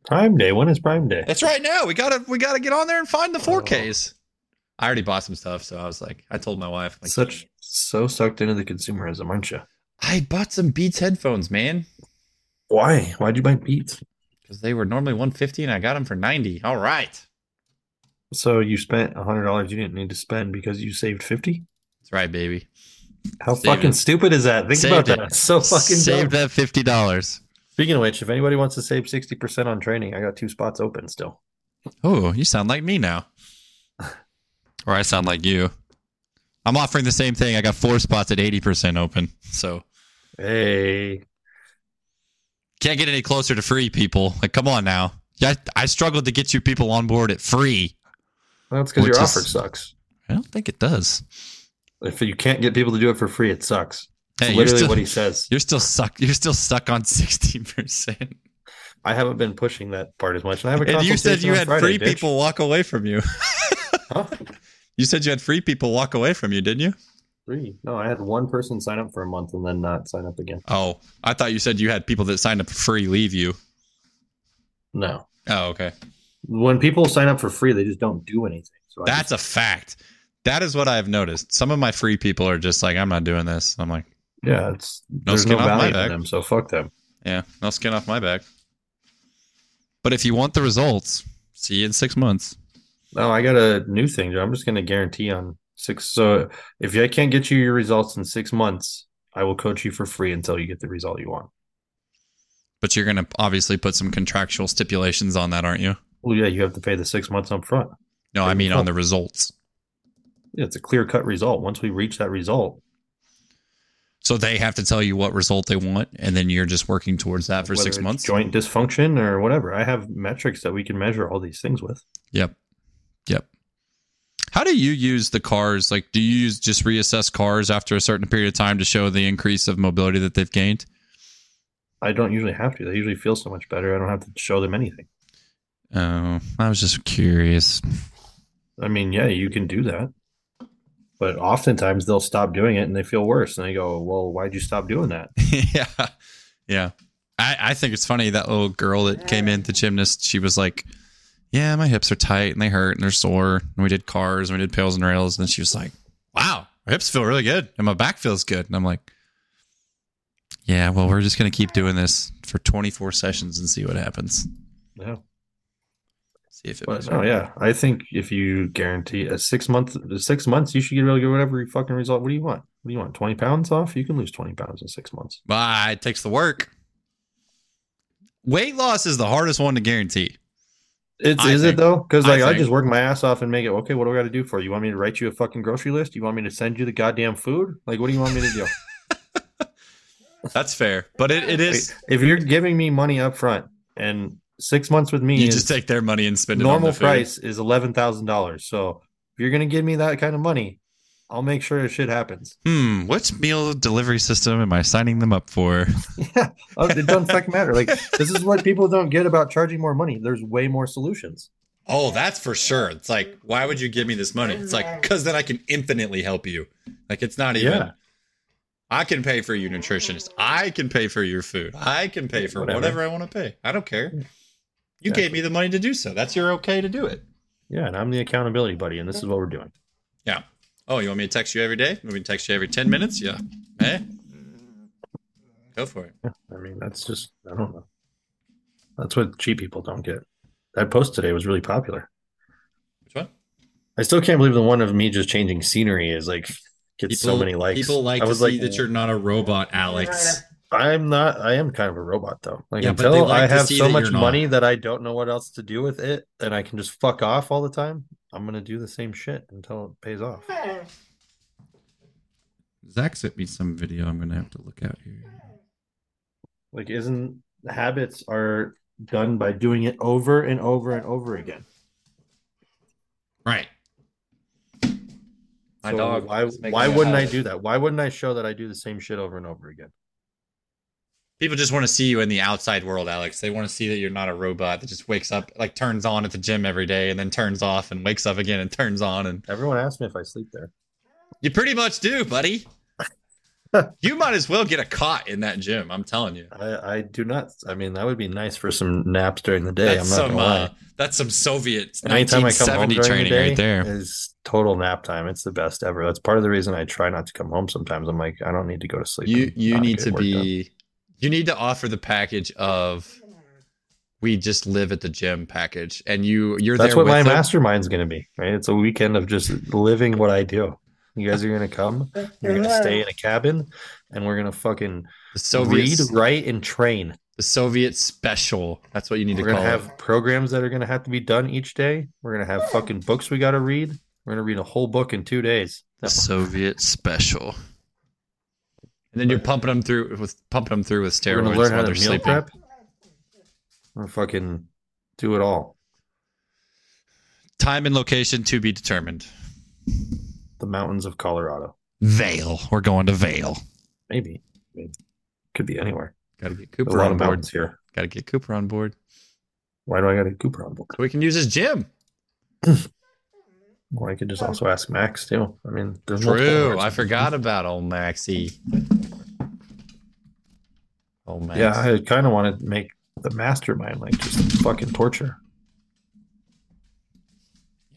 Prime Day. When is Prime Day?
That's right now. We gotta we gotta get on there and find the
Oh.
4Ks. I already bought some stuff, so I was like, I told my wife, like,
Such so sucked into the consumerism, aren't you?
I bought some Beats headphones, man,
Why? Why'd you buy Beats?
because they were normally 150 and I got them for 90. All right,
So you spent a hundred dollars you didn't need to spend because you saved fifty.
that's right, baby.
How
Saved
fucking
it.
stupid is that? Think
Saved
about
it.
that. It's so fucking
Saved
dumb.
that fifty dollars.
Speaking of which, if anybody wants to save sixty percent on training, I got two spots open still.
Oh, you sound like me now, (laughs) or I sound like you. I'm offering the same thing. I got four spots at 80% open, so
Hey,
can't get any closer to free, people. Like, come on now. Yeah, I struggled to get you people on board at free.
Well, that's because
Which
your
is-
offer sucks.
I don't think it does.
If you can't get people to do it for free, it sucks. It's
Hey, you're
literally
still,
what he says.
(laughs) you're still stuck. You're still stuck on (laughs) sixteen percent.
I haven't been pushing that part as much, and I have
(laughs)
a.
And you said
consultation
you
on
had
Friday,
free
bitch.
people walk away from you.
Huh?
(laughs) You said you had free people walk away from you, didn't you?
Three? No, I had one person sign up for a month and then not sign up again.
Oh, I thought you said you had people that signed up for free leave you.
No,
Oh, okay.
when people sign up for free, they just don't do anything. So I
That's a fact. That is what I've noticed. Some of my free people are just like, I'm not doing this. I'm like,
just- yeah, it's there's
skin
no
off my
value in
back.
them, so fuck them.
yeah, no skin off my back. But if you want the results, see you in six months.
No, I got a new thing. Joe. I'm just going to guarantee on six. So if I can't get you your results in six months, I will coach you for free until you get the result you want.
But you're going to obviously put some contractual stipulations on that, aren't you?
Well, yeah, you have to pay the six months up front.
No, I
There you
mean on
go.
the results.
Yeah, it's a clear cut result. Once we reach that result,
So they have to tell you what result they want, and then you're just working towards that for
whether
six
it's
months.
joint dysfunction or whatever, I have metrics that we can measure all these things with.
Yep. Yep. How do you use the cars? Like, do you use just reassess cars after a certain period of time to show the increase of mobility that they've gained?
I don't usually have to. They usually feel so much better. I don't have to show them anything.
Oh, I was just curious.
I mean, yeah, you can do that. But oftentimes they'll stop doing it and they feel worse. And they go, Well, why'd you stop doing that?
(laughs) yeah. Yeah. I, I think it's funny that little girl that came in to gymnast, she was like, Yeah, my hips are tight and they hurt and they're sore. And we did cars and we did pails and rails. And she was like, Wow, my hips feel really good and my back feels good. And I'm like, Yeah, well, we're just going to keep doing this for 24 sessions and see what happens.
Yeah.
See if it
But
was.
no, yeah, I think if you guarantee a six month, six months, you should get able to get whatever fucking result. What do you want? What do you want? Twenty pounds off? You can lose twenty pounds in six months.
Bye. It takes the work. Weight loss is the hardest one to guarantee.
It's
I
is
think-
it though? Because
I
like I,
think-
just work my ass off and make it. Okay, what do I got to do for you? You want me to write you a fucking grocery list? You want me to send you the goddamn food? Like, what do you want me to (laughs) do?
That's fair. But it, it is.
Like, if you're giving me money up front and six months with me,
You
is-
just take their money and spend it on
normal
the food.
price is eleven thousand dollars. So if you're gonna give me that kind of money, I'll make sure this shit happens.
Hmm, which meal delivery system am I signing them up for?
Yeah, Oh, it doesn't fucking matter. Like this is what people don't get about charging more money. There's way more solutions.
Oh, that's for sure. It's like, why would you give me this money? It's like, because then I can infinitely help you. Like, it's not even.
Yeah.
I can pay for your nutritionist. I can pay for your food. I can pay for whatever,
Whatever.
I want to pay. I don't care. You
Exactly.
gave me the money to do so. That's your okay to do it.
Yeah, and I'm the accountability buddy, and this is what we're doing.
Oh, you want me to text you every day? You want me to text you every 10 minutes? Yeah. Eh? Go for it.
I mean, that's just I don't know. That's what cheap people don't get. That post today was really popular.
Which one?
I still can't believe the one of me just changing scenery is like gets so many likes.
People like
I
to
was
see
like,
that you're not a robot, Alex.
I'm not. I am kind of a robot though. Like
Yeah, but they
until
like
I
to
have
see
so
that
much
you're not.
money that I don't know what else to do with it, and I can just fuck off all the time. I'm gonna do the same shit until it pays off.
Zach sent me some video I'm going to have to look out here.
Like, isn't habits are done by doing it over and over and over again?
Right. My
So
dog.
Why?
is making
Why
a
wouldn't I
habit.
do that? Why wouldn't I show that I do the same shit over and over again?
People just want to see you in the outside world, Alex. They want to see that you're not a robot that just wakes up, like turns on at the gym every day, and then turns off, and wakes up again and turns on. And
Everyone asks me if I sleep there.
you pretty much do,
(laughs)
buddy. you might as well get a cot in that gym. I'm telling you.
I, I do not. I mean, that would be nice for some naps during the day.
That's
I'm not
some.
gonna lie.
Uh, that's some Soviet
Anytime I come home
1970
during
training
the day
right there.
is total nap time. It's the best ever. That's part of the reason I try not to come home. Sometimes I'm like, I don't need to go to sleep.
You
and
you
not
need
get
to
work done.
be. You need to offer the package of. We just live at the gym package, and you you're
That's
there.
what my
with them.
mastermind's going to be. Right? It's a weekend of just living what I do. You guys are going to come. You're going to stay in a cabin, and we're going to fucking
The Soviet,
read, write, and train.
the Soviet special. That's what you need
We're
to
going to
call
have
it.
programs that are going to have to be done each day. We're going to have fucking books we got to read. We're going to read a whole book in two days.
The Soviet special. And then you're pumping them through with pumping them through with
We're
steroids
going to learn how
while
to
they're sleeping.
meal prep. We're fucking Do it all.
Time and location to be determined.
The mountains of Colorado.
Vale. We're going to Vale.
Maybe. Maybe. Could be anywhere.
Got to get
There's a
Cooper
lot
on
of
board.
mountains here.
Got to get Cooper on board.
Why do I got to Cooper on board?
We can use his gym.
Well, I could just also ask Max too. I mean, there's multiple
True.
words.
I forgot about old Maxie. Oh Max.
Yeah, I kind of want to make the mastermind like just fucking torture.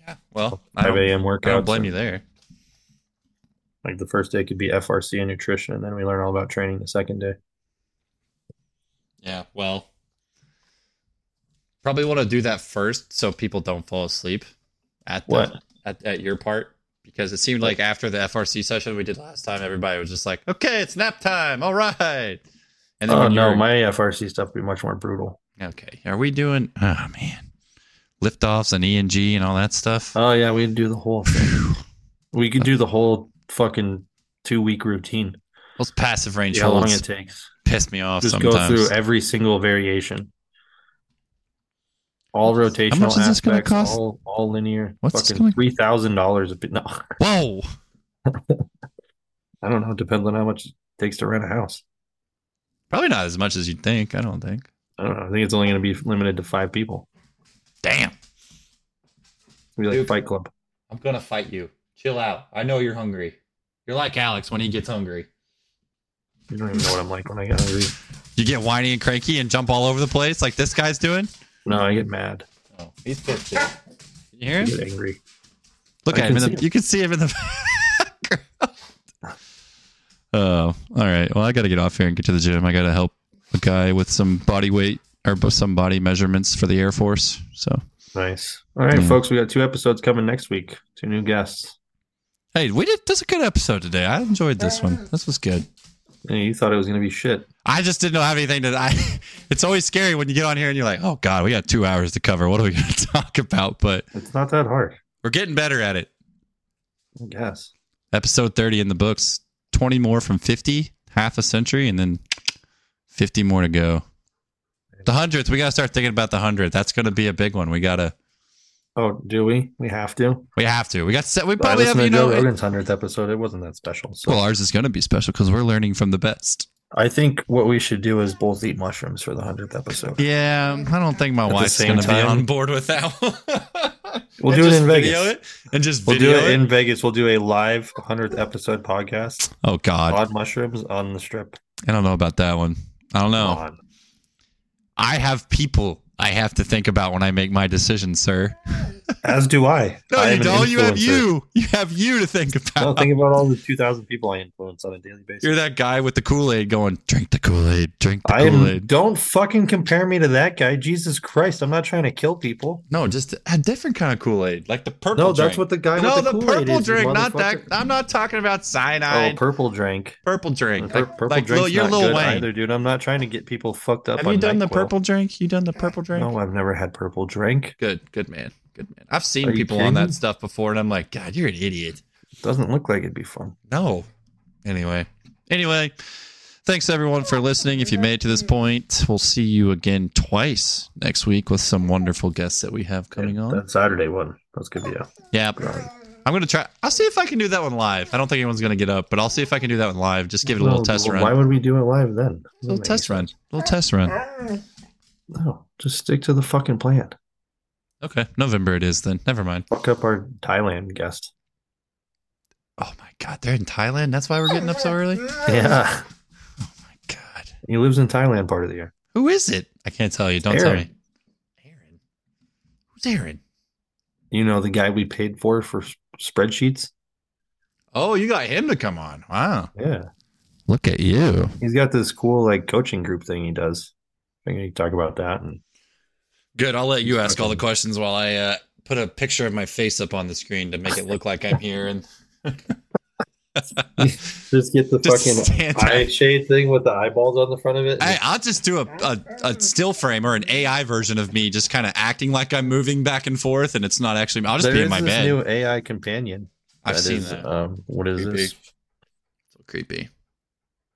Yeah, Well, I
5
don't,
a.m. workouts.
I don't blame you there.
Like the first day could be FRC and nutrition, and then we learn all about training the second day.
Yeah. Well, probably want to do that first so people don't fall asleep at the,
What?
At, at your part because it seemed like after the FRC session we did last time, everybody was just like, "Okay, it's nap time. All right." And
Oh
when you
no,
were-
my FRC stuff would be much more brutal.
okay, are we doing? Oh man, liftoffs and ENG and all that stuff.
Oh yeah, we'd do the whole thing.
(sighs)
we could do the whole fucking two week routine.
Those passive range
See how long
holds
it takes.
piss me off
Just go
sometimes.
through every single variation. All rotational
much is this gonna
aspects,
cost?
all all linear.
What's this
fucking
gonna-
three thousand dollars a bit. No, (laughs)
Whoa.
I don't know. Depends on how much it takes to rent a house.
Probably not as much as you'd think. I don't think.
I don't know. I think it's only going to be limited to five people.
Damn.
It'll be like
Dude.
Fight Club.
I'm gonna fight you. Chill out. I know you're hungry. You're like Alex when he gets hungry.
You don't even know what I'm like when I get angry.
You get whiny and cranky and jump all over the place like this guy's doing.
No, I get mad.
Oh, he's pissed. Dude. Can you hear
I
him?
get angry.
Look
I
at him.
can
In the,
see him.
You can see him in the (laughs) background. Oh, all right. Well, I got to get off here and get to the gym. I got to help a guy with some body weight or bo- some body measurements for the Air Force. So,
Nice. All right,
Yeah.
folks. We got two episodes coming next week. Two new guests.
hey, we did. This is a good episode today. I enjoyed this one. This was good.
Hey, you thought it was going to be shit.
I just didn't have anything to. I, (laughs) it's always scary when you get on here and you're like, oh God, we got two hours to cover. What are we (laughs) going to talk about? But
It's not that hard.
we're getting better at it.
I guess.
Episode 30 in the books, 20 more from 50, half a century, and then 50 more to go. The hundredth, we got to start thinking about the hundredth. That's going to be a big one. We got to,
Oh, do we? We have to.
we have to. We got set. We
But I
probably have,
listened
you
to
know,
Joe
it,
Rogan's hundredth episode. It wasn't that special. So
well, ours is going to be special because we're learning from the best.
I think what we should do is both eat mushrooms for the hundredth episode.
Yeah. I don't think my
the
wife's
same
going to be
time-
on board with that one.
We'll
And
do it
just
in
video
Vegas.
it and just
We'll
video
do it,
it.
in Vegas. We'll do a live hundredth episode podcast
oh, God.
on mushrooms on the strip.
I don't know about that one. I don't know.
On.
I have people I have to think about when I make my decisions, sir.
As do I.
No,
I am
you
an
don't. You have
influencer.
you. You have you to think about.
No, think about all the 2,000 people I influence on a daily basis.
You're that guy with the Kool Aid going, drink the Kool Aid, drink the Kool
I am,
Aid.
don't fucking compare me to that guy. Jesus Christ. I'm not trying to kill people.
No, just a different kind of Kool Aid, like the purple.
no, that's
drink.
what the guy
No,
with
the,
the, Kool-Aid
purple
is, you
drink, not that.
motherfucker.
I'm not talking about
Oh,
cyanide.
purple drink.
purple drink,
Pur-
like,
purple
like
drink's
Lil, you're
not
Lil
good
Wayne.
either, dude. I'm not trying to get people fucked up
Have
on
you done the
NyQuil.
purple drink? You done the purple drink?
No, I've never had purple drink.
Good, good man, good man. I've
Are
seen
you
people on that
kidding?
stuff before, and I'm like, God, you're an idiot.
Doesn't look like it'd be fun.
No. Anyway. Anyway, thanks everyone for listening. If you made it to this point, we'll see you again twice next week with some wonderful guests that we have coming on.
That Saturday one. That's good video.
Yeah. I'm going to try. I'll see if I can do that one live. I don't think anyone's going to get up, but I'll see if I can do that one live. Just give it a little
Well,
test
well,
run.
Why would we do it live then?
little test run. little test run.
No, just stick to the fucking plan.
Okay. November it is then. Never mind.
Fuck up our
(laughs)
Thailand guest.
Oh my God. They're in Thailand. That's why we're getting up so early.
Yeah.
God.
(laughs) He lives in Thailand part of the year.
Who is it? I can't tell you. Don't tell
Aaron.
me. Aaron. Who's Aaron?
You know the guy we paid for for s- spreadsheets.
Oh, you got him to come on. Wow.
Yeah,
Look at you.
he's got this cool like coaching group thing he does. I think we can talk about that. And
Good. I'll let you ask all the questions while I uh, put a picture of my face up on the screen to make it look like I'm here (laughs) and
just get the
just
fucking (laughs)
stand there.
eye shade thing with the eyeballs on the front of
(laughs)
it.
I, I'll just do a, a, a still frame or an AI version of me just kind of acting like I'm moving back and forth and it's not actually, I'll just
There
be
is
in my
this
bed.
new AI companion.
I've
that
seen
is,
that.
Um, what is
Creepy.
this?
so creepy.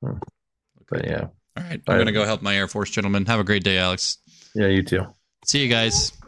Hmm. But yeah,
All right. I'm
All right.
going to go help my Air Force gentlemen. Have a great day, Alex.
yeah, you too.
See you guys.